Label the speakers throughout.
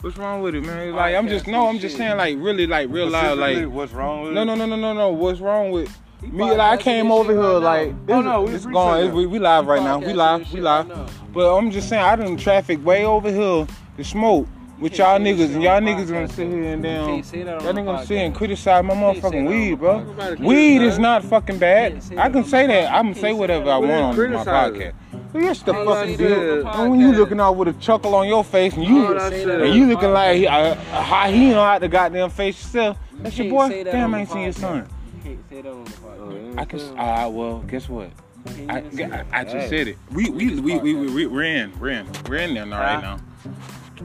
Speaker 1: What's wrong with it, man? Like I'm just no, I'm just saying like really like real loud like
Speaker 2: Specifically, what's wrong with
Speaker 1: no
Speaker 2: it?
Speaker 1: no no no no no. What's wrong with me?
Speaker 3: podcasting
Speaker 1: Like I came
Speaker 3: this
Speaker 1: over
Speaker 3: shit
Speaker 1: here
Speaker 3: right
Speaker 1: like
Speaker 3: now.
Speaker 2: Oh,
Speaker 1: it's-
Speaker 2: no, we-
Speaker 1: it's
Speaker 2: we
Speaker 1: gone.
Speaker 2: said
Speaker 1: It's- we, we live right now. We
Speaker 3: podcasting
Speaker 1: live.
Speaker 3: this
Speaker 1: We
Speaker 3: shit
Speaker 1: live.
Speaker 3: right now.
Speaker 1: but I'm just saying I done traffic way over here to smoke. With y'all
Speaker 3: can't do this
Speaker 1: niggas and
Speaker 3: shit
Speaker 1: y'all
Speaker 3: on the
Speaker 1: niggas gonna
Speaker 3: podcast,
Speaker 1: sit here and
Speaker 3: though. You
Speaker 1: down. Y'all
Speaker 3: can't say that on the
Speaker 1: niggas gonna sit here and
Speaker 3: podcast.
Speaker 1: criticize my
Speaker 3: You can't say
Speaker 1: motherfucking
Speaker 3: that on
Speaker 1: weed,
Speaker 3: the
Speaker 1: bro.
Speaker 3: podcast. Everybody
Speaker 1: Weed
Speaker 3: criticize.
Speaker 1: is not fucking
Speaker 3: You
Speaker 1: bad.
Speaker 3: can't say
Speaker 1: I
Speaker 3: that
Speaker 1: can
Speaker 3: on
Speaker 1: say
Speaker 3: the
Speaker 1: that.
Speaker 3: podcast.
Speaker 1: I'm
Speaker 3: You
Speaker 1: gonna say
Speaker 3: can't say
Speaker 1: whatever
Speaker 3: that
Speaker 1: I
Speaker 3: on the
Speaker 1: want on my
Speaker 2: podcast.
Speaker 1: podcast. Yes, the
Speaker 3: Can't
Speaker 1: fuck
Speaker 3: say
Speaker 1: you
Speaker 3: that on
Speaker 1: did.
Speaker 3: the
Speaker 1: When you
Speaker 3: podcast.
Speaker 1: looking out with a chuckle on your face and you
Speaker 3: Oh, that shit
Speaker 1: and
Speaker 3: is-
Speaker 1: you looking like he- uh, how he know how to goddamn face yourself. That's your
Speaker 3: can't
Speaker 1: boy.
Speaker 3: say that
Speaker 1: Damn, I
Speaker 3: on the
Speaker 1: ain't seen your son.
Speaker 3: podcast. Can't say that on the podcast.
Speaker 1: I can. Ah, well, guess what?
Speaker 3: Can't
Speaker 1: I,
Speaker 3: even say
Speaker 1: I,
Speaker 3: that.
Speaker 1: I just said it. We we we we we we we're in we're in we're in there now right now.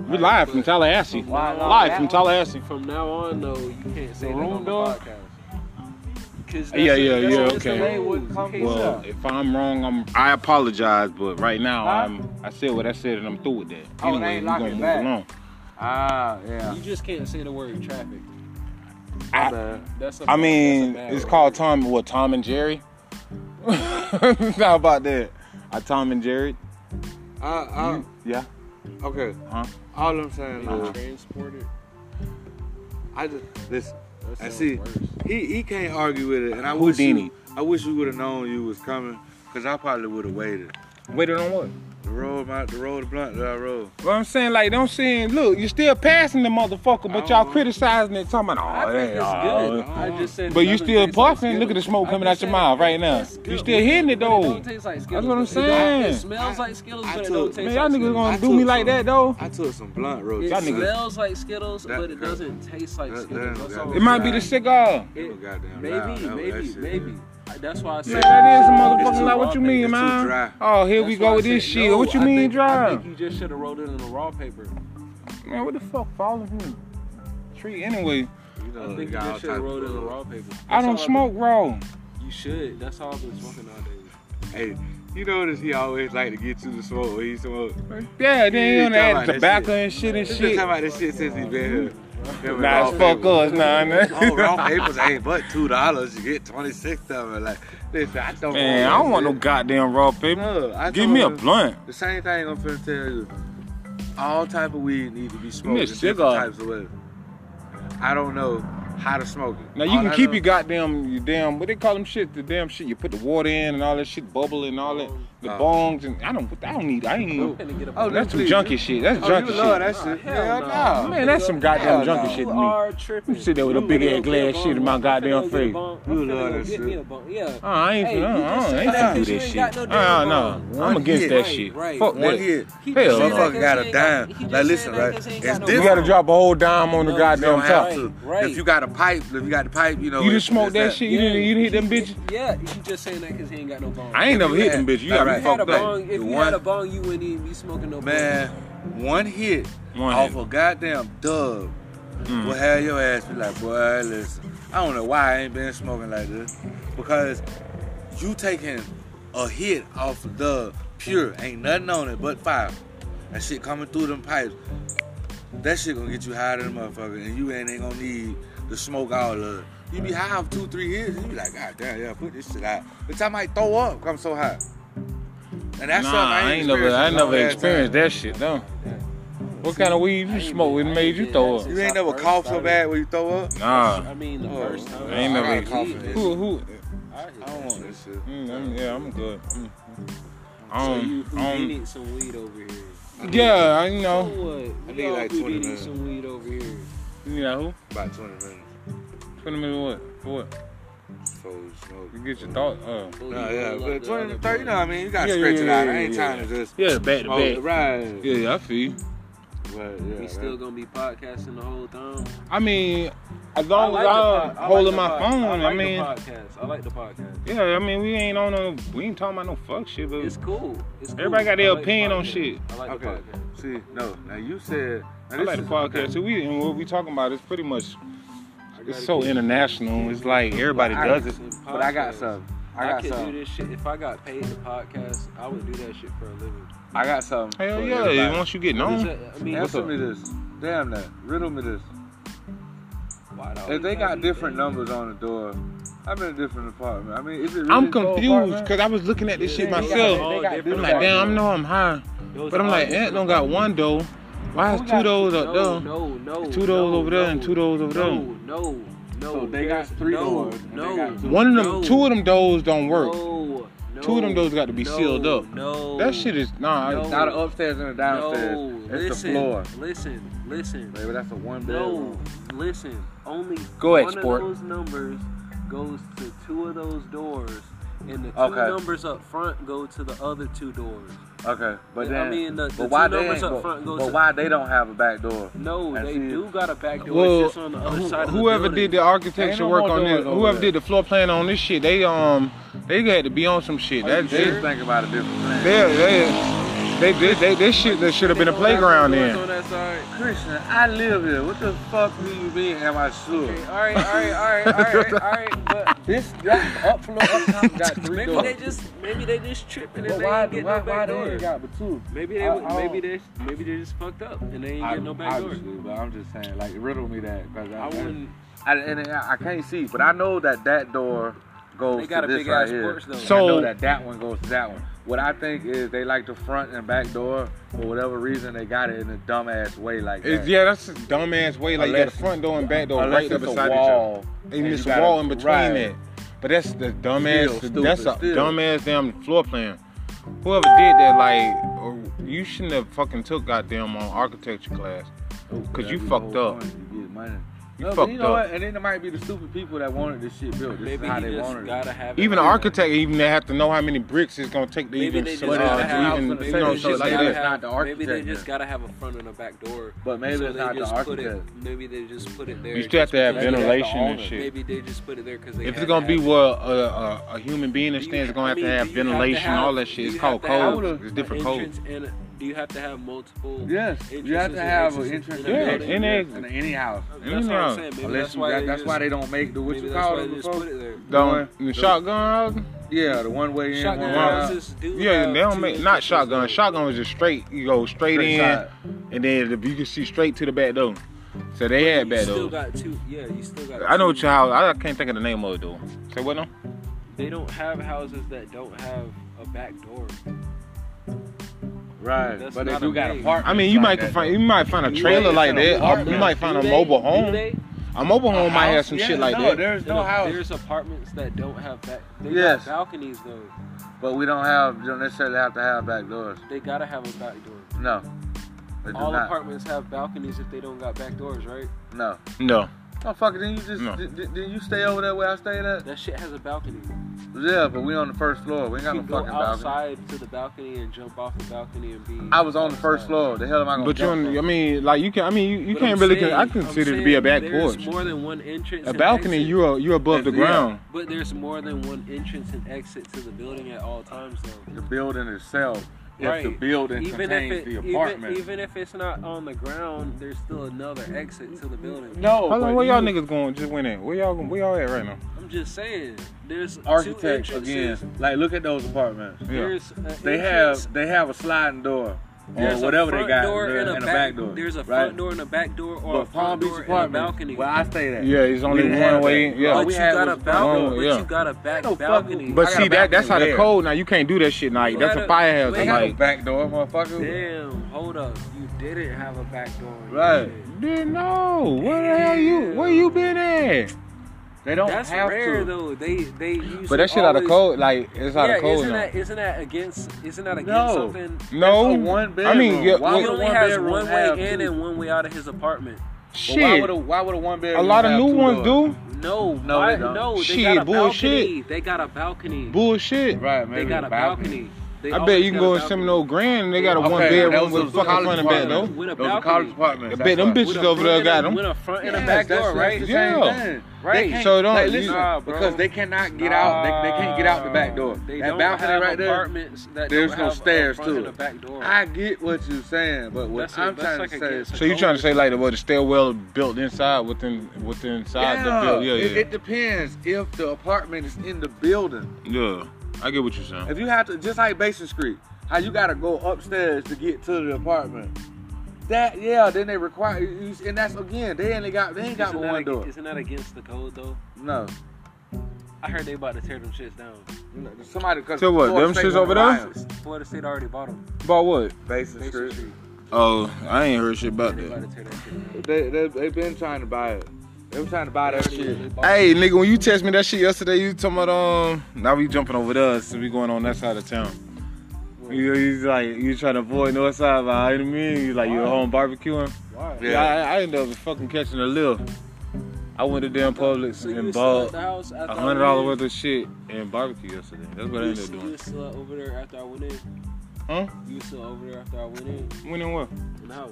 Speaker 1: We live from Tallahassee.
Speaker 3: Why not?
Speaker 1: Live from Tallahassee.
Speaker 3: From now on, though, you can't say that
Speaker 2: room
Speaker 3: on the
Speaker 2: door?
Speaker 3: podcast. 'Cause
Speaker 1: Yeah,
Speaker 3: that's-
Speaker 1: yeah,
Speaker 3: that's
Speaker 1: yeah,
Speaker 3: what Mr.
Speaker 1: okay.
Speaker 3: Maywood comes
Speaker 1: Well,
Speaker 3: up.
Speaker 1: if I'm wrong, I'm I apologize, but right now
Speaker 2: Huh?
Speaker 1: I'm I said what I said and I'm through with that.
Speaker 2: Oh, they
Speaker 1: Anyway,
Speaker 2: ain't
Speaker 1: we
Speaker 2: locking
Speaker 1: gonna move
Speaker 2: back.
Speaker 1: along.
Speaker 2: Ah, yeah.
Speaker 3: you just can't say the word traffic.
Speaker 2: My
Speaker 1: I-
Speaker 2: bad.
Speaker 3: That's a
Speaker 1: I mean,
Speaker 3: that's a bad
Speaker 1: it's
Speaker 3: word.
Speaker 1: called Tom. What Tom and Jerry? How about that? I Tom and Jerry.
Speaker 2: I,
Speaker 1: Yeah.
Speaker 2: I, Uh, okay.
Speaker 1: Huh?
Speaker 2: All I'm saying
Speaker 3: Being
Speaker 2: is,
Speaker 3: transported.
Speaker 2: I just listen.
Speaker 3: That
Speaker 2: I
Speaker 3: sounds
Speaker 2: see.
Speaker 3: worse.
Speaker 2: He he can't argue with it, and I wish
Speaker 1: Houdini.
Speaker 2: you, I wish you would have known you was coming, cause I probably would have waited.
Speaker 1: Waited on what?
Speaker 2: The road, my the road, the blunt that I rolled.
Speaker 1: Well, I'm saying like, don't saying. Look, you're still passing the motherfucker, but y'all
Speaker 2: Oh.
Speaker 1: criticizing it, talking about,
Speaker 3: I
Speaker 1: oh,
Speaker 3: think
Speaker 1: that,
Speaker 3: it's
Speaker 1: oh,
Speaker 3: good. I just said.
Speaker 1: But you
Speaker 3: it doesn't
Speaker 1: still
Speaker 3: taste like
Speaker 1: puffing. Look at the
Speaker 3: Skittles.
Speaker 1: smoke
Speaker 3: I
Speaker 1: coming
Speaker 3: just
Speaker 1: out your
Speaker 3: said
Speaker 1: mouth
Speaker 3: it
Speaker 1: right now.
Speaker 3: tastes
Speaker 1: You
Speaker 3: good,
Speaker 1: still hitting it,
Speaker 3: but don't
Speaker 1: though.
Speaker 3: taste like
Speaker 1: what
Speaker 3: Skittles.
Speaker 1: I'm
Speaker 3: It-
Speaker 1: saying.
Speaker 3: It smells like Skittles,
Speaker 2: I
Speaker 3: but it
Speaker 2: took-
Speaker 3: don't taste
Speaker 1: Man,
Speaker 3: like
Speaker 1: y'all niggas
Speaker 3: Skittles.
Speaker 1: gonna
Speaker 2: I
Speaker 1: do me
Speaker 2: took
Speaker 1: like
Speaker 2: some.
Speaker 1: that though.
Speaker 2: I took some blunt roads.
Speaker 3: It
Speaker 1: Y'all niggas-
Speaker 3: smells like Skittles,
Speaker 2: That-
Speaker 3: but it doesn't taste like
Speaker 2: that-
Speaker 3: Skittles.
Speaker 2: that-
Speaker 3: That's all
Speaker 2: that-
Speaker 1: It
Speaker 3: I'm
Speaker 1: might be
Speaker 3: saying.
Speaker 1: the cigar.
Speaker 3: It-
Speaker 2: Oh, goddamn
Speaker 3: maybe,
Speaker 2: loud. That-
Speaker 3: maybe,
Speaker 2: that shit is-
Speaker 3: maybe. That's why I
Speaker 1: Man,
Speaker 3: said
Speaker 1: that is a
Speaker 2: It's
Speaker 1: motherfucking
Speaker 2: too
Speaker 1: lie. What
Speaker 2: raw
Speaker 1: you
Speaker 2: paper.
Speaker 1: mean,
Speaker 2: It's too
Speaker 1: man?
Speaker 2: dry.
Speaker 1: Oh, here
Speaker 3: That's
Speaker 1: we
Speaker 3: why
Speaker 1: go
Speaker 3: I
Speaker 1: with
Speaker 3: said
Speaker 1: this shit.
Speaker 3: no,
Speaker 1: what you
Speaker 3: I
Speaker 1: mean,
Speaker 3: think-
Speaker 1: dry?
Speaker 3: I think you just should have rolled it in the raw paper.
Speaker 1: Man, what the fuck falling from the tree anyway?
Speaker 2: You know,
Speaker 3: I think you
Speaker 2: got all
Speaker 3: just should have
Speaker 2: type
Speaker 3: rolled it
Speaker 2: of-
Speaker 3: in the raw paper. That's
Speaker 1: I don't
Speaker 3: all I've
Speaker 1: smoke raw.
Speaker 3: been- You should. That's all I've been smoking nowadays.
Speaker 2: Hey, you notice he always like to get you to smoke when he smoke.
Speaker 1: Yeah, then
Speaker 2: You
Speaker 1: you don't
Speaker 2: talking
Speaker 1: add
Speaker 2: about that
Speaker 1: tobacco
Speaker 2: shit.
Speaker 1: and shit and
Speaker 2: He's been
Speaker 1: shit.
Speaker 2: talking about this shit since he been here. Them
Speaker 1: Nah,
Speaker 2: raw
Speaker 1: it's fuck us,
Speaker 2: papers.
Speaker 1: nah. nah.
Speaker 2: Oh, raw papers ain't but two dollars. You get twenty six of it. Like, listen, I don't.
Speaker 1: Man, I don't want no goddamn raw paper.
Speaker 2: No,
Speaker 1: Give me a blunt.
Speaker 2: The same thing I'm finna tell you. All type of weed need to be smoked.
Speaker 1: a
Speaker 2: in different
Speaker 1: cigar.
Speaker 2: Types of weed. I don't know how to smoke it.
Speaker 1: Now you
Speaker 2: All
Speaker 1: can
Speaker 2: I
Speaker 1: keep
Speaker 2: know-
Speaker 1: your goddamn, your damn, what they call them shit, the damn shit you put the water in and all that shit bubble and all that, the
Speaker 2: Oh.
Speaker 1: bongs and I don't, I don't need, I ain't.
Speaker 3: I'm finna get a
Speaker 2: Oh,
Speaker 3: blunt.
Speaker 1: that's some
Speaker 2: please.
Speaker 1: junky shit. That's
Speaker 2: Oh,
Speaker 1: junky
Speaker 2: you
Speaker 1: shit.
Speaker 2: love that shit.
Speaker 3: Nah,
Speaker 2: Hell
Speaker 3: hell
Speaker 2: no.
Speaker 3: no.
Speaker 1: Man, that's some goddamn
Speaker 2: Hell
Speaker 1: junky
Speaker 2: no.
Speaker 1: shit to
Speaker 3: You
Speaker 1: me.
Speaker 3: are tripping.
Speaker 1: You sit there with a
Speaker 3: I'm
Speaker 1: big
Speaker 3: finna
Speaker 1: ass
Speaker 3: go get
Speaker 1: glass
Speaker 3: a bong.
Speaker 1: shit in my
Speaker 3: I'm finna
Speaker 1: goddamn
Speaker 3: go get a
Speaker 1: face.
Speaker 3: bong.
Speaker 2: You
Speaker 3: I'm finna
Speaker 2: love
Speaker 3: go
Speaker 2: that
Speaker 3: get
Speaker 2: shit.
Speaker 3: me a bong. Yeah.
Speaker 1: Uh, I ain't
Speaker 3: Hey,
Speaker 1: finna,
Speaker 3: you
Speaker 1: uh,
Speaker 3: just
Speaker 1: I
Speaker 3: said
Speaker 1: ain't
Speaker 3: that
Speaker 1: finna do
Speaker 3: 'cause you
Speaker 1: this
Speaker 3: ain't
Speaker 1: shit.
Speaker 3: got no
Speaker 1: uh,
Speaker 3: damn
Speaker 1: no,
Speaker 3: bond.
Speaker 1: I'm
Speaker 2: One
Speaker 1: against
Speaker 2: hit.
Speaker 1: that
Speaker 3: Right,
Speaker 1: shit.
Speaker 3: right.
Speaker 1: Fuck
Speaker 2: One
Speaker 1: that.
Speaker 2: hit.
Speaker 3: He just
Speaker 1: Hell
Speaker 3: said
Speaker 1: no.
Speaker 3: that 'cause
Speaker 2: Motherfucker got
Speaker 3: he
Speaker 2: a
Speaker 3: ain't
Speaker 2: dime.
Speaker 3: he just
Speaker 2: Like,
Speaker 3: said
Speaker 2: listen,
Speaker 3: that
Speaker 2: right?
Speaker 3: 'cause he ain't
Speaker 2: It's
Speaker 3: got no
Speaker 2: different.
Speaker 1: You
Speaker 3: bond.
Speaker 1: gotta drop a whole dime on the
Speaker 2: You
Speaker 3: No,
Speaker 2: don't
Speaker 1: goddamn
Speaker 2: have
Speaker 1: top.
Speaker 2: to.
Speaker 3: Right.
Speaker 2: If you got a pipe, if you got the pipe, you know.
Speaker 1: You just smoked
Speaker 2: it's
Speaker 1: that shit. You didn't, you didn't hit them bitches.
Speaker 3: Yeah, you just saying that because he ain't got no bong.
Speaker 1: I ain't never hit
Speaker 2: had-
Speaker 1: them bitches. You
Speaker 2: All
Speaker 1: got
Speaker 2: right.
Speaker 1: me
Speaker 3: if you had a
Speaker 1: fucked up.
Speaker 3: bong, if
Speaker 2: The
Speaker 3: you
Speaker 2: one-
Speaker 3: had a bong, you wouldn't even be smoking no bong.
Speaker 2: Man, one hit
Speaker 1: One
Speaker 2: off
Speaker 1: hit. Mm.
Speaker 2: a goddamn dub will have your ass be like, boy, listen. I don't know why I ain't been smoking like this. Because you taking a hit off a dub pure, ain't nothing on it but fire. That shit coming through them pipes. That shit gonna get you higher than a motherfucker, and you ain't, ain't gonna need to smoke all of it. You be high off two, three hits, you be like, God damn, yeah, put this shit out. But I might throw up, 'cause I'm so high. And that's something
Speaker 1: Nah,
Speaker 2: I ain't,
Speaker 1: I ain't never,
Speaker 2: experienced
Speaker 1: I
Speaker 2: in a
Speaker 1: never
Speaker 2: long ass
Speaker 1: experienced that shit though. What kind of weed you smoke? It made you throw up.
Speaker 2: time. You ain't never cough so bad when you throw up?
Speaker 1: Nah,
Speaker 3: I mean, the
Speaker 2: Oh,
Speaker 3: first time.
Speaker 1: I ain't never.
Speaker 2: I got confidence.
Speaker 1: Who, who?
Speaker 3: I hit
Speaker 2: I don't want this shit.
Speaker 1: Mm, I'm, yeah, I'm good. Mm. I
Speaker 3: So you
Speaker 1: don't, I don't-
Speaker 3: Houdini some weed over here.
Speaker 1: yeah, I, you
Speaker 3: So
Speaker 1: um, know.
Speaker 3: what?
Speaker 2: I
Speaker 3: We
Speaker 2: need
Speaker 3: all
Speaker 2: like 20
Speaker 3: Houdini
Speaker 2: minutes.
Speaker 3: some weed over here.
Speaker 1: You know who?
Speaker 2: About 20 minutes.
Speaker 1: Put them in what? For what?
Speaker 2: So you smoke.
Speaker 1: You get your thought. Uh,
Speaker 3: We'll
Speaker 2: Nah,
Speaker 3: eat
Speaker 2: yeah,
Speaker 3: all
Speaker 2: but
Speaker 3: of
Speaker 2: 20
Speaker 3: the
Speaker 2: to
Speaker 3: other
Speaker 2: 30, you know what I mean? You gotta
Speaker 1: Yeah,
Speaker 2: stretch
Speaker 1: yeah,
Speaker 2: it
Speaker 1: yeah,
Speaker 2: out.
Speaker 1: yeah,
Speaker 2: I ain't
Speaker 1: yeah.
Speaker 2: time to just
Speaker 1: yeah, back to
Speaker 3: Oh,
Speaker 2: smoke.
Speaker 1: back.
Speaker 2: Right.
Speaker 1: Yeah, yeah, I feel you.
Speaker 2: But,
Speaker 3: blunt.
Speaker 2: yeah,
Speaker 3: We still gonna be podcasting the whole time.
Speaker 1: I mean, as long
Speaker 3: I like
Speaker 1: as
Speaker 3: the
Speaker 1: I'm
Speaker 3: pod- I like
Speaker 1: holding
Speaker 3: the
Speaker 1: my
Speaker 3: pod-
Speaker 1: phone,
Speaker 3: I,
Speaker 1: I,
Speaker 3: like
Speaker 1: mean,
Speaker 3: the podcast. I like the podcast.
Speaker 1: yeah, I mean, we ain't on no, we ain't talking about no fuck shit, but
Speaker 3: It's cool. It's cool.
Speaker 1: Everybody got their
Speaker 3: I like the
Speaker 1: opinion on
Speaker 3: podcast.
Speaker 1: shit.
Speaker 3: I like
Speaker 2: Okay.
Speaker 3: the podcast.
Speaker 2: See, no. Now you said. Now
Speaker 1: I like the podcast. So we and what we talking about is pretty much
Speaker 3: I gotta
Speaker 1: it's so
Speaker 3: get-
Speaker 1: international. It's like everybody
Speaker 2: I-
Speaker 1: does it.
Speaker 2: But I got something. I
Speaker 3: I,
Speaker 2: got
Speaker 3: could do
Speaker 2: something.
Speaker 3: this shit. If I got paid to podcast, I would do that shit for a living.
Speaker 2: I got something.
Speaker 1: Hell
Speaker 2: for
Speaker 1: yeah!
Speaker 2: everybody.
Speaker 1: Once you get
Speaker 3: What is
Speaker 1: known,
Speaker 3: that? I mean,
Speaker 1: What's
Speaker 2: Answer
Speaker 1: up?
Speaker 2: me this. Damn that. Riddle me this.
Speaker 3: why the
Speaker 2: If they
Speaker 3: fuck
Speaker 2: got
Speaker 3: you
Speaker 2: different
Speaker 3: think-
Speaker 2: numbers on the door, I'm in a different apartment. I mean, is it really
Speaker 1: I'm
Speaker 2: your
Speaker 1: confused
Speaker 2: apartment?
Speaker 1: because I was looking at this shit
Speaker 3: Yeah, they got-
Speaker 1: myself.
Speaker 3: they got
Speaker 1: I'm
Speaker 3: different
Speaker 1: like, damn, I
Speaker 3: apartments.
Speaker 1: know I'm high,
Speaker 3: Those
Speaker 1: but I'm
Speaker 3: are
Speaker 1: like, eh,
Speaker 3: different
Speaker 1: Ant don't got one door, Why is
Speaker 3: We
Speaker 1: two
Speaker 3: got-
Speaker 1: those
Speaker 3: no,
Speaker 1: up there?
Speaker 3: No, no.
Speaker 1: Two
Speaker 3: no,
Speaker 1: doors over there and
Speaker 3: no,
Speaker 1: two doors over there.
Speaker 3: No, no, no.
Speaker 4: So they
Speaker 3: there's-
Speaker 4: got three
Speaker 3: no,
Speaker 4: doors, and they
Speaker 3: No,
Speaker 4: got two.
Speaker 1: One of them,
Speaker 3: no,
Speaker 1: two of them doors don't work.
Speaker 3: No, no,
Speaker 1: Two of them doors got to be
Speaker 3: no,
Speaker 1: sealed up.
Speaker 3: No.
Speaker 1: That shit is nah.
Speaker 3: No.
Speaker 1: I-
Speaker 2: Not the upstairs and the downstairs.
Speaker 3: No,
Speaker 2: It's
Speaker 3: listen,
Speaker 2: the floor.
Speaker 3: listen, listen.
Speaker 2: Baby, that's a one
Speaker 3: No,
Speaker 2: bedroom.
Speaker 3: listen. Only
Speaker 4: Go ahead,
Speaker 3: one
Speaker 4: sport.
Speaker 3: of those numbers goes to two of those doors, and the two
Speaker 2: Okay.
Speaker 3: numbers up front go to the other two doors.
Speaker 2: Okay, but
Speaker 3: Yeah, I
Speaker 2: then,
Speaker 3: mean, the- the
Speaker 2: but why
Speaker 3: two
Speaker 2: they
Speaker 3: numbers
Speaker 2: ain't,
Speaker 3: up
Speaker 2: but,
Speaker 3: front goes
Speaker 2: but
Speaker 3: to-
Speaker 2: why they don't have a back door?
Speaker 3: No,
Speaker 2: That's
Speaker 3: they
Speaker 2: it.
Speaker 3: do got a back door.
Speaker 1: Well,
Speaker 3: it's just on the other
Speaker 1: who-
Speaker 3: side of the
Speaker 1: whoever
Speaker 3: building.
Speaker 1: did the
Speaker 4: Ain't
Speaker 1: architecture
Speaker 4: no
Speaker 1: work
Speaker 4: more
Speaker 1: on
Speaker 4: doors
Speaker 1: this,
Speaker 4: over
Speaker 1: whoever
Speaker 4: there.
Speaker 1: did the floor plan on this shit, they um, they had to be on some shit. That's
Speaker 2: they
Speaker 1: it.
Speaker 2: just think about a different plan.
Speaker 1: They they they they this shit that should have been a playground
Speaker 4: On
Speaker 1: then.
Speaker 4: that side.
Speaker 2: Christian, I live here. What the fuck do you mean? Am I sure?
Speaker 4: Okay, all right, all right, all right, all right, all right. But
Speaker 2: This that up floor up top got three
Speaker 3: Maybe
Speaker 2: doors.
Speaker 3: they just maybe they just tripping and
Speaker 2: But
Speaker 3: they
Speaker 2: why,
Speaker 3: ain't
Speaker 2: why,
Speaker 3: getting
Speaker 2: why,
Speaker 3: no back
Speaker 2: they
Speaker 3: doors.
Speaker 2: ain't got but two?
Speaker 3: Maybe they
Speaker 2: I-
Speaker 3: would-
Speaker 2: I
Speaker 3: maybe
Speaker 2: don't-
Speaker 3: they maybe they just fucked up and they ain't
Speaker 2: I-
Speaker 3: getting no back door.
Speaker 2: obviously, But I'm just saying, like, riddle me that. Cause I,
Speaker 3: I wouldn't.
Speaker 2: I, and I, I can't see, but I know that that door goes
Speaker 3: They got
Speaker 2: to
Speaker 3: a
Speaker 2: this
Speaker 3: big
Speaker 2: right
Speaker 3: ass
Speaker 2: here.
Speaker 3: porch though.
Speaker 1: So-
Speaker 2: I know that that one goes to that one. What I think is they like the front and back door for whatever reason they got it in a dumbass way like that.
Speaker 1: It's, yeah, that's a dumbass way. Like you got a
Speaker 2: Unless-
Speaker 1: front door and back door
Speaker 2: Unless
Speaker 1: right there
Speaker 2: it's a
Speaker 1: beside each other.
Speaker 2: wall
Speaker 1: And
Speaker 2: you
Speaker 1: it's a
Speaker 2: gotta-
Speaker 1: wall in between
Speaker 2: right.
Speaker 1: that. But that's the dumbass.
Speaker 2: Still stupid,
Speaker 1: that's a
Speaker 2: still.
Speaker 1: dumbass damn floor plan. Whoever did that, like, or you shouldn't have fucking took goddamn on architecture class. Cause you
Speaker 2: That'd be
Speaker 1: fucked
Speaker 2: the whole
Speaker 1: up.
Speaker 2: point, You get money.
Speaker 1: You
Speaker 2: No, but
Speaker 1: fucked
Speaker 2: you know
Speaker 1: up.
Speaker 2: what? And then it might be the stupid people that wanted this shit built. This
Speaker 3: Maybe
Speaker 2: is how they
Speaker 3: he just
Speaker 2: wanted
Speaker 3: gotta
Speaker 2: it.
Speaker 3: have it
Speaker 1: Even the
Speaker 3: like that.
Speaker 1: architect, even they have to know how many bricks it's gonna take to
Speaker 3: Maybe
Speaker 1: even,
Speaker 3: they just
Speaker 1: uh,
Speaker 3: gotta
Speaker 1: to
Speaker 3: have-
Speaker 1: even
Speaker 2: maybe
Speaker 1: you
Speaker 2: they
Speaker 1: know,
Speaker 2: just
Speaker 1: shit like
Speaker 2: gotta
Speaker 1: that.
Speaker 2: have- not the
Speaker 3: Maybe they
Speaker 2: architect
Speaker 3: just
Speaker 2: then.
Speaker 3: gotta have a front and a back door.
Speaker 2: But maybe
Speaker 3: so
Speaker 2: it's
Speaker 3: they
Speaker 2: not the
Speaker 3: just put it-
Speaker 2: architect.
Speaker 3: Maybe they just put it there.
Speaker 1: You still have to have
Speaker 3: just
Speaker 2: Maybe that's the
Speaker 1: ventilation and
Speaker 2: owner.
Speaker 1: shit.
Speaker 3: Maybe they just put it there because they.
Speaker 1: If
Speaker 3: had
Speaker 1: it's gonna
Speaker 3: to
Speaker 1: be
Speaker 3: have
Speaker 1: where a, a, a human being
Speaker 3: Do you-
Speaker 1: stands is
Speaker 3: I
Speaker 1: gonna have
Speaker 3: mean,
Speaker 1: to have
Speaker 3: do you have to
Speaker 1: ventilation,
Speaker 3: have-
Speaker 1: all that shit.
Speaker 3: do
Speaker 1: It's
Speaker 3: you
Speaker 1: called
Speaker 3: have to have
Speaker 1: codes. It's different codes.
Speaker 3: entrance And do you have to have multiple?
Speaker 2: Yes, you have
Speaker 3: entrances
Speaker 2: to
Speaker 3: and
Speaker 2: have an
Speaker 3: exits
Speaker 2: entrance and
Speaker 3: in
Speaker 1: Yeah,
Speaker 3: a
Speaker 2: exit
Speaker 3: building?
Speaker 1: and
Speaker 2: yes,
Speaker 1: exit.
Speaker 2: in any house.
Speaker 3: That's what I'm saying. Maybe
Speaker 2: Unless
Speaker 3: that's
Speaker 2: you
Speaker 3: why.
Speaker 2: got,
Speaker 3: they
Speaker 2: that's
Speaker 3: just-
Speaker 2: why they don't make the what
Speaker 3: maybe
Speaker 2: you
Speaker 3: that's
Speaker 2: call
Speaker 3: why
Speaker 2: it
Speaker 3: they just put
Speaker 2: before.
Speaker 3: it there.
Speaker 1: The,
Speaker 2: The-
Speaker 1: the shotgun, house?
Speaker 2: Yeah, the one way in,
Speaker 3: Shotgun
Speaker 2: one way out.
Speaker 3: houses do.
Speaker 1: yeah,
Speaker 3: have
Speaker 1: they don't
Speaker 3: two
Speaker 1: make not
Speaker 3: entrances, though.
Speaker 1: shotgun. Shotgun is just straight. You go straight,
Speaker 2: Straight
Speaker 1: in,
Speaker 2: shot.
Speaker 1: and then the, you can see straight to the back door. So they had
Speaker 3: You
Speaker 1: back
Speaker 3: still
Speaker 1: doors.
Speaker 3: got two. Yeah, you still got.
Speaker 1: I know
Speaker 3: two.
Speaker 1: what your house. I can't think of the name of it though. Say what now?
Speaker 3: They don't have houses that don't have a back door.
Speaker 2: Right,
Speaker 3: That's
Speaker 2: but they
Speaker 3: not
Speaker 2: do
Speaker 3: a
Speaker 2: got
Speaker 3: big-
Speaker 2: apartments.
Speaker 1: I mean, you might
Speaker 2: like that,
Speaker 1: find you might find a
Speaker 2: You
Speaker 1: trailer
Speaker 2: ain't
Speaker 1: like
Speaker 2: got
Speaker 1: that.
Speaker 2: no
Speaker 1: Or you
Speaker 2: apartment.
Speaker 1: might find a
Speaker 3: Do
Speaker 1: mobile
Speaker 3: they- do
Speaker 1: home.
Speaker 3: they?
Speaker 1: A mobile
Speaker 2: though.
Speaker 1: home might have some
Speaker 2: Yeah,
Speaker 1: shit like
Speaker 2: no,
Speaker 1: that.
Speaker 2: There's no
Speaker 3: Look,
Speaker 2: house,
Speaker 3: There's apartments that don't have back. They
Speaker 2: Yes.
Speaker 3: got balconies though.
Speaker 2: but we don't have. You don't necessarily have to have back doors.
Speaker 3: They gotta have a back door.
Speaker 2: No, they do
Speaker 3: All
Speaker 2: not.
Speaker 3: apartments have balconies if they don't got back doors, right?
Speaker 2: no.
Speaker 1: No,
Speaker 2: Oh fuck! it, Then you just
Speaker 1: No.
Speaker 2: did did- did you stay over there where I stayed at?
Speaker 3: That shit has a balcony.
Speaker 2: Yeah, but we on the first floor. We ain't
Speaker 3: You
Speaker 2: got no
Speaker 3: can go
Speaker 2: fucking balcony.
Speaker 3: outside to the balcony and jump off the balcony and be.
Speaker 2: I was on the first
Speaker 3: outside.
Speaker 2: floor. The hell am I gonna?
Speaker 1: but you,
Speaker 2: jump
Speaker 1: I
Speaker 2: from?
Speaker 1: mean, like you can. I mean, you, you
Speaker 3: But
Speaker 1: can't
Speaker 3: I'm
Speaker 1: really. Con-
Speaker 3: saying-
Speaker 1: I
Speaker 3: I'm
Speaker 1: consider it to be a back
Speaker 3: saying there's
Speaker 1: porch.
Speaker 3: more than one entrance.
Speaker 1: A
Speaker 3: and
Speaker 1: balcony,
Speaker 3: exit.
Speaker 1: you are you above the
Speaker 2: Yeah.
Speaker 1: ground.
Speaker 3: But there's more than one entrance and exit to the building at all times, though.
Speaker 2: the building itself. If the
Speaker 3: Right.
Speaker 2: building
Speaker 3: Even if
Speaker 2: contains
Speaker 3: it,
Speaker 2: the
Speaker 3: even,
Speaker 2: apartment.
Speaker 3: even if it's not on the ground, there's still another exit to the building.
Speaker 2: no,
Speaker 1: How
Speaker 2: but
Speaker 1: long? Where y'all
Speaker 2: you-
Speaker 1: niggas going? Just went in. Where y'all? Where y'all at right now?
Speaker 3: I'm just saying, there's two
Speaker 2: Architects
Speaker 3: entrances.
Speaker 2: again. Like, look at those apartments.
Speaker 1: Yeah.
Speaker 3: There's a
Speaker 2: They
Speaker 3: entrance,
Speaker 2: have they have a sliding door or
Speaker 3: there's a
Speaker 2: whatever they
Speaker 3: front
Speaker 2: got
Speaker 3: door
Speaker 2: there,
Speaker 3: and, a, back,
Speaker 2: door.
Speaker 3: There's a
Speaker 2: right?
Speaker 3: front door and a back door, or a
Speaker 2: But Palm
Speaker 3: front
Speaker 2: Beach
Speaker 3: door and a
Speaker 2: apartment,
Speaker 3: balcony.
Speaker 2: where I stayed at.
Speaker 1: Yeah, it's only
Speaker 2: we didn't
Speaker 1: one
Speaker 2: have
Speaker 1: way,
Speaker 2: that.
Speaker 1: yeah.
Speaker 2: All
Speaker 3: but
Speaker 2: we
Speaker 3: you
Speaker 2: had
Speaker 3: got a
Speaker 2: was
Speaker 1: balcony,
Speaker 3: balcony. But
Speaker 1: yeah.
Speaker 3: you got a back
Speaker 2: Ain't no
Speaker 3: balcony.
Speaker 2: fucking-
Speaker 1: But
Speaker 2: I got
Speaker 1: see
Speaker 2: a
Speaker 1: that that's how
Speaker 2: balcony
Speaker 1: the
Speaker 2: there.
Speaker 1: code now. You can't do that shit now.
Speaker 3: You
Speaker 1: That's
Speaker 3: gotta-
Speaker 1: a fire
Speaker 2: They
Speaker 1: hazard.
Speaker 2: had
Speaker 1: Like,
Speaker 2: a back door, motherfucker.
Speaker 3: Damn, hold up, you didn't have a back door. You
Speaker 2: Right.
Speaker 3: did.
Speaker 1: didn't know. Where the hell you? Where you been at?
Speaker 2: They don't
Speaker 3: That's
Speaker 2: have
Speaker 3: rare
Speaker 2: to.
Speaker 3: though. They they. used
Speaker 1: But
Speaker 3: to
Speaker 1: that shit out of
Speaker 3: always-
Speaker 1: code. Like it's out
Speaker 3: yeah,
Speaker 1: of code
Speaker 3: isn't
Speaker 1: now.
Speaker 3: that isn't that against isn't that against
Speaker 2: No.
Speaker 3: something?
Speaker 1: no,
Speaker 2: It's a one
Speaker 1: I
Speaker 2: bedroom.
Speaker 1: mean, yeah,
Speaker 2: Why
Speaker 1: well,
Speaker 3: He
Speaker 2: would
Speaker 3: only
Speaker 2: one
Speaker 3: has
Speaker 2: bedroom
Speaker 3: one
Speaker 2: have
Speaker 3: way in
Speaker 2: two?
Speaker 3: and one way out of his apartment.
Speaker 2: But Why
Speaker 1: shit.
Speaker 2: would a why would a one
Speaker 1: A
Speaker 2: bedroom?
Speaker 1: lot of
Speaker 2: have
Speaker 1: new
Speaker 2: two
Speaker 1: ones
Speaker 2: doors?
Speaker 1: do.
Speaker 3: No,
Speaker 2: No,
Speaker 3: why-
Speaker 2: they don't.
Speaker 3: no, they
Speaker 1: Shit,
Speaker 3: got a
Speaker 1: bullshit.
Speaker 3: balcony. They got a balcony.
Speaker 1: Bullshit.
Speaker 2: Right,
Speaker 3: they
Speaker 2: maybe
Speaker 3: got a balcony. They
Speaker 1: I bet
Speaker 3: always
Speaker 1: you can
Speaker 3: got a
Speaker 1: go in
Speaker 3: balcony.
Speaker 1: Seminole Grand and they got a
Speaker 2: Okay,
Speaker 1: one
Speaker 2: that
Speaker 1: bedroom
Speaker 2: was
Speaker 1: with
Speaker 2: those
Speaker 1: fucking
Speaker 2: college
Speaker 1: front and back though.
Speaker 2: apartments.
Speaker 3: With a
Speaker 2: Those are
Speaker 3: balcony.
Speaker 2: college apartments.
Speaker 1: I bet them
Speaker 2: that's
Speaker 1: bitches
Speaker 3: With a
Speaker 1: over there
Speaker 3: front and
Speaker 1: got
Speaker 3: a-
Speaker 1: them.
Speaker 3: With a front
Speaker 2: why.
Speaker 3: and a
Speaker 2: Yes,
Speaker 3: back
Speaker 2: that's
Speaker 3: door,
Speaker 2: the-
Speaker 3: right?
Speaker 2: the
Speaker 1: Yeah.
Speaker 2: same thing.
Speaker 3: Right.
Speaker 2: They can't-
Speaker 1: So don't-
Speaker 2: like, listen,
Speaker 3: Nah, bro.
Speaker 2: because they cannot get out. They, they can't get out the back door.
Speaker 3: They
Speaker 2: that
Speaker 3: don't
Speaker 2: balcony
Speaker 3: have
Speaker 2: right there.
Speaker 3: apartments that
Speaker 2: there's
Speaker 3: don't
Speaker 2: no
Speaker 3: have a
Speaker 2: stairs
Speaker 3: front
Speaker 2: to
Speaker 3: and
Speaker 2: it.
Speaker 3: a back door.
Speaker 2: I get what you're saying, but what
Speaker 3: That's a-
Speaker 2: I'm
Speaker 3: that's
Speaker 2: trying
Speaker 3: like
Speaker 2: to
Speaker 3: a
Speaker 2: say
Speaker 3: kid-
Speaker 2: is
Speaker 1: So you trying to say like the, well, the stairwell built inside within within inside
Speaker 2: Yeah,
Speaker 1: the building? Yeah,
Speaker 2: It,
Speaker 1: yeah,
Speaker 2: it depends if the apartment is in the building.
Speaker 1: yeah. I get what you're saying.
Speaker 2: If you have to, just like Basin Street, how you gotta go upstairs to get to the apartment. That yeah, then they require, you- you- and that's again, they ain't got, they ain't got
Speaker 3: isn't,
Speaker 2: but
Speaker 3: that
Speaker 2: one
Speaker 3: ag-
Speaker 2: door.
Speaker 3: isn't that against the code though?
Speaker 2: No,
Speaker 3: I heard they about to tear them shits down.
Speaker 2: No, somebody. 'cause
Speaker 1: So what,
Speaker 2: Florida
Speaker 1: them
Speaker 2: State
Speaker 1: shits over
Speaker 2: went
Speaker 1: there?
Speaker 2: wild.
Speaker 3: Florida State already bought them.
Speaker 1: About what?
Speaker 2: Basin
Speaker 3: Basin
Speaker 2: Street.
Speaker 3: Street.
Speaker 1: Oh, I ain't heard shit about that.
Speaker 5: Everybody take that shit.
Speaker 2: They they they been trying to buy it. They been trying to buy that shit.
Speaker 1: Hey, nigga, when you text me that shit yesterday, you talking about um. Now we jumping over there, so we going on that side of town. You, he's like you trying to avoid north side but I didn't mean you like you at home barbecuing.
Speaker 5: Why?
Speaker 1: Yeah, I, I ended up fucking catching a lift. I went to damn Publix
Speaker 3: So you
Speaker 1: and
Speaker 3: was still
Speaker 1: bought
Speaker 3: at the house after
Speaker 1: a
Speaker 3: I
Speaker 1: hundred dollar
Speaker 3: went
Speaker 1: worth of shit and barbecue yesterday. That's
Speaker 3: in?
Speaker 1: what I ended
Speaker 3: You was-
Speaker 1: up
Speaker 3: You
Speaker 1: doing.
Speaker 3: was still over there after I went in.
Speaker 1: Huh?
Speaker 3: You was still over there after I went in.
Speaker 1: When and what?
Speaker 3: in the house.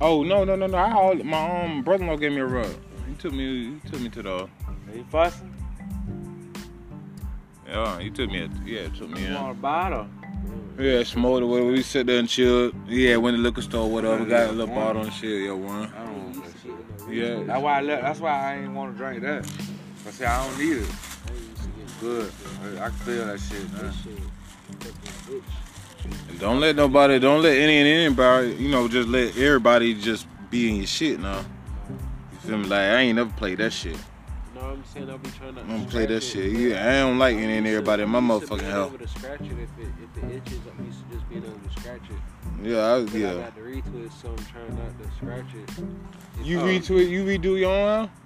Speaker 1: Oh no no no no! I hauled, my um brother-in-law gave me a rug. He took me he took me to the
Speaker 2: They fussing.
Speaker 1: yeah he took me a, yeah took me
Speaker 2: You
Speaker 1: in.
Speaker 2: want to buy it or?
Speaker 1: Yeah, smoked or whatever. We sit there and chilled. Yeah, went to liquor store, whatever. Got a little bottle and shit. Yeah, one.
Speaker 2: I don't want
Speaker 3: You
Speaker 2: that
Speaker 3: used to
Speaker 2: shit.
Speaker 3: get
Speaker 1: Yeah.
Speaker 3: in the
Speaker 2: That's why I left. That's why I ain't want to drink that. I said I don't need it.
Speaker 3: I used to get
Speaker 2: Good. I, I can feel that shit, man.
Speaker 3: this shit. Fucking bitch.
Speaker 1: Don't let nobody, don't let any and anybody, you know, just let everybody just be in your shit now. You feel me? Like I ain't never played that shit.
Speaker 3: You know what I'm saying? I'll be trying to.
Speaker 1: I don't play that
Speaker 3: scratch
Speaker 1: shit.
Speaker 3: it.
Speaker 1: Yeah, I don't like
Speaker 3: I'm
Speaker 1: any and
Speaker 3: used to-
Speaker 1: everybody in my
Speaker 3: I'm used to
Speaker 1: motherfucking
Speaker 3: being
Speaker 1: house.
Speaker 3: able to scratch it if it if it itches. I'm used to just being able to scratch it.
Speaker 1: Yeah, I,
Speaker 3: But I
Speaker 1: yeah.
Speaker 3: got the retwist, so I'm trying not to scratch it. It's-
Speaker 1: You
Speaker 3: uh,
Speaker 1: retweet, you redo your own. house?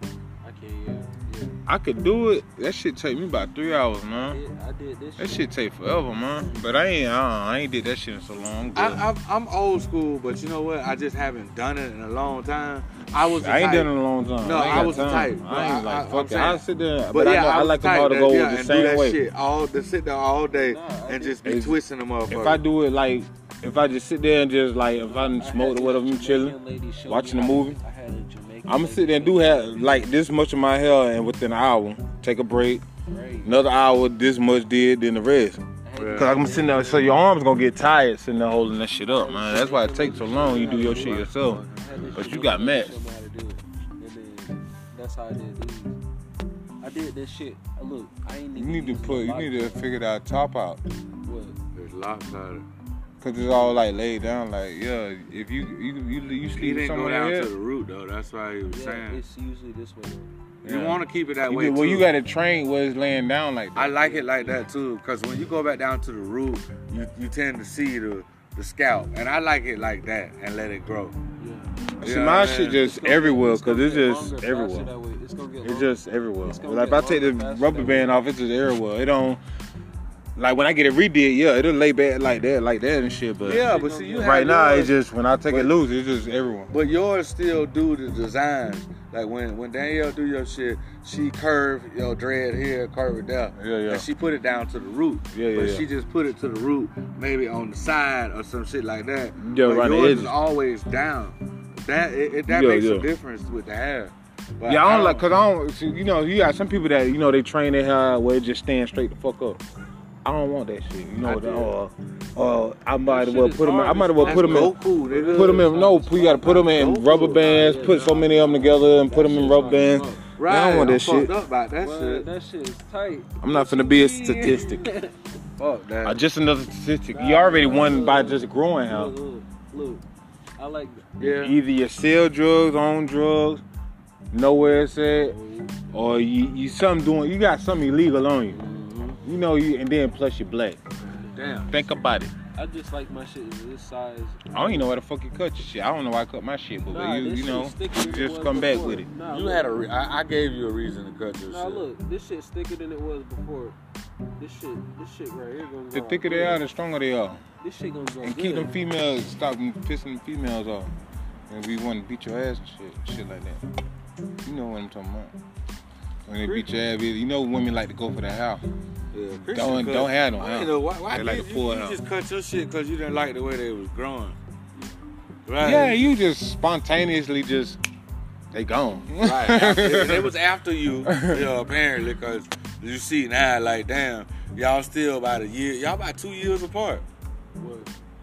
Speaker 3: I can, yeah, yeah.
Speaker 1: I could do it. That shit take me about three hours, man.
Speaker 3: Did- I did this.
Speaker 1: That shit take forever, man. But I ain't, I, I ain't did that shit in so long. I'm good.
Speaker 2: I, I'm, I'm old school, but you know what? I just haven't done it in a long time. I was. the
Speaker 1: I ain't
Speaker 2: type-
Speaker 1: done it in a long time.
Speaker 2: No,
Speaker 1: ain't
Speaker 2: I
Speaker 1: got
Speaker 2: was the
Speaker 1: time.
Speaker 2: type.
Speaker 1: I ain't
Speaker 2: No, I- I-
Speaker 1: like,
Speaker 2: I'm
Speaker 1: fuck it.
Speaker 2: saying-
Speaker 1: I sit there, but,
Speaker 2: But,
Speaker 1: I
Speaker 2: yeah,
Speaker 1: know
Speaker 2: I,
Speaker 1: I
Speaker 2: was
Speaker 1: like
Speaker 2: the
Speaker 1: them all
Speaker 2: type
Speaker 1: to
Speaker 2: that-
Speaker 1: go
Speaker 2: yeah,
Speaker 1: the
Speaker 2: and do
Speaker 1: same
Speaker 2: that
Speaker 1: way.
Speaker 2: Shit all to sit there all day
Speaker 3: Nah, I
Speaker 2: and
Speaker 3: did-
Speaker 2: just be
Speaker 1: If-
Speaker 2: twisting the
Speaker 1: If I
Speaker 2: motherfucker.
Speaker 1: do it like, if I just sit there and just like, if I'm
Speaker 3: I had
Speaker 1: smoked
Speaker 3: a
Speaker 1: or whatever, I'm chilling,
Speaker 3: Jamaican lady show
Speaker 1: watching
Speaker 3: me
Speaker 1: a
Speaker 3: how-
Speaker 1: movie.
Speaker 3: I had a Jamaican
Speaker 1: I'ma
Speaker 3: lady
Speaker 1: sit there and do
Speaker 3: show
Speaker 1: have like this much of my hair, and within an hour, take a break,
Speaker 3: me braids.
Speaker 1: another hour, this much did, then the rest.
Speaker 3: I had
Speaker 2: Yeah.
Speaker 1: Cause I'm sitting there, so your arms gonna get tired sitting there holding that shit up, man. That's why it takes so long. You do your shit yourself.
Speaker 3: this- I had this
Speaker 1: But you
Speaker 3: Jamaican
Speaker 1: got
Speaker 3: lady
Speaker 1: mad.
Speaker 3: show me how to do it. And then that's how I did these. I did this shit. Uh, Look, I ain't
Speaker 1: You need to put, you need to figure that top out,
Speaker 3: What?
Speaker 2: There's lopsided.
Speaker 1: cause it's all like laid down. Like yeah, if you you you, you
Speaker 2: He
Speaker 1: sleep with
Speaker 2: didn't go
Speaker 1: someone
Speaker 2: down to
Speaker 1: else,
Speaker 2: the root though. That's why he was
Speaker 3: Yeah,
Speaker 2: saying
Speaker 3: it's usually this way.
Speaker 2: you
Speaker 1: Yeah.
Speaker 2: want to keep it that
Speaker 1: you,
Speaker 2: way.
Speaker 1: well
Speaker 2: too.
Speaker 1: you gotta train where it's laying down like
Speaker 2: I
Speaker 1: that.
Speaker 2: like it like that too, because when you go back down to the root, you, you tend to see the the scalp, and I like it like that and let it grow.
Speaker 3: Yeah.
Speaker 1: See,
Speaker 2: Yeah,
Speaker 1: my
Speaker 2: man.
Speaker 1: shit
Speaker 3: It's
Speaker 1: just
Speaker 3: gonna get-
Speaker 1: everywhere,
Speaker 3: gonna
Speaker 1: cause it's
Speaker 3: get
Speaker 1: just
Speaker 3: longer, faster
Speaker 1: everywhere.
Speaker 3: that way. It's gonna get
Speaker 1: It's
Speaker 3: longer.
Speaker 1: just everywhere.
Speaker 3: It's gonna
Speaker 1: like if
Speaker 3: get
Speaker 1: I take the
Speaker 3: longer, faster
Speaker 1: rubber
Speaker 3: than
Speaker 1: band off, it's just everywhere. It don't like when I get it redid, yeah, it'll lay back like that, like that and shit. But
Speaker 2: Yeah, but see you
Speaker 1: right
Speaker 2: have
Speaker 1: now
Speaker 2: yours,
Speaker 1: it's just when I take it loose, it's just everywhere.
Speaker 2: but yours still do the designs. Like when when Danielle do your shit, she curve your dread here, curve it there,
Speaker 1: Yeah, yeah.
Speaker 2: and she put it down to the root.
Speaker 1: Yeah, yeah,
Speaker 2: But
Speaker 1: yeah.
Speaker 2: she just put it to the root, maybe on the side or some shit like that.
Speaker 1: Yeah,
Speaker 2: but
Speaker 1: around the
Speaker 2: yours is
Speaker 1: edges.
Speaker 2: always down. That it, it, that
Speaker 1: Yeah,
Speaker 2: makes
Speaker 1: yeah.
Speaker 2: a difference with the hair. But
Speaker 1: Yeah, I don't like cause I don't. See, you know, you got some people that you know they train their hair where it just stand straight the fuck up. I don't want that shit. You
Speaker 2: I
Speaker 1: know,
Speaker 2: do.
Speaker 1: or or I might as
Speaker 3: shit
Speaker 1: well
Speaker 3: is
Speaker 1: put them. I
Speaker 3: hard
Speaker 1: might
Speaker 3: as
Speaker 1: as well
Speaker 3: fuck.
Speaker 1: put them in.
Speaker 2: That's Goku, nigga.
Speaker 1: Put them in. No, you gotta put them in
Speaker 2: Goku.
Speaker 1: rubber bands.
Speaker 3: Yeah,
Speaker 1: Put so
Speaker 3: nah.
Speaker 1: many of them together and put
Speaker 3: That
Speaker 1: them in
Speaker 3: shit's
Speaker 1: rubber
Speaker 3: hard as
Speaker 1: bands.
Speaker 3: fuck.
Speaker 2: Right,
Speaker 1: I don't want
Speaker 2: I'm
Speaker 1: that shit.
Speaker 2: fucked up about that
Speaker 3: Well,
Speaker 2: shit.
Speaker 3: that shit is tight.
Speaker 1: I'm not finna be a statistic.
Speaker 2: Fuck that.
Speaker 1: Uh, just another statistic. You already won by just growing
Speaker 3: Look,
Speaker 1: out.
Speaker 3: look, look. I like.
Speaker 2: yeah.
Speaker 1: Either you sell drugs, own drugs, know where it's at, or you, you something doing. You got something illegal on you. You know you, and then plus you're black.
Speaker 2: Damn.
Speaker 1: Think about it.
Speaker 3: I just like my shit is this size.
Speaker 1: I don't even know where the fuck you cut your shit. I don't know why I cut my shit, but
Speaker 3: Nah,
Speaker 1: you
Speaker 3: this
Speaker 1: you know,
Speaker 3: shit's thicker than it
Speaker 1: just
Speaker 3: was
Speaker 1: come back
Speaker 3: before.
Speaker 1: with it.
Speaker 3: Nah,
Speaker 2: You
Speaker 3: look.
Speaker 2: had a re- I, I gave you a reason to cut your
Speaker 3: Nah,
Speaker 2: shit.
Speaker 3: look, this shit's thicker than it was before. This shit, this shit right here gonna
Speaker 1: The
Speaker 3: grow.
Speaker 1: thicker
Speaker 3: out
Speaker 1: they are,
Speaker 3: good.
Speaker 1: the stronger they are.
Speaker 3: this shit gonna grow.
Speaker 1: And keep them
Speaker 3: good.
Speaker 1: females, stop them pissing the females off. And we want to beat your ass and shit, shit like that. You know what I'm talking about. When they beat your ass, you know women like to go for the house.
Speaker 2: Yeah, Christian
Speaker 1: Don't-
Speaker 2: cut-
Speaker 1: don't have no
Speaker 2: I
Speaker 1: hell.
Speaker 2: ain't know why. Why
Speaker 1: They like
Speaker 2: did
Speaker 1: to
Speaker 2: you,
Speaker 1: pull
Speaker 2: you
Speaker 1: out.
Speaker 2: just cut your shit because you didn't like the way they was growing? Right.
Speaker 1: Yeah, you just spontaneously just they gone.
Speaker 2: right. After- they was after you, yeah, apparently, because you see now, like, damn, y'all still about a year, y'all about two years apart,
Speaker 3: What?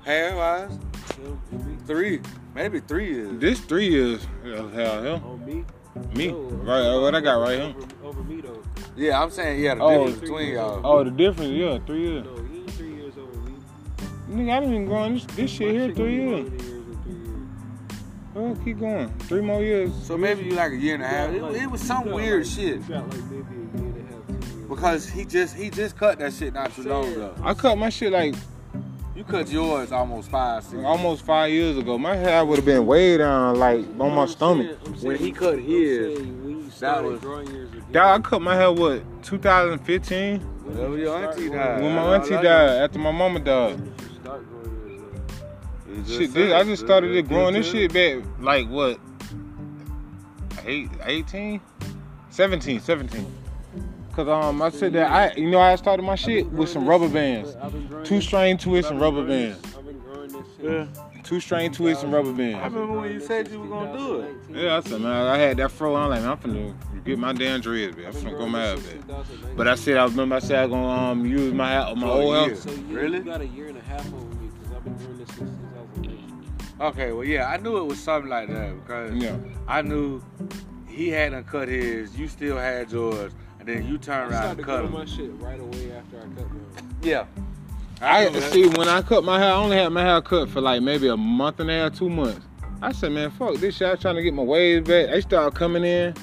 Speaker 2: hair wise,
Speaker 3: Him and me?
Speaker 2: three, maybe three years.
Speaker 1: this three years, hell, hell,
Speaker 3: On me?
Speaker 1: me,
Speaker 3: No,
Speaker 1: right? What I got right here.
Speaker 3: Over, over me though.
Speaker 2: Yeah, I'm saying yeah, the
Speaker 1: Oh,
Speaker 2: difference between y'all.
Speaker 1: Oh, the difference, yeah, three years.
Speaker 3: No, he ain't three years over me.
Speaker 1: Nigga, I done been growing this, this shit
Speaker 3: My
Speaker 1: here
Speaker 3: gonna
Speaker 1: three
Speaker 3: be
Speaker 1: years.
Speaker 3: older years in three years.
Speaker 1: Oh, keep going. Three more years.
Speaker 2: So maybe you like a year and a half. It, it was some
Speaker 3: You got
Speaker 2: weird
Speaker 3: like-
Speaker 2: shit
Speaker 3: You got like maybe a year and a half, two years.
Speaker 2: because he just he just cut that shit not too long ago.
Speaker 1: I cut my shit like
Speaker 2: You cut yours almost five, six.
Speaker 1: Almost five years ago, my hair would have been way down, like on my
Speaker 3: I'm
Speaker 1: stomach.
Speaker 3: saying- I'm
Speaker 2: When
Speaker 3: saying-
Speaker 2: he cut
Speaker 3: I'm
Speaker 2: his,
Speaker 3: saying when you started
Speaker 2: was-
Speaker 3: growing yours again,
Speaker 1: Dog, I cut my hair what 2015
Speaker 3: when did
Speaker 2: Whatever
Speaker 3: you
Speaker 2: your
Speaker 3: start
Speaker 2: auntie
Speaker 3: growing-
Speaker 2: died.
Speaker 1: when my auntie died after my mama died.
Speaker 3: When did you start growing yours again?
Speaker 2: You just
Speaker 1: Shit,
Speaker 2: said
Speaker 1: this, I
Speaker 2: it.
Speaker 1: just started
Speaker 2: Good,
Speaker 1: it growing
Speaker 2: good,
Speaker 1: this
Speaker 2: good.
Speaker 1: shit back like what? Eight, 18? 17, 17. Cause um I said that I you know I started my
Speaker 3: I've been
Speaker 1: shit with
Speaker 3: growing
Speaker 1: some
Speaker 3: this
Speaker 1: rubber
Speaker 3: shit,
Speaker 1: bands.
Speaker 3: but I've been growing
Speaker 1: Two
Speaker 3: this-
Speaker 1: strain twists and
Speaker 3: I've been
Speaker 1: rubber
Speaker 3: growing
Speaker 1: bands.
Speaker 3: this- I've been growing this shit.
Speaker 2: Yeah.
Speaker 1: Two strain twists and rubber
Speaker 2: I've
Speaker 1: bands.
Speaker 2: been- remember when you said you were gonna do it.
Speaker 1: Yeah, I said man, I had that fro. I'm like, man, I'm finna get my damn dreads, man. I'm finna go mad, man. But I said I remember I said I gonna um use my ha- my
Speaker 2: For a
Speaker 1: old
Speaker 2: year.
Speaker 1: hair.
Speaker 3: So you,
Speaker 2: Really?
Speaker 3: Oh, you got a year and a half over me because I've been doing this since 2008.
Speaker 2: Okay, well, yeah, I knew it was something like that because
Speaker 1: Yeah.
Speaker 2: I knew he hadn't cut his, you still had yours, and then you
Speaker 3: I
Speaker 2: turned around
Speaker 3: started
Speaker 2: and cut
Speaker 3: cutting
Speaker 2: him.
Speaker 3: my shit right away after I cut mine.
Speaker 2: Yeah.
Speaker 1: I
Speaker 2: knew that.
Speaker 1: see when I cut my hair, I only had my hair cut for like maybe a month and a half, two months. I said, man, fuck this shit. I was trying to get my waves back. They started coming in.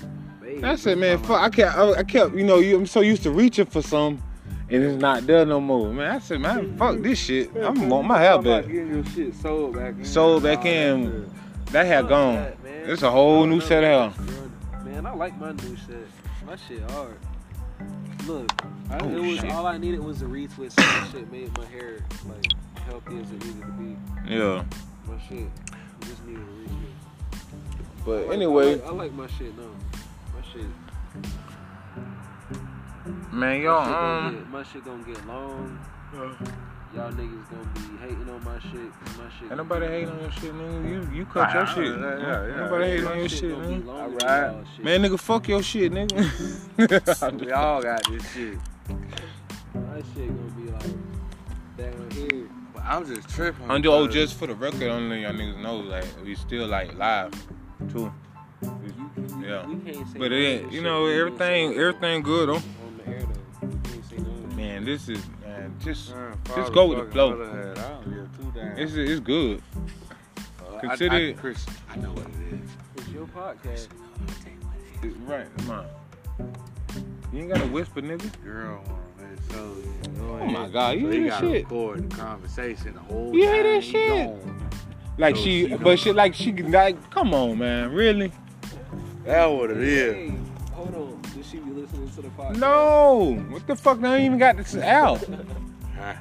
Speaker 1: I said, man, fuck. I kept, I, I kept, you know, you, I'm so used to reaching for some, and it's not there no more. Man, I said, man, fuck this shit. I want my hair
Speaker 2: I'm about
Speaker 1: back.
Speaker 2: getting your shit sold back in.
Speaker 1: Sold back
Speaker 2: Nah,
Speaker 1: in.
Speaker 2: that's
Speaker 1: That hair gone.
Speaker 3: That, man.
Speaker 1: It's a whole
Speaker 3: I
Speaker 1: new
Speaker 3: don't
Speaker 1: set
Speaker 3: know.
Speaker 1: of hair.
Speaker 3: Man, I like my new shit. My shit hard. Look, I,
Speaker 1: Oh,
Speaker 3: it was
Speaker 1: shit.
Speaker 3: all I needed was a retwist. So that shit made my hair like healthy as it needed to be.
Speaker 1: Yeah.
Speaker 3: My shit, I just needed a retwist.
Speaker 1: But
Speaker 3: Like, I
Speaker 1: anyway,
Speaker 3: like, I like my shit now. My shit.
Speaker 1: man,
Speaker 3: my, shit gonna
Speaker 1: y'all, um, uh,
Speaker 3: get, my shit gonna get long. Y'all niggas gonna be hating on my shit. 'cause My shit.
Speaker 1: ain't nobody hating on your shit, man. You, you cut your
Speaker 2: Nah,
Speaker 1: shit.
Speaker 2: yeah, yeah,
Speaker 1: Ain't
Speaker 2: yeah.
Speaker 1: Nobody hating
Speaker 3: my
Speaker 1: on your
Speaker 3: shit
Speaker 1: shit,
Speaker 3: gonna
Speaker 1: man.
Speaker 3: be longer than
Speaker 2: Alright.
Speaker 3: y'all shit.
Speaker 1: Man, nigga, fuck your shit,
Speaker 2: it.
Speaker 1: nigga.
Speaker 2: We all got this shit.
Speaker 3: My shit gonna be like down here.
Speaker 2: But I'm just tripping.
Speaker 1: Under oh,
Speaker 2: because-
Speaker 1: just for the record, only y'all niggas know like we still like live too.
Speaker 3: You, you,
Speaker 1: Yeah.
Speaker 3: We can't say
Speaker 1: But
Speaker 3: none of
Speaker 1: it,
Speaker 3: this
Speaker 1: you
Speaker 3: shit
Speaker 1: know,
Speaker 3: we gonna
Speaker 1: everything,
Speaker 3: say
Speaker 1: everything good though.
Speaker 3: On the air though. We can't say none of that.
Speaker 1: Man, this is man, just
Speaker 2: Man,
Speaker 1: Just go with the
Speaker 2: father fucking
Speaker 1: flow.
Speaker 2: motherhead, I don't give two damn.
Speaker 1: it's it's good.
Speaker 2: Uh, I-
Speaker 1: consider
Speaker 2: I,
Speaker 1: it-
Speaker 2: Chris, I know what it is.
Speaker 3: It's your podcast.
Speaker 1: It's right, come on. You ain't gotta whisper, nigga.
Speaker 2: Girl, man, so
Speaker 1: Oh my god, you
Speaker 2: so
Speaker 1: hear
Speaker 2: he
Speaker 1: that
Speaker 2: gotta
Speaker 1: shit?
Speaker 2: record the conversation the whole
Speaker 1: You
Speaker 2: time.
Speaker 1: hear that
Speaker 2: he
Speaker 1: shit?
Speaker 2: gone.
Speaker 1: Like
Speaker 2: So
Speaker 1: she,
Speaker 2: she
Speaker 1: but
Speaker 2: don't-
Speaker 1: she like she like, come on, man, really?
Speaker 2: That what it is.
Speaker 3: Hey, hold on. Did she be listening to the podcast?
Speaker 1: No, what the fuck? I ain't even got this out.
Speaker 2: Huh.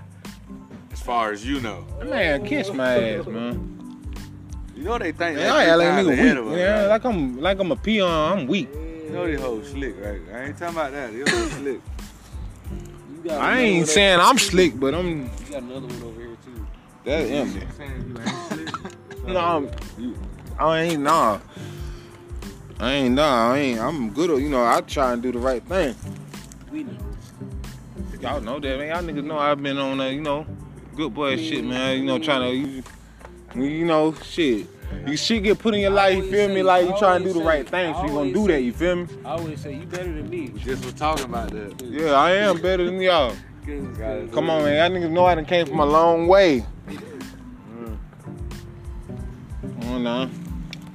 Speaker 2: As far as you know,
Speaker 1: Man, kiss my ass, man.
Speaker 2: you know they
Speaker 1: Man,
Speaker 2: think that
Speaker 1: I
Speaker 2: three
Speaker 1: act like
Speaker 2: times
Speaker 1: nigga
Speaker 2: ahead of
Speaker 1: weak.
Speaker 2: us,
Speaker 1: Yeah,
Speaker 2: right?
Speaker 1: like I'm like I'm a peon. I'm weak.
Speaker 2: you know they whole slick, right? I ain't talking about that. They whole slick.
Speaker 3: You got
Speaker 1: I
Speaker 3: another one
Speaker 1: ain't
Speaker 3: over-
Speaker 1: saying I'm slick, but I'm
Speaker 3: You got another one over here too.
Speaker 1: that empty.
Speaker 2: Saying you ain't slick.
Speaker 1: No, I'm, I ain't nah. I ain't nah. I ain't. I'm good. at- You know, I try and do the right thing.
Speaker 3: We know.
Speaker 1: Y'all know that, man. Y'all niggas know I've been on that. You know, good boy shit, man. You know, trying to, you, you know, shit. You shit get put in your life. You feel me? Like you trying to do the right thing, so you gonna do that. You feel me?
Speaker 3: I always say you better than me.
Speaker 2: We just was talking about that.
Speaker 1: Yeah, I am better than y'all.
Speaker 3: Cause,
Speaker 2: Got it.
Speaker 1: Come on, man. Y'all niggas know I done came from a long way. Mm. Oh no.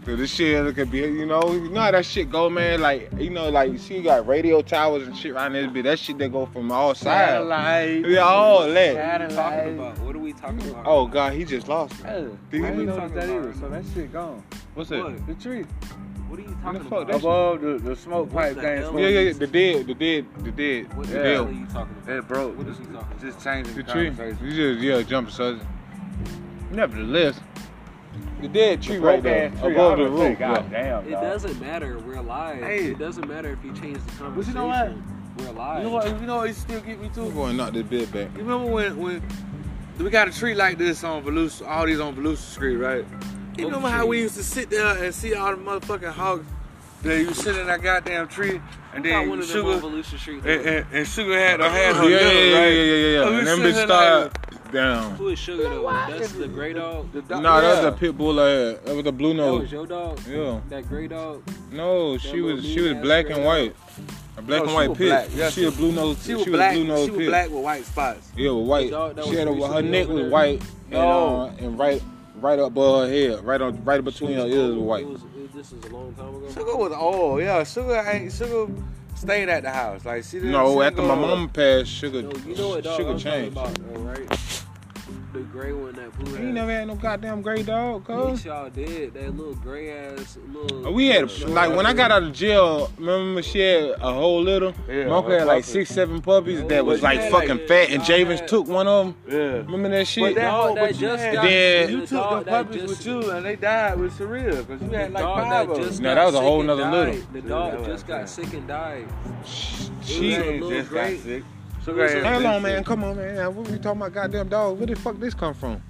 Speaker 1: So this shit could be, you know, you know how that shit go, man. Like, you know, like you see, you got radio towers and shit around this bitch. That shit that go from all sides.
Speaker 2: Satellite.
Speaker 1: Yeah, all that.
Speaker 3: What are we talking about? What are we talking about?
Speaker 1: Oh god, he just lost me.
Speaker 2: Hey, I
Speaker 1: Did he
Speaker 2: didn't know
Speaker 3: talk
Speaker 2: what that
Speaker 3: about
Speaker 2: is. So that shit gone.
Speaker 1: What's
Speaker 3: what?
Speaker 1: that?
Speaker 2: The tree
Speaker 3: What are you
Speaker 1: What the
Speaker 3: talking
Speaker 1: fuck?
Speaker 3: about?
Speaker 1: That's-
Speaker 2: above the, the smoke
Speaker 3: What
Speaker 2: pipe
Speaker 3: the
Speaker 2: thing.
Speaker 3: hell?
Speaker 1: Yeah, yeah, yeah. The dead, the dead, the dead,
Speaker 3: What
Speaker 1: the
Speaker 3: the
Speaker 2: Yeah.
Speaker 3: hell are
Speaker 1: dead.
Speaker 3: you talking about?
Speaker 2: It broke.
Speaker 3: What is he talking about?
Speaker 2: Just changing
Speaker 1: The
Speaker 2: the,
Speaker 1: tree.
Speaker 2: conversation.
Speaker 1: You just yeah, jumping subject. Nevertheless, the dead tree right there above the roof. yeah.
Speaker 2: damn.
Speaker 3: It doesn't matter. We're alive.
Speaker 2: Hey.
Speaker 3: It doesn't matter if you change the conversation.
Speaker 2: But you know
Speaker 3: We're alive.
Speaker 2: You know what? You know what? It still get me
Speaker 1: We're
Speaker 2: too.
Speaker 1: going to knock this bed back.
Speaker 2: You remember when when we got a tree like this on Volusia, all these on Volusia Street, right? You
Speaker 3: Oak
Speaker 2: remember how we used
Speaker 3: trees.
Speaker 2: to sit there and see all the motherfucking hogs that you sit in that goddamn tree and
Speaker 3: Got
Speaker 2: then
Speaker 3: one of them
Speaker 2: sugar
Speaker 3: on Volusia Street.
Speaker 2: and, and, and sugar had her had
Speaker 1: Oh, Yeah,
Speaker 2: her
Speaker 1: yeah,
Speaker 2: little,
Speaker 1: yeah,
Speaker 2: right?
Speaker 1: yeah, yeah, yeah,
Speaker 2: Oh,
Speaker 1: yeah.
Speaker 2: we
Speaker 1: And them
Speaker 2: sitting
Speaker 1: bitch
Speaker 2: here
Speaker 1: start down.
Speaker 3: Who is Sugar though? That's the gray dog.
Speaker 2: The dog-
Speaker 1: No, nah, that
Speaker 2: yeah.
Speaker 1: was a pit bull. I had. That was a blue
Speaker 3: That was
Speaker 1: nose.
Speaker 3: your dog.
Speaker 1: Yeah.
Speaker 3: That gray dog.
Speaker 1: No, she was she was black and white. A black
Speaker 2: No,
Speaker 1: and
Speaker 2: she
Speaker 1: white
Speaker 2: was
Speaker 1: pit.
Speaker 2: black. Yeah,
Speaker 1: she a blue nose.
Speaker 2: She was black.
Speaker 1: blue nose
Speaker 2: she was
Speaker 1: pit.
Speaker 2: black with white spots.
Speaker 1: Yeah, with white.
Speaker 3: The dog that
Speaker 1: she
Speaker 3: was
Speaker 1: had a, her
Speaker 3: recently
Speaker 1: neck
Speaker 3: over
Speaker 1: was
Speaker 3: there.
Speaker 1: white.
Speaker 2: No.
Speaker 1: And, uh, and right right above her head, right on right between her ears was white.
Speaker 3: It was, it, this is a long time ago.
Speaker 2: Sugar was old. Yeah, sugar ain't sugar stayed at the house. Like she didn't. she
Speaker 1: No,
Speaker 2: didn't
Speaker 1: after
Speaker 2: go
Speaker 1: my
Speaker 2: to-
Speaker 1: mom passed, sugar
Speaker 3: No, you know what dog
Speaker 1: sugar
Speaker 3: I'm
Speaker 1: changed.
Speaker 3: talking about, though, right? The big gray one, that blue.
Speaker 1: You ain't never had no goddamn gray dog,
Speaker 3: Yes,
Speaker 1: cuz.
Speaker 3: y'all did. That little gray ass little.
Speaker 1: We had
Speaker 3: uh,
Speaker 1: like when I got out of jail, remember she had a whole little.
Speaker 2: Yeah,
Speaker 1: My uncle had like
Speaker 2: puppy.
Speaker 1: six, seven puppies
Speaker 3: Yeah,
Speaker 1: that was
Speaker 3: but you
Speaker 1: like
Speaker 3: had,
Speaker 1: fucking
Speaker 3: like,
Speaker 1: fat, and
Speaker 3: all
Speaker 1: Javens
Speaker 3: that-
Speaker 1: took one of them.
Speaker 2: Yeah.
Speaker 1: Remember that shit?
Speaker 2: But that
Speaker 3: dog
Speaker 2: whole,
Speaker 3: that
Speaker 2: but you,
Speaker 3: just
Speaker 2: had,
Speaker 3: got-
Speaker 1: Then-
Speaker 2: you
Speaker 3: the
Speaker 2: took
Speaker 3: dog
Speaker 2: the
Speaker 3: that
Speaker 2: puppies
Speaker 3: just-
Speaker 2: with you, and they died with Sharia because you had
Speaker 3: the
Speaker 2: like
Speaker 3: dog
Speaker 2: five
Speaker 3: that
Speaker 2: of them.
Speaker 3: just
Speaker 1: Now,
Speaker 3: got
Speaker 1: that was a
Speaker 3: sick
Speaker 1: whole
Speaker 3: and
Speaker 1: nother
Speaker 3: died.
Speaker 1: little.
Speaker 3: The
Speaker 2: Yeah,
Speaker 3: dog
Speaker 2: that
Speaker 3: just
Speaker 2: was
Speaker 3: got sick and died.
Speaker 1: She.
Speaker 3: It was a
Speaker 2: They
Speaker 3: little
Speaker 2: just got
Speaker 3: great-
Speaker 2: sick.
Speaker 3: Sugar
Speaker 2: Sugar
Speaker 3: ass
Speaker 1: Hold on,
Speaker 2: ass
Speaker 1: man.
Speaker 2: bitch.
Speaker 1: Come on, man. Now, What we talking about, goddamn dog? Where the fuck this come from?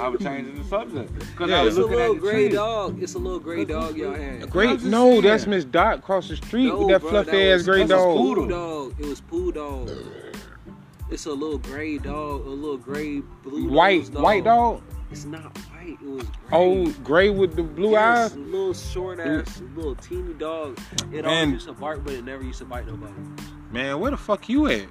Speaker 2: I was changing the subject because
Speaker 1: Yeah.
Speaker 2: I was
Speaker 3: It's a
Speaker 2: looking
Speaker 3: little
Speaker 2: at the
Speaker 3: gray
Speaker 2: tree.
Speaker 3: dog. It's a little gray dog y'all had.
Speaker 2: I'm
Speaker 1: Great.
Speaker 2: just
Speaker 1: No,
Speaker 2: saying.
Speaker 1: that's Miss Dot across the street
Speaker 3: No,
Speaker 1: with that
Speaker 3: bro,
Speaker 1: fluffy
Speaker 3: that
Speaker 1: ass
Speaker 3: was-
Speaker 1: gray
Speaker 2: that's a
Speaker 1: dog.
Speaker 2: poodle.
Speaker 3: Poodle dog. It was poodle dog. It's a little gray dog. A little gray blue.
Speaker 1: White,
Speaker 3: nose
Speaker 1: white dog.
Speaker 3: It's not white. It was gray.
Speaker 1: Oh, gray with the blue
Speaker 3: Yes,
Speaker 1: eyes.
Speaker 3: a little short ass, little teeny dog. It always
Speaker 1: Man.
Speaker 3: used to bark, but it never used to bite nobody.
Speaker 1: Man, where the fuck you at?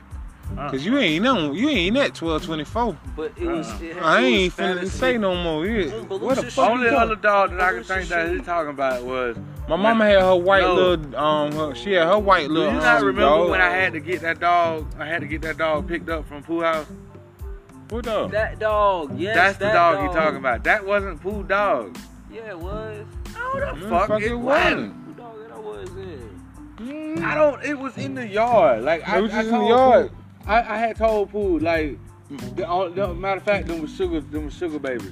Speaker 1: Cause you ain't no, you ain't at twelve twenty four.
Speaker 3: But it was. It, had-
Speaker 1: Uh, I
Speaker 3: it was
Speaker 1: ain't finna
Speaker 3: fantasy.
Speaker 1: say no more. Yeah.
Speaker 3: Look, but
Speaker 1: What the
Speaker 3: Lucius-
Speaker 1: fuck?
Speaker 2: Only
Speaker 1: you
Speaker 2: other
Speaker 1: talking?
Speaker 2: dog that I could think that he's talking about was.
Speaker 1: My mama had her white
Speaker 2: No.
Speaker 1: little, um, her, she had her white
Speaker 2: Do
Speaker 1: little.
Speaker 2: you not
Speaker 1: um,
Speaker 2: remember
Speaker 1: dog.
Speaker 2: when I had to get that dog? I had to get that dog picked up from Pooh House.
Speaker 1: What dog?
Speaker 3: That dog. Yes,
Speaker 2: That's the
Speaker 3: that
Speaker 2: dog, you talking about. That wasn't Pooh dog.
Speaker 3: Yeah, it was.
Speaker 2: No, the
Speaker 1: Mm,
Speaker 2: fuck,
Speaker 1: fuck
Speaker 2: it
Speaker 1: it
Speaker 2: wasn't.
Speaker 3: Who dog that I was in?
Speaker 1: Mm.
Speaker 2: I don't. It was in the yard. Like I,
Speaker 1: It was
Speaker 2: I
Speaker 1: just in the
Speaker 2: told
Speaker 1: yard.
Speaker 2: Pooh- I, I had told Pooh like. The, all, the, matter of fact, them was sugar. Them was sugar babies.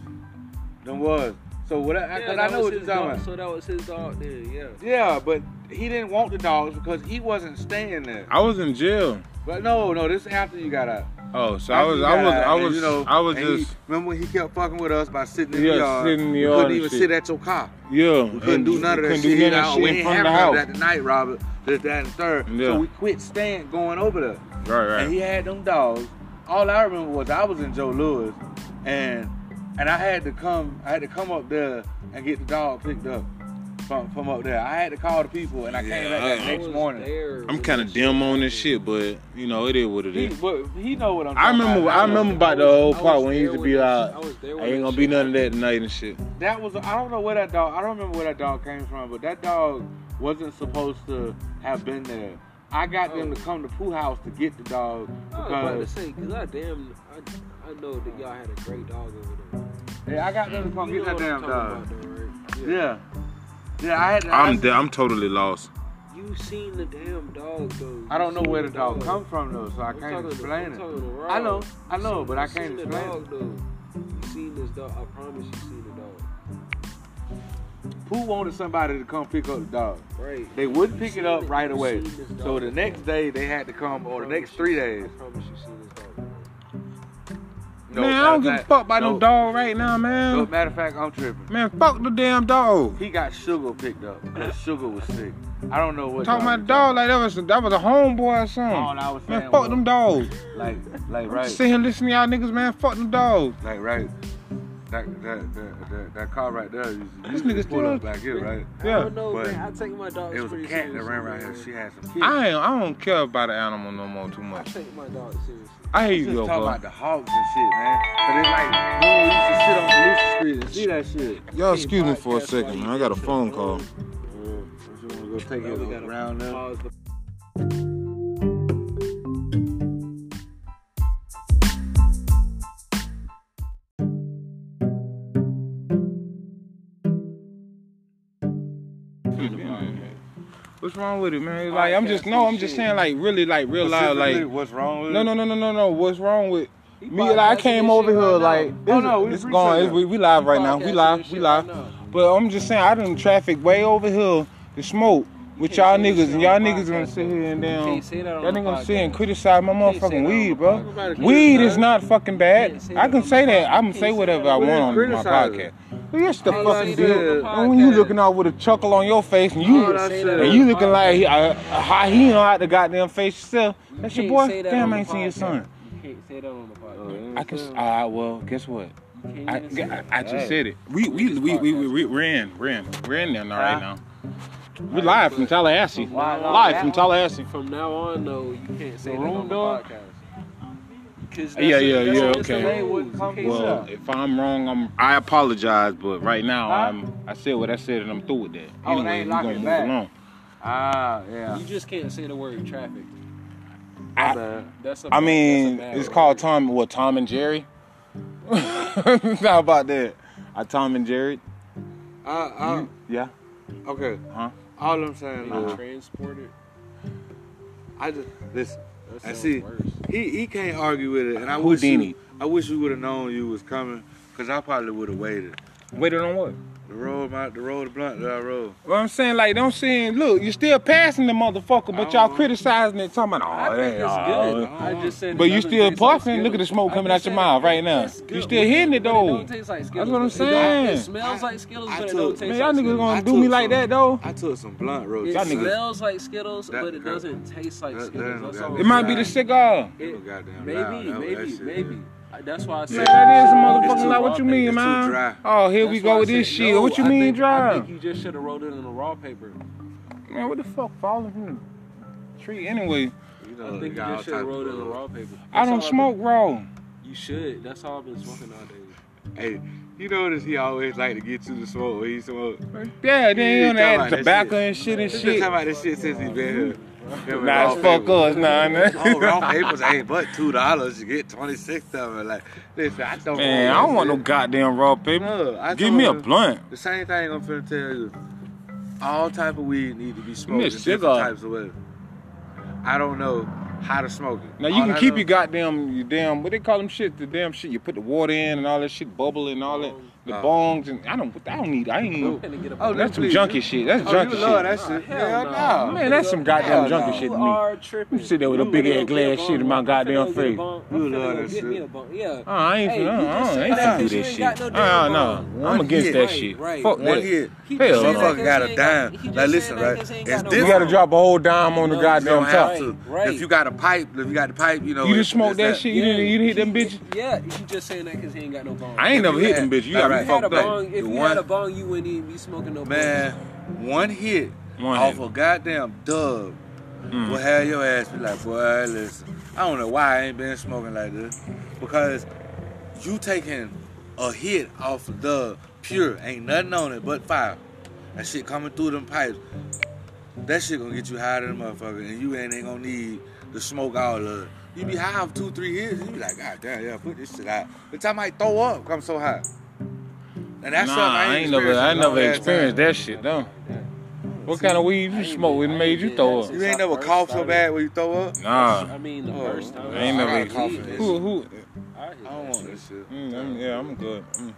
Speaker 2: Them was. So what? I,
Speaker 3: Yeah,
Speaker 2: cause I
Speaker 3: that
Speaker 2: know
Speaker 3: was
Speaker 2: what you're
Speaker 3: his
Speaker 2: talking
Speaker 3: dog-
Speaker 2: about.
Speaker 3: So that was his dog then. Yeah.
Speaker 2: Yeah, but he didn't want the dogs because he wasn't staying there.
Speaker 1: I was in jail.
Speaker 2: But no, no, this after you got out.
Speaker 1: Oh, so I
Speaker 2: After
Speaker 1: was,
Speaker 2: you
Speaker 1: I
Speaker 2: got
Speaker 1: was,
Speaker 2: out,
Speaker 1: I
Speaker 2: and,
Speaker 1: was,
Speaker 2: you know,
Speaker 1: I was
Speaker 2: and he-
Speaker 1: just,
Speaker 2: remember when he kept fucking with us by sitting in
Speaker 1: Yeah,
Speaker 2: the yard.
Speaker 1: sitting in the
Speaker 2: We
Speaker 1: yard
Speaker 2: couldn't
Speaker 1: and
Speaker 2: even
Speaker 1: shit.
Speaker 2: sit at your car.
Speaker 1: yeah.
Speaker 2: We couldn't do none of that
Speaker 1: couldn't
Speaker 2: shit.
Speaker 1: do none of that
Speaker 2: Now,
Speaker 1: shit
Speaker 2: we
Speaker 1: in
Speaker 2: ain't
Speaker 1: front of the
Speaker 2: having none
Speaker 1: house.
Speaker 2: of That tonight, Robert. This, that, and the third.
Speaker 1: Yeah.
Speaker 2: So we quit staying, going over there.
Speaker 1: Right, right.
Speaker 2: And he had them dogs. All I remember was I was in Joe Lewis, and and I had to come, I had to come up there and get the dog picked up from from up there. I had to call the people, and I came back that
Speaker 1: Yeah, I-
Speaker 2: next
Speaker 3: I was
Speaker 2: morning.
Speaker 3: there
Speaker 1: I'm
Speaker 3: when
Speaker 1: kind
Speaker 3: that
Speaker 1: of
Speaker 3: shit
Speaker 1: dim on this
Speaker 3: happened.
Speaker 1: shit, but you know it is what it
Speaker 2: He,
Speaker 1: is.
Speaker 2: but he know what I'm.
Speaker 1: I
Speaker 2: talking
Speaker 1: remember,
Speaker 2: about.
Speaker 1: I remember about the
Speaker 3: I was-
Speaker 1: old
Speaker 3: I
Speaker 1: part
Speaker 3: was
Speaker 1: when he used to
Speaker 3: there
Speaker 1: be
Speaker 3: when that
Speaker 1: like,
Speaker 3: shit- I was there when
Speaker 1: ain't
Speaker 3: that
Speaker 1: gonna be
Speaker 3: shit
Speaker 1: none of that tonight and shit.
Speaker 2: That was I don't know where that dog I don't remember where that dog came from, but that dog wasn't supposed to have been there. I got them to come to Pooh House to get the dog
Speaker 3: Oh. I was about to
Speaker 2: because
Speaker 3: say, cause I damn, I, I know that y'all had a great dog over there.
Speaker 2: yeah, I got them to come
Speaker 3: You
Speaker 2: get
Speaker 3: know
Speaker 2: that
Speaker 3: what
Speaker 2: damn
Speaker 3: I'm
Speaker 2: dog.
Speaker 3: talking about though, right?
Speaker 2: Yeah, yeah, I had. To, I,
Speaker 1: I'm, de- I'm totally lost.
Speaker 3: You seen the damn dog though.
Speaker 2: I don't know
Speaker 3: You seen
Speaker 2: where the dog come from though, so I
Speaker 3: I'm
Speaker 2: can't
Speaker 3: talking-
Speaker 2: explain
Speaker 3: I'm
Speaker 2: it.
Speaker 3: talking to Rob.
Speaker 2: I know, I know,
Speaker 3: You
Speaker 2: but I
Speaker 3: seen
Speaker 2: can't
Speaker 3: the
Speaker 2: explain
Speaker 3: dog though. You seen this dog? I promise you seen the dog.
Speaker 2: it. Pooh wanted somebody to come pick up the dog.
Speaker 3: Right.
Speaker 2: They wouldn't pick
Speaker 3: seen
Speaker 2: it up
Speaker 3: it.
Speaker 2: right
Speaker 3: You
Speaker 2: away.
Speaker 3: seen this
Speaker 2: So
Speaker 3: dog.
Speaker 2: the next day they had to come, or the next three days.
Speaker 3: I promise you seen this dog.
Speaker 2: No,
Speaker 1: man, I
Speaker 2: matter
Speaker 1: don't
Speaker 2: of
Speaker 1: give a
Speaker 2: fact-
Speaker 1: fuck about no,
Speaker 2: no,
Speaker 1: dog right now, man.
Speaker 2: No, matter of fact, I'm tripping.
Speaker 1: man, fuck the damn dog.
Speaker 2: He got sugar picked up. 'cause Sugar was sick. I don't know what.
Speaker 1: Talking about
Speaker 2: dog Oh,
Speaker 1: the dog like that was that was a homeboy or
Speaker 2: All
Speaker 1: something.
Speaker 2: I was
Speaker 1: Man,
Speaker 2: saying
Speaker 1: fuck
Speaker 2: was-
Speaker 1: them dogs.
Speaker 2: Like, like
Speaker 1: Right.
Speaker 2: right,
Speaker 1: Sit here listening to y'all niggas, man. Fuck them dogs.
Speaker 2: like right. That that that that, that car right there. You,
Speaker 1: This
Speaker 2: you
Speaker 1: nigga
Speaker 2: pull up
Speaker 1: still-
Speaker 2: back here, right?
Speaker 3: I
Speaker 1: Yeah.
Speaker 3: don't know,
Speaker 2: But
Speaker 3: man. I take my dogs
Speaker 2: It was a
Speaker 3: pretty
Speaker 2: cat that
Speaker 3: seriously,
Speaker 2: ran around
Speaker 3: man.
Speaker 2: here. She had some kids.
Speaker 1: I ain't, I don't care about an animal no more too
Speaker 3: I
Speaker 1: much.
Speaker 3: take my dog seriously.
Speaker 1: I hear
Speaker 2: Just
Speaker 1: you,
Speaker 2: talking
Speaker 1: yo,
Speaker 2: about the hogs and shit, man. But it's like, bro, you should sit on Felicia Street and see that shit.
Speaker 1: bro. Y'all excuse me for a second, man. I got a phone call.
Speaker 2: If you wanna go take
Speaker 3: Now we
Speaker 2: it
Speaker 3: gotta
Speaker 2: around there?
Speaker 3: pause the-
Speaker 1: What's wrong with it, man? It's Like I'm just no, I'm just saying like really like real loud like
Speaker 2: Specifically, what's wrong with
Speaker 1: no
Speaker 2: it?
Speaker 1: no no no no no. What's wrong with me?
Speaker 3: podcasting
Speaker 1: Like I
Speaker 3: this
Speaker 1: came over
Speaker 3: shit
Speaker 1: here
Speaker 3: right
Speaker 1: like
Speaker 3: now.
Speaker 1: this,
Speaker 2: Oh, no, we
Speaker 1: this
Speaker 2: appreciate
Speaker 1: gone. It's-
Speaker 2: that.
Speaker 1: we, we live right now. We
Speaker 3: podcasting
Speaker 1: live.
Speaker 3: this
Speaker 1: We
Speaker 3: shit
Speaker 1: live.
Speaker 3: right now.
Speaker 1: But I'm just saying I done traffic way over here to smoke. With y'all
Speaker 3: can't say
Speaker 1: niggas
Speaker 3: this shit
Speaker 1: and y'all
Speaker 3: on the
Speaker 1: niggas gonna
Speaker 3: podcast,
Speaker 1: sit here and down.
Speaker 3: can't say that on
Speaker 1: Y'all
Speaker 3: the
Speaker 1: niggas gonna sit here and
Speaker 3: podcast.
Speaker 1: criticize my
Speaker 3: can't say that
Speaker 1: motherfucking
Speaker 3: on
Speaker 1: weed,
Speaker 3: the
Speaker 1: bro.
Speaker 3: podcast.
Speaker 1: Weed
Speaker 3: Everybody
Speaker 1: is
Speaker 3: can-
Speaker 1: not fucking
Speaker 3: can't
Speaker 1: bad.
Speaker 3: say
Speaker 1: I
Speaker 3: that
Speaker 1: can
Speaker 3: on
Speaker 1: say
Speaker 3: the
Speaker 1: that.
Speaker 3: podcast.
Speaker 1: I'm
Speaker 3: You
Speaker 1: gonna say
Speaker 3: can't say
Speaker 1: whatever
Speaker 3: that
Speaker 1: I
Speaker 3: on
Speaker 1: want
Speaker 2: the
Speaker 1: on my
Speaker 2: podcast.
Speaker 1: podcast. But that's the
Speaker 3: All I
Speaker 1: fucking
Speaker 3: said on
Speaker 1: deal.
Speaker 3: the
Speaker 1: And when you
Speaker 3: podcast.
Speaker 1: looking out with a chuckle on your face and
Speaker 3: All
Speaker 1: you
Speaker 3: I said on
Speaker 1: and you
Speaker 3: the
Speaker 1: looking
Speaker 3: podcast.
Speaker 1: like he, uh, how he don't out the goddamn face yourself. That's your
Speaker 3: can't
Speaker 1: boy.
Speaker 3: say that
Speaker 1: Damn,
Speaker 3: on
Speaker 1: I ain't
Speaker 3: the
Speaker 1: seen your
Speaker 3: podcast.
Speaker 1: son.
Speaker 3: You can't say that on the
Speaker 2: Oh,
Speaker 3: podcast.
Speaker 2: yeah.
Speaker 1: I can. Ah, well, guess what?
Speaker 3: You can't
Speaker 1: I,
Speaker 3: even say
Speaker 1: I,
Speaker 3: that.
Speaker 1: I just said it. We we we we we we- we're in we're in we're in there now right now. We live from Tallahassee.
Speaker 3: Why not?
Speaker 1: Live from Tallahassee.
Speaker 3: From now on, though, you can't say
Speaker 2: The
Speaker 3: that
Speaker 2: room
Speaker 3: on the
Speaker 2: door?
Speaker 3: podcast. 'Cause
Speaker 1: Yeah,
Speaker 3: that's-
Speaker 1: yeah,
Speaker 3: that's-
Speaker 1: yeah,
Speaker 3: that's the
Speaker 1: okay.
Speaker 3: rules. You can't
Speaker 2: Well,
Speaker 3: say
Speaker 1: Well, if I'm wrong, I'm I apologize, but right now
Speaker 2: Huh?
Speaker 1: I'm I said what I said and I'm through with that.
Speaker 2: Oh, they
Speaker 1: Anyway,
Speaker 2: ain't
Speaker 1: we
Speaker 2: locking
Speaker 1: gonna
Speaker 2: it
Speaker 1: move
Speaker 2: back.
Speaker 1: along.
Speaker 2: Ah,
Speaker 3: that.
Speaker 2: yeah.
Speaker 3: You just can't say the word traffic.
Speaker 1: I,
Speaker 2: But
Speaker 3: That's a
Speaker 1: I mean,
Speaker 3: that's a bad
Speaker 1: it's
Speaker 3: word.
Speaker 1: called Tom. What Tom and Jerry? Not about that. I Tom and Jerry.
Speaker 2: I, I,
Speaker 1: Yeah.
Speaker 2: okay.
Speaker 1: Huh?
Speaker 2: All I'm saying,
Speaker 1: Uh-huh.
Speaker 2: like,
Speaker 3: transported.
Speaker 2: I just listen.
Speaker 3: That
Speaker 2: I
Speaker 3: sounds
Speaker 2: see.
Speaker 3: worse.
Speaker 1: Oh,
Speaker 2: He he can't argue with it, and I wish
Speaker 1: Houdini.
Speaker 2: you, I wish you would have known you was coming, cause I probably would have waited.
Speaker 1: Waited on what?
Speaker 2: The road, my the road, the blunt that I rolled.
Speaker 1: Well, I'm saying like, don't saying, look, you're still passing the motherfucker, but y'all
Speaker 2: Oh.
Speaker 1: criticizing it, talking about, oh,
Speaker 3: I
Speaker 1: it
Speaker 3: think
Speaker 1: ain't
Speaker 3: it's
Speaker 1: all
Speaker 3: good.
Speaker 1: that."
Speaker 3: I just said. it
Speaker 1: But you
Speaker 3: doesn't
Speaker 1: still
Speaker 3: taste like
Speaker 1: puffing. Look at the
Speaker 3: Skittles.
Speaker 1: smoke coming
Speaker 3: I
Speaker 1: out
Speaker 3: just
Speaker 1: your
Speaker 3: said
Speaker 1: mouth
Speaker 3: it
Speaker 1: right now.
Speaker 3: tastes
Speaker 1: You
Speaker 3: good,
Speaker 1: still
Speaker 3: but
Speaker 1: hitting it
Speaker 3: but
Speaker 1: though.
Speaker 3: don't taste like Skittles.
Speaker 1: what I'm
Speaker 3: It-
Speaker 1: saying.
Speaker 3: It smells like Skittles,
Speaker 2: I
Speaker 3: but it
Speaker 2: took-
Speaker 3: don't
Speaker 1: Man, y'all
Speaker 3: taste like
Speaker 1: niggas
Speaker 3: Skittles.
Speaker 1: gonna
Speaker 2: I
Speaker 1: do me
Speaker 2: took
Speaker 1: like
Speaker 2: some.
Speaker 1: that though?
Speaker 2: I took some blunt roads.
Speaker 3: It
Speaker 1: Y'all niggas-
Speaker 3: smells like Skittles,
Speaker 2: That-
Speaker 3: but it doesn't taste like
Speaker 2: that-
Speaker 3: Skittles.
Speaker 2: that-
Speaker 3: That's
Speaker 2: that-
Speaker 3: all
Speaker 1: It might be
Speaker 3: I'm
Speaker 1: the
Speaker 3: saying.
Speaker 1: cigar.
Speaker 3: It-
Speaker 2: No goddamn
Speaker 3: maybe,
Speaker 2: loud. That- that
Speaker 3: maybe,
Speaker 2: shit-
Speaker 3: maybe. I- That's why I said
Speaker 1: Man, that is
Speaker 2: It's
Speaker 1: motherfucking
Speaker 2: too
Speaker 1: like what
Speaker 2: raw,
Speaker 1: you
Speaker 2: man.
Speaker 1: mean,
Speaker 2: It's too
Speaker 1: man.
Speaker 2: dry.
Speaker 1: Oh, here
Speaker 3: That's
Speaker 1: we
Speaker 3: why
Speaker 1: go
Speaker 3: I
Speaker 1: with this
Speaker 3: said
Speaker 1: shit.
Speaker 3: no,
Speaker 1: what you
Speaker 3: I
Speaker 1: mean
Speaker 3: think- I
Speaker 1: dry?
Speaker 3: think you just should have rolled it in the raw paper.
Speaker 1: Man, what the fuck falling from the tree anyway?
Speaker 2: You
Speaker 3: I
Speaker 2: know,
Speaker 3: think you
Speaker 2: got all
Speaker 3: just should
Speaker 2: type of
Speaker 3: have rolled it in the
Speaker 2: bull-
Speaker 3: raw paper.
Speaker 1: I
Speaker 3: That's all
Speaker 1: don't
Speaker 3: I've
Speaker 1: smoke raw.
Speaker 3: been- You should. That's all I've been smoking nowadays.
Speaker 2: Hey, you notice he always like to get you to smoke when he smoke.
Speaker 1: Yeah, then you
Speaker 2: You
Speaker 1: don't
Speaker 2: talking
Speaker 1: add
Speaker 2: about that
Speaker 1: tobacco
Speaker 2: shit.
Speaker 1: and shit and
Speaker 2: He's been
Speaker 1: shit.
Speaker 2: talking about this shit since he been here. Remember
Speaker 1: Nah,
Speaker 2: raw
Speaker 1: it's fuck
Speaker 2: paper?
Speaker 1: us, nah. nah.
Speaker 2: Oh, raw papers ain't but two dollars. You get twenty six of it. Like, listen, I don't.
Speaker 1: Man, I don't want no
Speaker 2: that
Speaker 1: goddamn raw
Speaker 2: shit.
Speaker 1: paper.
Speaker 2: No, I
Speaker 1: Give
Speaker 2: told
Speaker 1: me a
Speaker 2: him
Speaker 1: blunt.
Speaker 2: The same thing I'm finna tell you. All type of weed need to be smoked
Speaker 1: me a
Speaker 2: in different
Speaker 1: cigar.
Speaker 2: types of ways. I don't know how to smoke it.
Speaker 1: Now you
Speaker 2: All
Speaker 1: can
Speaker 2: I
Speaker 1: keep
Speaker 2: know-
Speaker 1: your goddamn your damn what they call them shit the damn shit you put the water in and all that shit bubble and all that the
Speaker 2: Oh.
Speaker 1: bongs and I don't I don't need I ain't
Speaker 3: I'm
Speaker 1: even
Speaker 3: finna get a
Speaker 2: Oh,
Speaker 1: that's some
Speaker 2: please.
Speaker 1: junkie shit that's
Speaker 2: Oh,
Speaker 1: junkie
Speaker 2: you love
Speaker 1: shit
Speaker 2: that shit.
Speaker 3: Hell
Speaker 2: Hell
Speaker 3: no.
Speaker 2: no.
Speaker 1: man that's some goddamn
Speaker 2: Hell
Speaker 1: junkie
Speaker 2: no.
Speaker 1: shit
Speaker 3: You
Speaker 1: to me.
Speaker 3: are tripping.
Speaker 1: You sit there with a
Speaker 3: I'm
Speaker 1: big
Speaker 3: finna
Speaker 1: ass
Speaker 3: go
Speaker 1: glass
Speaker 3: get a
Speaker 1: shit in my
Speaker 3: bong. I'm finna
Speaker 1: goddamn
Speaker 3: go get a
Speaker 1: face.
Speaker 3: bong.
Speaker 2: You
Speaker 3: I'm finna
Speaker 2: love
Speaker 3: go
Speaker 2: that
Speaker 3: get me
Speaker 2: shit.
Speaker 3: a bong. Yeah.
Speaker 1: Oh, I ain't
Speaker 3: Hey,
Speaker 1: finna-
Speaker 3: you
Speaker 1: uh, uh,
Speaker 3: just
Speaker 1: I
Speaker 3: said
Speaker 1: ain't
Speaker 3: that
Speaker 1: finna do
Speaker 3: 'cause you
Speaker 1: this
Speaker 3: ain't
Speaker 1: shit.
Speaker 3: got no
Speaker 1: Uh,
Speaker 3: damn
Speaker 1: no,
Speaker 3: bong.
Speaker 1: I'm
Speaker 2: One
Speaker 1: against
Speaker 2: hit.
Speaker 1: that
Speaker 3: Right,
Speaker 1: shit.
Speaker 3: right.
Speaker 1: Fuck
Speaker 2: One
Speaker 1: that.
Speaker 2: hit.
Speaker 3: He just
Speaker 1: Hell
Speaker 3: said
Speaker 1: no.
Speaker 3: that 'cause
Speaker 2: Motherfucker got
Speaker 3: he
Speaker 2: a
Speaker 3: ain't
Speaker 2: dime.
Speaker 3: he just
Speaker 2: Like,
Speaker 3: said
Speaker 2: listen,
Speaker 3: that
Speaker 2: right?
Speaker 3: 'cause he ain't
Speaker 2: It's
Speaker 3: got no
Speaker 1: You
Speaker 2: different.
Speaker 1: gotta
Speaker 3: bong.
Speaker 1: drop a whole dime on the
Speaker 3: No, you
Speaker 2: You don't
Speaker 1: goddamn
Speaker 2: have
Speaker 1: top.
Speaker 2: to.
Speaker 3: Right.
Speaker 2: If you got a pipe, if you got the pipe, you know.
Speaker 1: You
Speaker 2: it's-
Speaker 1: just smoked
Speaker 2: it's
Speaker 1: that shit. You didn't you didn't hit them
Speaker 3: he-
Speaker 1: bitches.
Speaker 3: Yeah, he just saying that because he ain't got no bong.
Speaker 1: I ain't
Speaker 2: If
Speaker 1: never
Speaker 2: you
Speaker 1: hit them
Speaker 2: had-
Speaker 1: bitches. You
Speaker 2: Nah,
Speaker 1: got
Speaker 2: right.
Speaker 1: me
Speaker 3: If you had a
Speaker 1: fucked up.
Speaker 3: bong, if
Speaker 2: The
Speaker 3: you had
Speaker 2: one-
Speaker 3: a bong, you wouldn't even be smoking no
Speaker 2: Man, one hit
Speaker 1: One
Speaker 2: off
Speaker 1: hit. Mm.
Speaker 2: a goddamn dub will have your ass be like, boy, listen. I don't know why I ain't been smoking like this. Because you taking a hit off a dub pure, ain't nothing on it but fire. That shit coming through them pipes. That shit gonna get you higher than a motherfucker, and you ain't, ain't gonna need to smoke all of it. You be high off two, three hits, you be like, God damn, yeah, put this shit out. But I might throw up, 'cause I'm so high. And that's something
Speaker 1: Nah,
Speaker 2: I ain't,
Speaker 1: I ain't never
Speaker 2: experienced in
Speaker 1: I
Speaker 2: a
Speaker 1: never
Speaker 2: long ass
Speaker 1: experienced
Speaker 2: time.
Speaker 1: that shit though.
Speaker 3: bong.
Speaker 1: What kind of weed you smoke? What made you throw up?
Speaker 2: You ain't never
Speaker 3: First
Speaker 2: cough so
Speaker 3: started.
Speaker 2: bad when you throw up?
Speaker 1: Nah.
Speaker 3: I mean, the
Speaker 2: Oh,
Speaker 3: first time.
Speaker 1: Uh, I ain't never
Speaker 3: I
Speaker 1: even-
Speaker 3: hit that
Speaker 1: Who who?
Speaker 3: shit. I
Speaker 2: I
Speaker 3: hit
Speaker 2: don't
Speaker 3: that
Speaker 2: want
Speaker 3: shit.
Speaker 2: this shit.
Speaker 1: Mm, I'm, yeah, I'm good. Mm.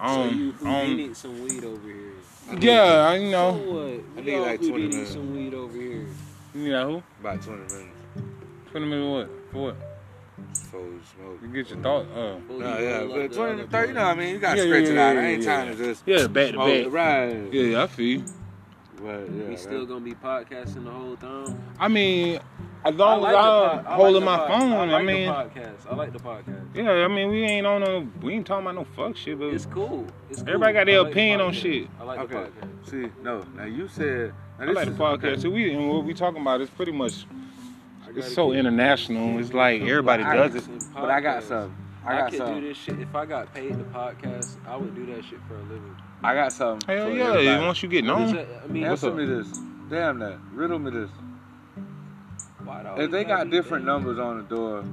Speaker 1: I
Speaker 3: So
Speaker 1: don't,
Speaker 3: you
Speaker 1: I don't,
Speaker 3: Houdini'd some weed over here.
Speaker 1: yeah, I you
Speaker 3: So
Speaker 1: um, know.
Speaker 3: what?
Speaker 2: I
Speaker 3: We
Speaker 2: need
Speaker 3: all
Speaker 2: like 20
Speaker 3: Houdini'd
Speaker 2: minutes.
Speaker 3: some weed over here.
Speaker 1: You got who?
Speaker 2: About 20 minutes
Speaker 1: Twenty minutes what? For what?
Speaker 2: before you smoke.
Speaker 1: You get your thought. Uh,
Speaker 3: Well,
Speaker 2: Nah,
Speaker 3: you
Speaker 2: yeah,
Speaker 3: roll up
Speaker 2: but 20
Speaker 3: the
Speaker 2: to
Speaker 3: other
Speaker 2: 30, you know
Speaker 3: blunt.
Speaker 2: what I mean? You gotta
Speaker 1: Yeah,
Speaker 2: stretch
Speaker 1: yeah,
Speaker 2: it out.
Speaker 1: yeah,
Speaker 2: It ain't
Speaker 1: yeah,
Speaker 2: time to just
Speaker 1: yeah, back to
Speaker 2: smoke.
Speaker 1: back.
Speaker 2: Right.
Speaker 1: Yeah, yeah, I feel. You.
Speaker 2: Right, yeah,
Speaker 3: We still gonna be podcasting the whole time.
Speaker 1: I mean, as long
Speaker 3: I
Speaker 1: as
Speaker 3: like the
Speaker 1: I'm
Speaker 3: pod- I like
Speaker 1: holding
Speaker 3: the
Speaker 1: my
Speaker 3: pod-
Speaker 1: phone,
Speaker 3: I,
Speaker 1: I,
Speaker 3: like
Speaker 1: mean,
Speaker 3: the podcast. I like the podcast.
Speaker 1: yeah, I mean, we ain't on no, we ain't talking about no fuck shit, but
Speaker 3: It's cool. It's cool.
Speaker 1: Everybody got their
Speaker 3: I like the
Speaker 1: opinion on
Speaker 3: podcast.
Speaker 1: shit.
Speaker 3: I like
Speaker 2: Okay.
Speaker 3: the podcast.
Speaker 2: See, no. Now you said. Now
Speaker 1: I
Speaker 2: this
Speaker 1: like the
Speaker 2: is-
Speaker 1: podcast.
Speaker 2: okay.
Speaker 1: So we and what we talking about is pretty much.
Speaker 3: I gotta
Speaker 1: It's so
Speaker 3: keep-
Speaker 1: international. It's like everybody
Speaker 2: I-
Speaker 1: does it.
Speaker 2: But I got something. I
Speaker 3: I,
Speaker 2: got
Speaker 3: could do
Speaker 2: something.
Speaker 3: this shit if I got paid to podcast. I would do that shit for a living.
Speaker 2: I got something.
Speaker 1: Hell
Speaker 2: for
Speaker 1: yeah!
Speaker 2: everybody.
Speaker 1: Once you get
Speaker 3: What is
Speaker 1: known,
Speaker 3: that? I mean,
Speaker 1: What's
Speaker 2: Answer
Speaker 1: up?
Speaker 2: me this. Damn that. Riddle me this.
Speaker 3: why do I
Speaker 2: If they
Speaker 3: always
Speaker 2: got
Speaker 3: gotta Oh, be
Speaker 2: different
Speaker 3: paid?
Speaker 2: numbers on the door,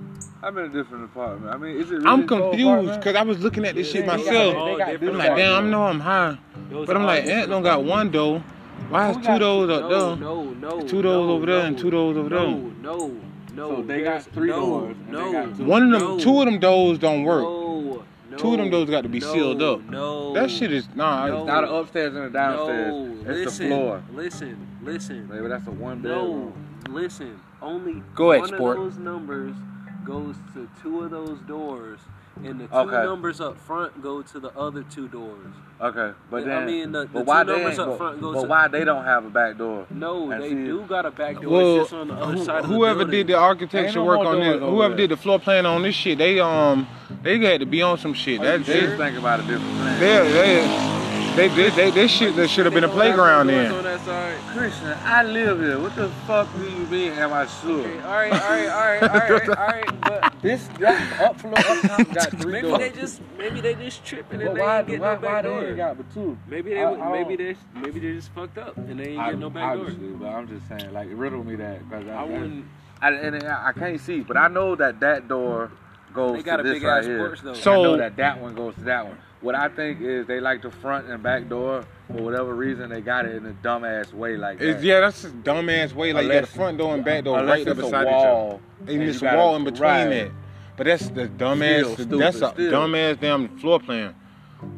Speaker 2: I'm in a different apartment. I mean, is it really
Speaker 1: I'm
Speaker 2: a door
Speaker 1: confused
Speaker 2: apartment?
Speaker 1: because I was looking at this shit
Speaker 3: They got-
Speaker 1: myself.
Speaker 3: they got
Speaker 2: I'm
Speaker 1: I'm
Speaker 3: different
Speaker 1: like, damn, I
Speaker 3: numbers.
Speaker 1: know I'm high.
Speaker 3: Those
Speaker 1: But I'm
Speaker 3: are
Speaker 1: like, eh,
Speaker 3: all
Speaker 1: Ant
Speaker 3: different
Speaker 1: don't got one dough. Why is
Speaker 2: Who
Speaker 1: two
Speaker 2: got-
Speaker 1: doors
Speaker 3: numbers.
Speaker 1: up
Speaker 3: No,
Speaker 1: there?
Speaker 3: no, no.
Speaker 1: Two doors
Speaker 3: no,
Speaker 1: over there and
Speaker 3: no,
Speaker 1: two doors over there.
Speaker 3: No, no, no.
Speaker 2: So they got
Speaker 3: There's-
Speaker 2: three
Speaker 3: no,
Speaker 2: doors and they
Speaker 3: No,
Speaker 2: got two.
Speaker 1: One of them,
Speaker 3: no,
Speaker 1: two of them doors don't work.
Speaker 3: No, no,
Speaker 1: Two of them doors got to be
Speaker 3: no,
Speaker 1: sealed up.
Speaker 3: No,
Speaker 1: That shit is nah.
Speaker 3: No.
Speaker 1: I-
Speaker 2: Not an upstairs and a downstairs.
Speaker 3: No,
Speaker 2: it's
Speaker 3: listen,
Speaker 2: the floor.
Speaker 3: listen, listen.
Speaker 2: Baby, that's a one
Speaker 3: No,
Speaker 2: bedroom.
Speaker 3: listen. Only
Speaker 1: Go
Speaker 3: one
Speaker 1: ahead, sport.
Speaker 3: of those numbers goes to two of those doors, and the two
Speaker 2: Okay.
Speaker 3: numbers up front go to the other two doors.
Speaker 2: Okay, but
Speaker 3: Yeah, I
Speaker 2: then,
Speaker 3: mean, the- the
Speaker 2: but why
Speaker 3: two
Speaker 2: they
Speaker 3: numbers
Speaker 2: ain't,
Speaker 3: up
Speaker 2: but,
Speaker 3: front goes
Speaker 2: but
Speaker 3: to-
Speaker 2: why they don't have a back door?
Speaker 3: No,
Speaker 2: And
Speaker 3: they
Speaker 2: see-
Speaker 3: do got a back door.
Speaker 1: well,
Speaker 3: it's just on the other
Speaker 1: who-
Speaker 3: side of the
Speaker 1: whoever
Speaker 3: building.
Speaker 1: did the
Speaker 2: Ain't
Speaker 1: architecture
Speaker 2: no
Speaker 1: work
Speaker 2: more
Speaker 1: on
Speaker 2: doors
Speaker 1: this,
Speaker 2: over
Speaker 1: whoever
Speaker 2: there.
Speaker 1: did the floor plan on this shit, they um, they had to be on some shit.
Speaker 2: They
Speaker 1: That's
Speaker 2: just
Speaker 1: it.
Speaker 2: think about a different plan.
Speaker 1: They, they, they, they, this shit that should have been a
Speaker 3: They don't have
Speaker 1: playground
Speaker 3: no doors
Speaker 1: then.
Speaker 3: on that side.
Speaker 2: Christian, I live here. What the fuck do you mean? Am I sure?
Speaker 3: Okay, uh, all right, all right, all right, all right, all right. But
Speaker 2: This got up floor up top got three
Speaker 3: maybe
Speaker 2: doors.
Speaker 3: they just maybe they just tripping and
Speaker 2: but
Speaker 3: they
Speaker 2: why,
Speaker 3: ain't getting
Speaker 2: why,
Speaker 3: no
Speaker 2: why
Speaker 3: back
Speaker 2: they ain't
Speaker 3: door.
Speaker 2: got but two?
Speaker 3: Maybe they
Speaker 2: I-
Speaker 3: would-
Speaker 2: I
Speaker 3: maybe
Speaker 2: don't-
Speaker 3: they maybe they just fucked up and they ain't
Speaker 2: I-
Speaker 3: getting no back door.
Speaker 2: obviously, but I'm just saying, like, riddle me that. Cause I,
Speaker 3: I wouldn't.
Speaker 2: I, and I, I can't see, but I know that that door goes
Speaker 3: They got
Speaker 2: to
Speaker 3: a
Speaker 2: this
Speaker 3: big
Speaker 2: right
Speaker 3: ass
Speaker 2: here.
Speaker 3: porch, though.
Speaker 2: I know
Speaker 1: So-
Speaker 2: that that one goes to that one. What I think is they like the front and back door for whatever reason they got it in a dumbass way like that.
Speaker 1: It's, yeah, that's a dumbass way. Like you got a
Speaker 2: Unless-
Speaker 1: front door and back door
Speaker 2: Unless
Speaker 1: right there
Speaker 2: it's a
Speaker 1: beside each other.
Speaker 2: wall
Speaker 1: And
Speaker 2: you
Speaker 1: it's a
Speaker 2: gotta-
Speaker 1: wall in between
Speaker 2: right.
Speaker 1: that. But that's the
Speaker 2: Still
Speaker 1: dumbass.
Speaker 2: stupid,
Speaker 1: that's a
Speaker 2: still.
Speaker 1: dumbass damn floor plan.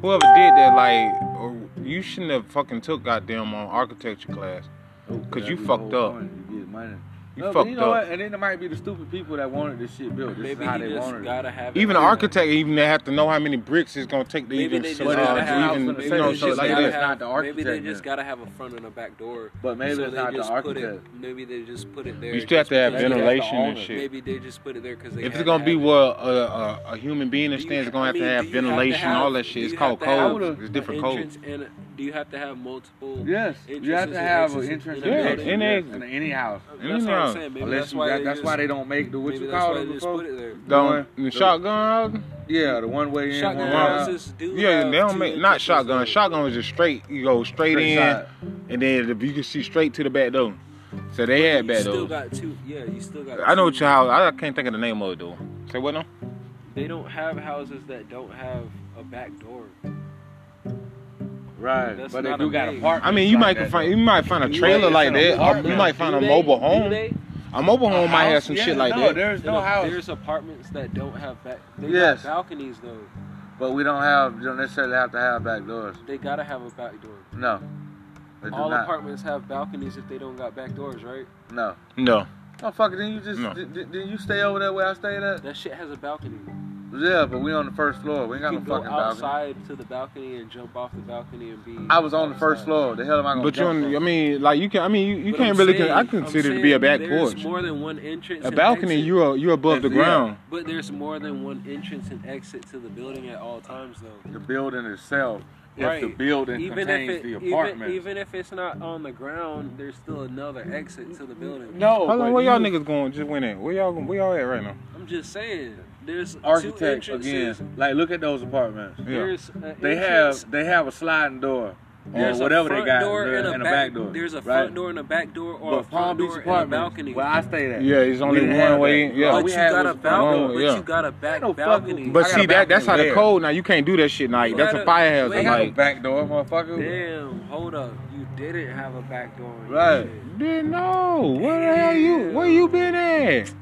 Speaker 1: Whoever did that, like, or- you shouldn't have fucking took goddamn on architecture class.
Speaker 2: Oh,
Speaker 1: 'Cause you
Speaker 2: that'd be the
Speaker 1: fucked
Speaker 2: whole
Speaker 1: up.
Speaker 2: point, You get money.
Speaker 1: You
Speaker 2: No, but
Speaker 1: fucked
Speaker 2: you know
Speaker 1: up.
Speaker 2: What? And then it might be the stupid people that wanted this shit built. This
Speaker 3: Maybe
Speaker 2: is how they
Speaker 3: he just
Speaker 2: wanted it.
Speaker 3: gotta have it.
Speaker 1: Even
Speaker 3: like
Speaker 1: an
Speaker 3: that.
Speaker 1: architect, even they have to know how many bricks it's gonna take to
Speaker 3: Maybe
Speaker 1: even,
Speaker 3: they just
Speaker 1: uh,
Speaker 3: gotta
Speaker 1: to
Speaker 3: have-
Speaker 1: even,
Speaker 2: maybe
Speaker 1: you know,
Speaker 2: they
Speaker 1: so
Speaker 2: just
Speaker 1: like
Speaker 2: gotta
Speaker 1: this.
Speaker 2: have- not the
Speaker 3: Maybe they
Speaker 2: architect
Speaker 3: just
Speaker 2: then.
Speaker 3: gotta have a front and a back door.
Speaker 2: But maybe it's
Speaker 3: they
Speaker 2: not the
Speaker 3: just put it-
Speaker 2: architect.
Speaker 3: Maybe they just put it there.
Speaker 1: You still have to have
Speaker 3: just because they
Speaker 1: ventilation and
Speaker 2: owner.
Speaker 1: shit.
Speaker 3: Maybe they just put it there because they.
Speaker 1: If
Speaker 3: had
Speaker 1: it's gonna
Speaker 3: to
Speaker 1: be
Speaker 3: have it.
Speaker 1: where a, a, a human being
Speaker 3: Do you
Speaker 1: stands, it's
Speaker 3: ha-
Speaker 1: gonna
Speaker 3: I
Speaker 1: have
Speaker 3: mean,
Speaker 1: to have
Speaker 3: do you have to
Speaker 1: ventilation,
Speaker 3: have-
Speaker 1: all that shit.
Speaker 3: do
Speaker 1: It's
Speaker 3: you
Speaker 1: called
Speaker 3: have to have
Speaker 1: codes. It's different
Speaker 3: an
Speaker 1: codes.
Speaker 3: entrance And a- do you have to have multiple?
Speaker 2: Yes, you have
Speaker 3: entrances
Speaker 2: to
Speaker 3: and
Speaker 2: have an
Speaker 3: exits
Speaker 2: entrance
Speaker 1: in
Speaker 2: in,
Speaker 1: a
Speaker 2: the
Speaker 1: building.
Speaker 2: building.
Speaker 1: Yeah,
Speaker 2: yes, in any house.
Speaker 3: That's what I'm saying. Maybe
Speaker 2: Unless
Speaker 3: that's
Speaker 2: you
Speaker 3: why.
Speaker 2: got,
Speaker 3: they
Speaker 2: that's
Speaker 3: just,
Speaker 2: why they don't make the what
Speaker 3: maybe
Speaker 2: you
Speaker 3: that's
Speaker 2: call
Speaker 3: why
Speaker 2: it
Speaker 3: they just
Speaker 2: before.
Speaker 3: put it there.
Speaker 1: Don't
Speaker 2: One,
Speaker 1: the
Speaker 2: two.
Speaker 1: shotgun. house?
Speaker 2: Yeah, the one way in,
Speaker 3: Shotgun
Speaker 2: one way out.
Speaker 3: houses do.
Speaker 1: Yeah,
Speaker 3: have
Speaker 1: they don't
Speaker 3: two
Speaker 1: make not
Speaker 3: entrances
Speaker 1: shotgun.
Speaker 3: though.
Speaker 1: Shotgun was just straight. You go straight,
Speaker 2: Straight
Speaker 1: in,
Speaker 2: shot.
Speaker 1: and then the, you can see straight to the back door. So they had
Speaker 3: You
Speaker 1: back
Speaker 3: still
Speaker 1: doors.
Speaker 3: got two. Yeah, you still got.
Speaker 1: I know
Speaker 3: two.
Speaker 1: what your house. I can't think of the name of it though. Say what now?
Speaker 3: They don't have houses that don't have a back door.
Speaker 2: Right,
Speaker 3: That's
Speaker 2: but they
Speaker 3: not
Speaker 2: do
Speaker 3: a
Speaker 2: got
Speaker 3: big-
Speaker 2: apartments.
Speaker 1: I mean, you
Speaker 2: like
Speaker 1: might
Speaker 2: that,
Speaker 1: find
Speaker 2: though.
Speaker 1: you might find a trailer
Speaker 2: might
Speaker 1: like
Speaker 2: find a
Speaker 1: that.
Speaker 2: apartment.
Speaker 1: You might find a mobile home. A mobile home might have some
Speaker 2: Yeah,
Speaker 1: shit like
Speaker 2: no,
Speaker 1: that.
Speaker 2: There's no
Speaker 3: No,
Speaker 2: house,
Speaker 3: There's apartments that don't have back. They
Speaker 2: Yes.
Speaker 3: got balconies though.
Speaker 2: but we don't have. You don't necessarily have to have back doors.
Speaker 3: They gotta have a back door.
Speaker 2: No, they do
Speaker 3: All
Speaker 2: not.
Speaker 3: apartments have balconies if they don't got back doors, right?
Speaker 2: no.
Speaker 1: No,
Speaker 2: No, fuck it. Then you just
Speaker 1: No.
Speaker 2: did, did- did you stay over there where I stayed at?
Speaker 3: That shit has a balcony.
Speaker 2: Yeah, but we on the first floor. We ain't
Speaker 3: You
Speaker 2: got
Speaker 3: can
Speaker 2: no
Speaker 3: go
Speaker 2: fucking balcony.
Speaker 3: outside to the balcony and jump off the balcony and be.
Speaker 2: I was on the first
Speaker 3: outside.
Speaker 2: floor. The hell am I gonna?
Speaker 1: but you,
Speaker 2: jump
Speaker 1: I
Speaker 2: from?
Speaker 1: mean, like you can. I mean, you, you
Speaker 3: But
Speaker 1: can't
Speaker 3: I'm
Speaker 1: really. Con-
Speaker 3: saying-
Speaker 1: I
Speaker 3: I'm
Speaker 1: consider it to be a
Speaker 3: saying
Speaker 1: back
Speaker 3: there's
Speaker 1: porch.
Speaker 3: more than one entrance.
Speaker 1: A
Speaker 3: and
Speaker 1: balcony,
Speaker 3: exit.
Speaker 1: you are you above the
Speaker 2: Yeah.
Speaker 1: ground.
Speaker 3: But there's more than one entrance and exit to the building at all times, though.
Speaker 2: the building itself. If
Speaker 3: right.
Speaker 2: the building
Speaker 3: even
Speaker 2: contains
Speaker 3: if it,
Speaker 2: the
Speaker 3: even-
Speaker 2: apartment.
Speaker 3: Even, if it's not on the ground, there's still another exit to the building.
Speaker 2: no,
Speaker 1: How
Speaker 2: Oh, but
Speaker 1: long? Where y'all
Speaker 2: you-
Speaker 1: niggas going? Just went in. Where y'all? Where y'all at right now?
Speaker 3: I'm just saying, there's two
Speaker 2: Architects
Speaker 3: entrances.
Speaker 2: again. Like, look at those apartments.
Speaker 1: Yeah.
Speaker 3: There's an
Speaker 2: They
Speaker 3: entrance,
Speaker 2: have they have a sliding door or
Speaker 3: there's a
Speaker 2: whatever they
Speaker 3: front
Speaker 2: got
Speaker 3: door
Speaker 2: there,
Speaker 3: and, a, back, door. There's a
Speaker 2: right?
Speaker 3: front door and a back door, or a
Speaker 2: But Palm
Speaker 3: front
Speaker 2: Beach
Speaker 3: door and a
Speaker 2: apartment,
Speaker 3: balcony.
Speaker 2: where I stayed at.
Speaker 1: Yeah, it's
Speaker 2: we
Speaker 1: only
Speaker 2: didn't
Speaker 1: one
Speaker 2: have
Speaker 1: way,
Speaker 2: that.
Speaker 1: yeah.
Speaker 2: All
Speaker 3: but
Speaker 2: we
Speaker 3: you
Speaker 2: had was
Speaker 3: got a
Speaker 2: a front
Speaker 1: balcony.
Speaker 2: door.
Speaker 3: balcony.
Speaker 1: door,
Speaker 3: But
Speaker 1: yeah.
Speaker 3: you got a back
Speaker 2: no fucking-
Speaker 3: balcony.
Speaker 1: But
Speaker 2: I got
Speaker 1: see
Speaker 2: a
Speaker 1: that that's how
Speaker 2: balcony
Speaker 1: the
Speaker 2: there.
Speaker 1: code now. You can't do that shit now.
Speaker 3: You
Speaker 1: That's a
Speaker 3: gotta-
Speaker 1: fire hazard.
Speaker 3: they
Speaker 2: They
Speaker 1: Like,
Speaker 3: got
Speaker 2: had no back door, motherfucker.
Speaker 3: Damn, hold up. You didn't have a back door. on your
Speaker 2: Right.
Speaker 3: shit.
Speaker 1: Didn't know. Where the hell you? Where you been at?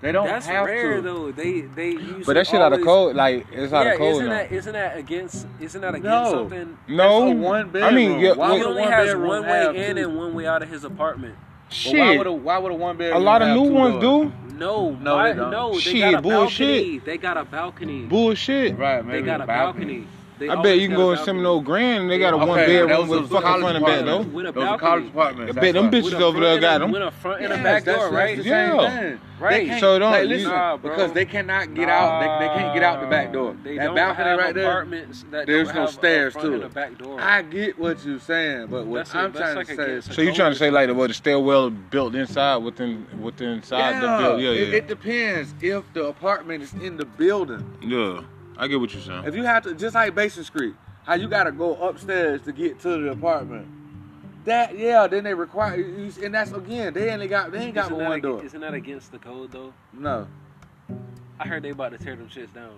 Speaker 2: They don't
Speaker 3: That's
Speaker 2: have
Speaker 3: rare
Speaker 2: to.
Speaker 3: though. They they usually
Speaker 1: But that shit out of
Speaker 3: always-
Speaker 1: code. Like it's out
Speaker 3: yeah,
Speaker 1: of code
Speaker 3: isn't
Speaker 1: now.
Speaker 3: that isn't that against isn't that against
Speaker 2: No.
Speaker 3: something?
Speaker 1: No.
Speaker 2: It's a one
Speaker 1: I mean,
Speaker 2: bedroom.
Speaker 1: yeah,
Speaker 2: Why
Speaker 1: well,
Speaker 3: He
Speaker 2: would a
Speaker 3: only
Speaker 2: one
Speaker 3: has
Speaker 2: bedroom
Speaker 3: one
Speaker 2: have
Speaker 3: way in
Speaker 2: two?
Speaker 3: and one way out of his apartment.
Speaker 2: But Why
Speaker 1: shit.
Speaker 2: would a why would a one
Speaker 1: A
Speaker 2: bedroom?
Speaker 1: lot of
Speaker 2: have
Speaker 1: new
Speaker 2: two
Speaker 1: ones
Speaker 2: doors?
Speaker 1: do.
Speaker 3: No,
Speaker 2: No,
Speaker 3: why-
Speaker 2: they don't.
Speaker 3: no, they
Speaker 1: Shit,
Speaker 3: got a
Speaker 1: bullshit.
Speaker 3: balcony. They got a balcony.
Speaker 1: Bullshit.
Speaker 2: Right,
Speaker 3: they
Speaker 2: maybe
Speaker 3: got a balcony. They
Speaker 1: I bet
Speaker 3: always
Speaker 1: you can
Speaker 3: got a
Speaker 1: go in
Speaker 3: balcony.
Speaker 1: Seminole Grand and they got a
Speaker 2: Okay,
Speaker 1: one bedroom
Speaker 2: those
Speaker 1: with a
Speaker 2: are the
Speaker 1: fucking
Speaker 2: college
Speaker 1: front and back
Speaker 2: apartments.
Speaker 1: though.
Speaker 3: With a
Speaker 2: Those are
Speaker 3: balcony.
Speaker 2: college apartments.
Speaker 1: I
Speaker 2: that's
Speaker 1: bet them
Speaker 2: why.
Speaker 1: bitches over there
Speaker 3: front
Speaker 1: got
Speaker 3: and a-
Speaker 1: them.
Speaker 3: With a front and a
Speaker 2: Yes,
Speaker 3: back
Speaker 2: that's-
Speaker 3: door,
Speaker 2: that's
Speaker 3: right?
Speaker 2: the
Speaker 1: Yeah.
Speaker 2: same thing.
Speaker 3: Right.
Speaker 2: They can't,
Speaker 1: So don't-
Speaker 2: like, listen,
Speaker 3: Nah, bro.
Speaker 2: because they cannot get out. They, they can't get out the back door.
Speaker 3: They
Speaker 2: that
Speaker 3: don't
Speaker 2: balcony
Speaker 3: have
Speaker 2: right there.
Speaker 3: apartments that
Speaker 2: there's
Speaker 3: don't
Speaker 2: no
Speaker 3: have
Speaker 2: stairs
Speaker 3: a front
Speaker 2: to
Speaker 3: and
Speaker 2: it.
Speaker 3: a back door.
Speaker 2: I get what you're saying, but what
Speaker 3: That's a-
Speaker 2: I'm
Speaker 3: that's
Speaker 2: trying
Speaker 3: like
Speaker 2: to
Speaker 3: a
Speaker 2: say
Speaker 3: kid's
Speaker 2: is,
Speaker 1: So you trying to say like the, well, the stairwell built inside within within inside
Speaker 2: yeah,
Speaker 1: the build? Yeah,
Speaker 2: it,
Speaker 1: yeah,
Speaker 2: it depends if the apartment is in the building.
Speaker 1: yeah. I get what you're saying.
Speaker 2: If you have to, just like Basin Street, how you got to go upstairs to get to the apartment. That yeah, then they require, you- you- and that's again, they ain't got, they ain't got
Speaker 3: isn't,
Speaker 2: but
Speaker 3: that
Speaker 2: one
Speaker 3: ag-
Speaker 2: door.
Speaker 3: isn't that against the code though?
Speaker 2: No,
Speaker 3: I heard they about to tear them shits down.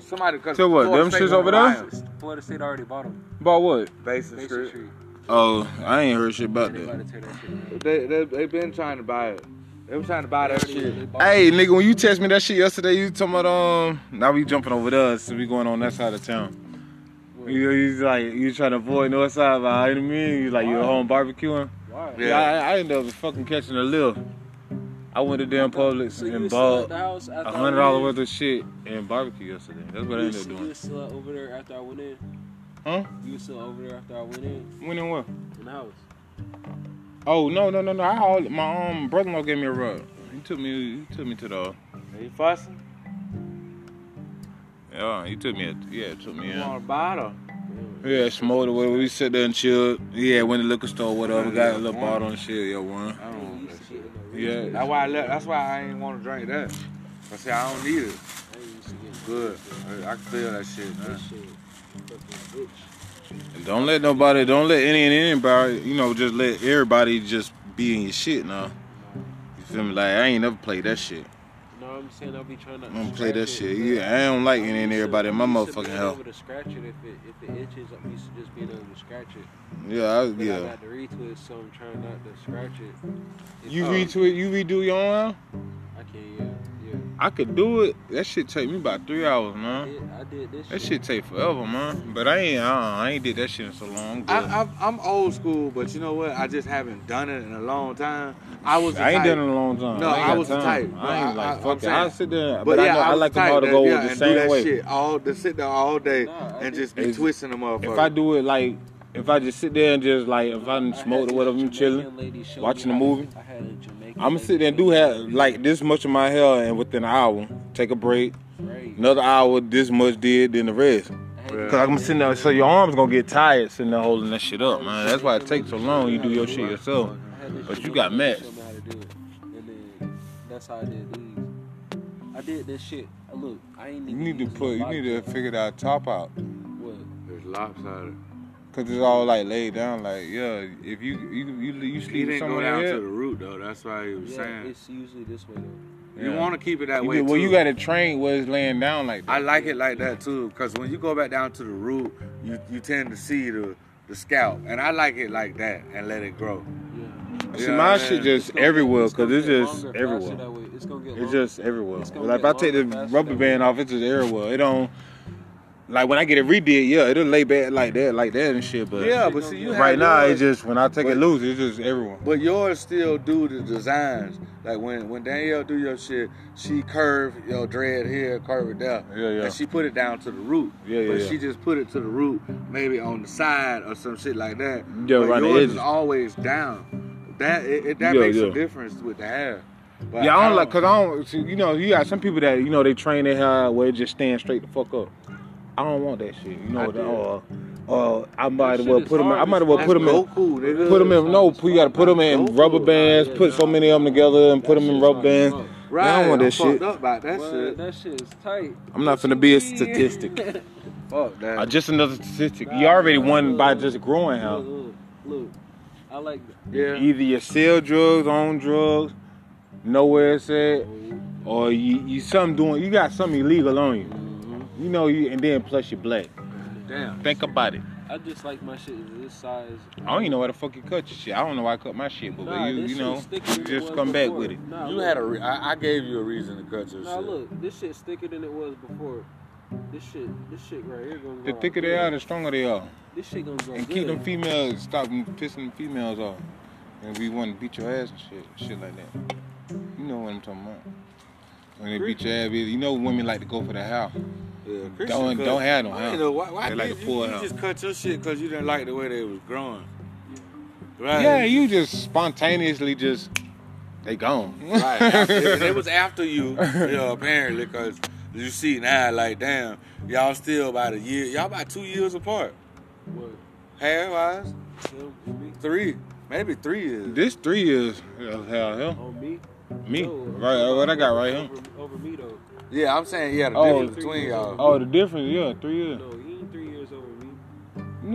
Speaker 2: somebody. 'cause
Speaker 1: So what,
Speaker 2: Florida
Speaker 1: them
Speaker 2: State
Speaker 1: shits over
Speaker 2: went
Speaker 1: there?
Speaker 2: wild.
Speaker 3: Florida State already bought them.
Speaker 1: About what?
Speaker 2: Basin
Speaker 3: Basin
Speaker 2: Street.
Speaker 3: Street.
Speaker 1: Oh, I ain't heard shit about
Speaker 3: And they about to tear that shit down.
Speaker 2: They they they been trying to buy it. They been trying to buy that shit.
Speaker 1: Hey, nigga, when you text me that shit yesterday, you talking about um. Now we jumping over there, so we going on that side of town. You, he's like, you trying to avoid north side, but I mean, you like you at home barbecuing.
Speaker 3: Why?
Speaker 1: Yeah, I, I ended up fucking catching a lift. I went to damn Publix
Speaker 3: So you
Speaker 1: and
Speaker 3: was still at
Speaker 1: bought
Speaker 3: the house after
Speaker 1: a
Speaker 3: I
Speaker 1: hundred
Speaker 3: went
Speaker 1: dollar
Speaker 3: in?
Speaker 1: worth of shit and barbecue yesterday. That's what I ended
Speaker 3: You was-
Speaker 1: up
Speaker 3: You
Speaker 1: doing.
Speaker 3: was still over there after I went in.
Speaker 1: Huh?
Speaker 3: You was still over there after I went in
Speaker 1: When and what?
Speaker 3: in the house.
Speaker 1: Oh no no no no! I hauled, my um brother-in-law gave me a rug. He took me he took me to the
Speaker 2: They fussing.
Speaker 1: yeah he took me yeah took me
Speaker 2: You
Speaker 1: in.
Speaker 2: want to buy it or?
Speaker 1: Yeah, smoked or whatever. We sit there and chilled. Yeah, went to liquor store, whatever. Got a little bottle and shit. Yeah, one.
Speaker 2: I don't
Speaker 3: You
Speaker 2: want
Speaker 3: used
Speaker 2: that
Speaker 3: to
Speaker 2: shit.
Speaker 3: get in the room.
Speaker 1: Yeah.
Speaker 2: That's why I left. That's why I ain't want to drink that. I said I don't need it.
Speaker 3: I used to get in the
Speaker 2: Good. I, I can feel that shit, man.
Speaker 3: This shit. Fucking bitch.
Speaker 1: Don't let nobody. Don't let any and anybody. You know, just let everybody just be in your shit now. You feel me? Like I ain't never played that shit.
Speaker 3: No, I'm saying I'll be trying to.
Speaker 1: I'm gonna play that
Speaker 3: scratch
Speaker 1: shit.
Speaker 3: it, but-
Speaker 1: Yeah, I don't like any and
Speaker 3: used to-
Speaker 1: everybody. in My
Speaker 3: I'm used to
Speaker 1: motherfucking
Speaker 3: being
Speaker 1: health.
Speaker 3: able to scratch it if it if it itches. I'm used to just being able to scratch it.
Speaker 1: Yeah, I,
Speaker 3: But I
Speaker 1: yeah.
Speaker 3: got the retwist, so I'm trying not to scratch it. If
Speaker 1: You
Speaker 3: I-
Speaker 1: retweet, you redo your own. album?
Speaker 3: I can, yeah, yeah.
Speaker 1: I could do it. That shit take me about three hours,
Speaker 3: I
Speaker 1: man.
Speaker 3: did, I did this.
Speaker 1: That
Speaker 3: shit.
Speaker 1: shit take forever, man. But I ain't, I, I ain't did that shit in so long. I'm good.
Speaker 2: I, I'm, I'm old school, but you know what? I just haven't done it in a long time. I was. the
Speaker 1: I ain't
Speaker 2: type-
Speaker 1: done it in a long time.
Speaker 2: No,
Speaker 1: ain't
Speaker 2: I
Speaker 1: got
Speaker 2: was the
Speaker 1: time.
Speaker 2: type.
Speaker 1: I ain't
Speaker 2: No, I- I-
Speaker 1: like
Speaker 2: I'm
Speaker 1: fuck it.
Speaker 2: saying-
Speaker 1: I sit there, but,
Speaker 2: But,
Speaker 1: I
Speaker 2: yeah,
Speaker 1: know
Speaker 2: I,
Speaker 1: I
Speaker 2: was
Speaker 1: like
Speaker 2: the
Speaker 1: them all
Speaker 2: type
Speaker 1: to
Speaker 2: that-
Speaker 1: go
Speaker 2: yeah,
Speaker 1: the
Speaker 2: and do
Speaker 1: same
Speaker 2: that
Speaker 1: way.
Speaker 2: Shit all to sit there all day
Speaker 3: Nah, I
Speaker 2: and just be
Speaker 1: did-
Speaker 2: twisting the motherfucker.
Speaker 1: If I do it like, if I just sit there and just like, if I done
Speaker 3: I had
Speaker 1: smoked or
Speaker 3: this
Speaker 1: whatever, I'm
Speaker 3: Jamaican
Speaker 1: chilling.
Speaker 3: lady show
Speaker 1: watching
Speaker 3: me
Speaker 1: a
Speaker 3: how to-
Speaker 1: movie.
Speaker 3: I had a Jamaican.
Speaker 1: I'm gonna
Speaker 3: lady
Speaker 1: sit there and do
Speaker 3: show me
Speaker 1: hair
Speaker 3: how to
Speaker 1: like this much of my hair, and within an hour, take a break.
Speaker 3: braid.
Speaker 1: Another hour, this much did, then the rest.
Speaker 3: I had
Speaker 1: Cause
Speaker 3: this
Speaker 1: I'm sitting there, so your arms gonna get tired sitting there holding that shit up,
Speaker 3: I
Speaker 1: man.
Speaker 3: was
Speaker 1: That's why it
Speaker 3: thinking
Speaker 1: takes so
Speaker 3: like,
Speaker 1: long. You
Speaker 3: how
Speaker 1: do
Speaker 3: to
Speaker 1: your
Speaker 3: do
Speaker 1: shit
Speaker 3: it.
Speaker 1: yourself.
Speaker 3: I had this
Speaker 1: But you
Speaker 3: Jamaican
Speaker 1: got
Speaker 3: lady
Speaker 1: messed.
Speaker 3: Show me how to do it, and then that's how I did these. I did this shit. Uh, Look, I ain't
Speaker 1: You
Speaker 3: even
Speaker 1: need to
Speaker 3: using
Speaker 1: put, you
Speaker 3: body
Speaker 1: need to
Speaker 3: care.
Speaker 1: figure that top out,
Speaker 3: What?
Speaker 2: It's lopsided.
Speaker 1: cause it's all like laid down. Like yeah, if you you you, you
Speaker 2: He
Speaker 1: sleep with
Speaker 2: didn't go
Speaker 1: someone
Speaker 2: down to the
Speaker 1: here,
Speaker 2: root though. That's why he was
Speaker 3: Yeah,
Speaker 2: saying
Speaker 3: it's usually this way though.
Speaker 2: you
Speaker 1: Yeah.
Speaker 2: want to keep it that
Speaker 1: you
Speaker 2: way.
Speaker 1: get- well
Speaker 2: too.
Speaker 1: you got to train where it's laying down like that.
Speaker 2: I like it like that too, because when you go back down to the root, you, you tend to see the, the scalp, and I like it like that and let it grow.
Speaker 3: Yeah.
Speaker 1: See,
Speaker 2: Yeah,
Speaker 1: my
Speaker 2: man.
Speaker 1: shit
Speaker 3: It's
Speaker 1: just
Speaker 3: gonna get-
Speaker 1: everywhere,
Speaker 3: gonna
Speaker 1: cause it's
Speaker 3: get
Speaker 1: just
Speaker 3: longer, faster
Speaker 1: everywhere.
Speaker 3: that way. It's gonna get
Speaker 1: It's
Speaker 3: longer.
Speaker 1: just everywhere.
Speaker 3: It's gonna
Speaker 1: Like if
Speaker 3: get
Speaker 1: I take the
Speaker 3: longer, faster
Speaker 1: rubber
Speaker 3: that
Speaker 1: band
Speaker 3: way.
Speaker 1: off, it's just everywhere. It don't like when I get it redid, yeah, it'll lay back like that, like that and shit. But
Speaker 2: Yeah,
Speaker 3: shit
Speaker 2: but
Speaker 3: don't
Speaker 2: see,
Speaker 3: get
Speaker 2: you
Speaker 3: longer.
Speaker 2: have
Speaker 1: right now,
Speaker 2: yours,
Speaker 1: it's just when I take it
Speaker 2: but-
Speaker 1: loose, it's just everywhere.
Speaker 2: But yours still do the designs. Like when when Danielle do your shit, she curve your dread here, curve it there.
Speaker 1: Yeah, yeah.
Speaker 2: And she put it down to the root.
Speaker 1: Yeah, yeah,
Speaker 2: But
Speaker 1: yeah.
Speaker 2: she just put it to the root, maybe on the side or some shit like that.
Speaker 1: Yeah,
Speaker 2: but
Speaker 1: around the
Speaker 2: yours is
Speaker 1: edges.
Speaker 2: always down. That it, it, that
Speaker 1: Yeah,
Speaker 2: makes
Speaker 1: yeah.
Speaker 2: a difference with the hair. But
Speaker 1: Yeah, I don't like, cause I don't, see, you know, you got some people that you know they train their hair where it just stand straight the fuck up. I don't want that shit, you
Speaker 2: I
Speaker 1: know.
Speaker 2: did.
Speaker 1: Or, or I might as
Speaker 3: shit
Speaker 1: well
Speaker 3: is
Speaker 1: put them. I
Speaker 3: hard
Speaker 1: might
Speaker 3: as
Speaker 1: as well
Speaker 3: fuck.
Speaker 1: put them in.
Speaker 2: That's Goku, nigga.
Speaker 1: Put them in. No,
Speaker 3: That's
Speaker 1: you got to put them in
Speaker 2: Goku.
Speaker 1: rubber bands.
Speaker 3: Yeah,
Speaker 1: Put so
Speaker 3: nah.
Speaker 1: many of them together and put
Speaker 3: That
Speaker 1: them in
Speaker 3: shit's
Speaker 1: rubber
Speaker 3: hard
Speaker 1: bands.
Speaker 3: as fuck.
Speaker 2: Right,
Speaker 1: I don't want
Speaker 2: I'm
Speaker 1: that shit.
Speaker 2: fucked up about that
Speaker 3: Word,
Speaker 2: shit.
Speaker 3: that shit is tight.
Speaker 1: I'm not
Speaker 3: What
Speaker 1: finna
Speaker 3: you
Speaker 1: be a
Speaker 3: mean?
Speaker 1: statistic.
Speaker 2: Fuck that.
Speaker 1: Uh, just another statistic.
Speaker 3: Nah,
Speaker 1: You already
Speaker 3: look,
Speaker 1: won
Speaker 3: look,
Speaker 1: by
Speaker 3: look,
Speaker 1: just growing
Speaker 3: Look,
Speaker 1: out.
Speaker 3: look, look. I like.
Speaker 2: yeah.
Speaker 1: Either you sell drugs, own drugs, know where it's at, or you, you some doing you got something illegal on you.
Speaker 3: Mm-hmm.
Speaker 1: You know you and then plus you're black.
Speaker 2: Damn.
Speaker 1: Think about it.
Speaker 3: I just like my shit is this size.
Speaker 1: I don't even know where the fuck you cut your shit. I don't know why I cut my shit, but
Speaker 3: Nah,
Speaker 1: you
Speaker 3: this
Speaker 1: you
Speaker 3: shit's
Speaker 1: know
Speaker 3: thicker than it
Speaker 1: just
Speaker 3: was
Speaker 1: come back
Speaker 3: before.
Speaker 1: with it.
Speaker 3: Nah,
Speaker 2: You
Speaker 3: look.
Speaker 2: had a. Re- I, I gave you a reason to cut your
Speaker 3: Nah,
Speaker 2: shit.
Speaker 3: look, this shit's thicker than it was before. This shit, this shit right here gonna
Speaker 1: The
Speaker 3: grow out
Speaker 1: thicker they
Speaker 3: good.
Speaker 1: are, the stronger they are.
Speaker 3: This shit gonna grow
Speaker 1: And keep them
Speaker 3: good.
Speaker 1: females stop them pissing them females off. And we want to beat your ass and shit, shit like that. You know what I'm talking about. When they beat your ass, you know women like to go for the house.
Speaker 2: Yeah,
Speaker 1: Don't-
Speaker 2: cut-
Speaker 1: don't have no
Speaker 2: I
Speaker 1: hair.
Speaker 2: ain't know, why, why
Speaker 1: They like
Speaker 2: did
Speaker 1: to
Speaker 2: you,
Speaker 1: pull
Speaker 2: you
Speaker 1: hair.
Speaker 2: just cut your shit because you didn't like the way they was growing. Right.
Speaker 1: Yeah, you just spontaneously just they gone.
Speaker 2: right. After- they was after you, you know, apparently, because you see now, like, damn, y'all still about a year, y'all about two years apart,
Speaker 3: What?
Speaker 2: hair wise,
Speaker 3: Him and me?
Speaker 2: three, maybe three years.
Speaker 1: this three years, hell, hell, hell.
Speaker 3: On me?
Speaker 1: me,
Speaker 3: No, I'm
Speaker 1: right? uh,
Speaker 3: talking
Speaker 1: What I got
Speaker 3: over-
Speaker 1: right here.
Speaker 3: Over, over me though.
Speaker 2: Yeah, I'm saying he had a
Speaker 1: Oh,
Speaker 2: difference
Speaker 3: three
Speaker 2: between
Speaker 3: years
Speaker 2: y'all.
Speaker 1: Oh, the difference, yeah, three years.
Speaker 3: No, he ain't three years over me.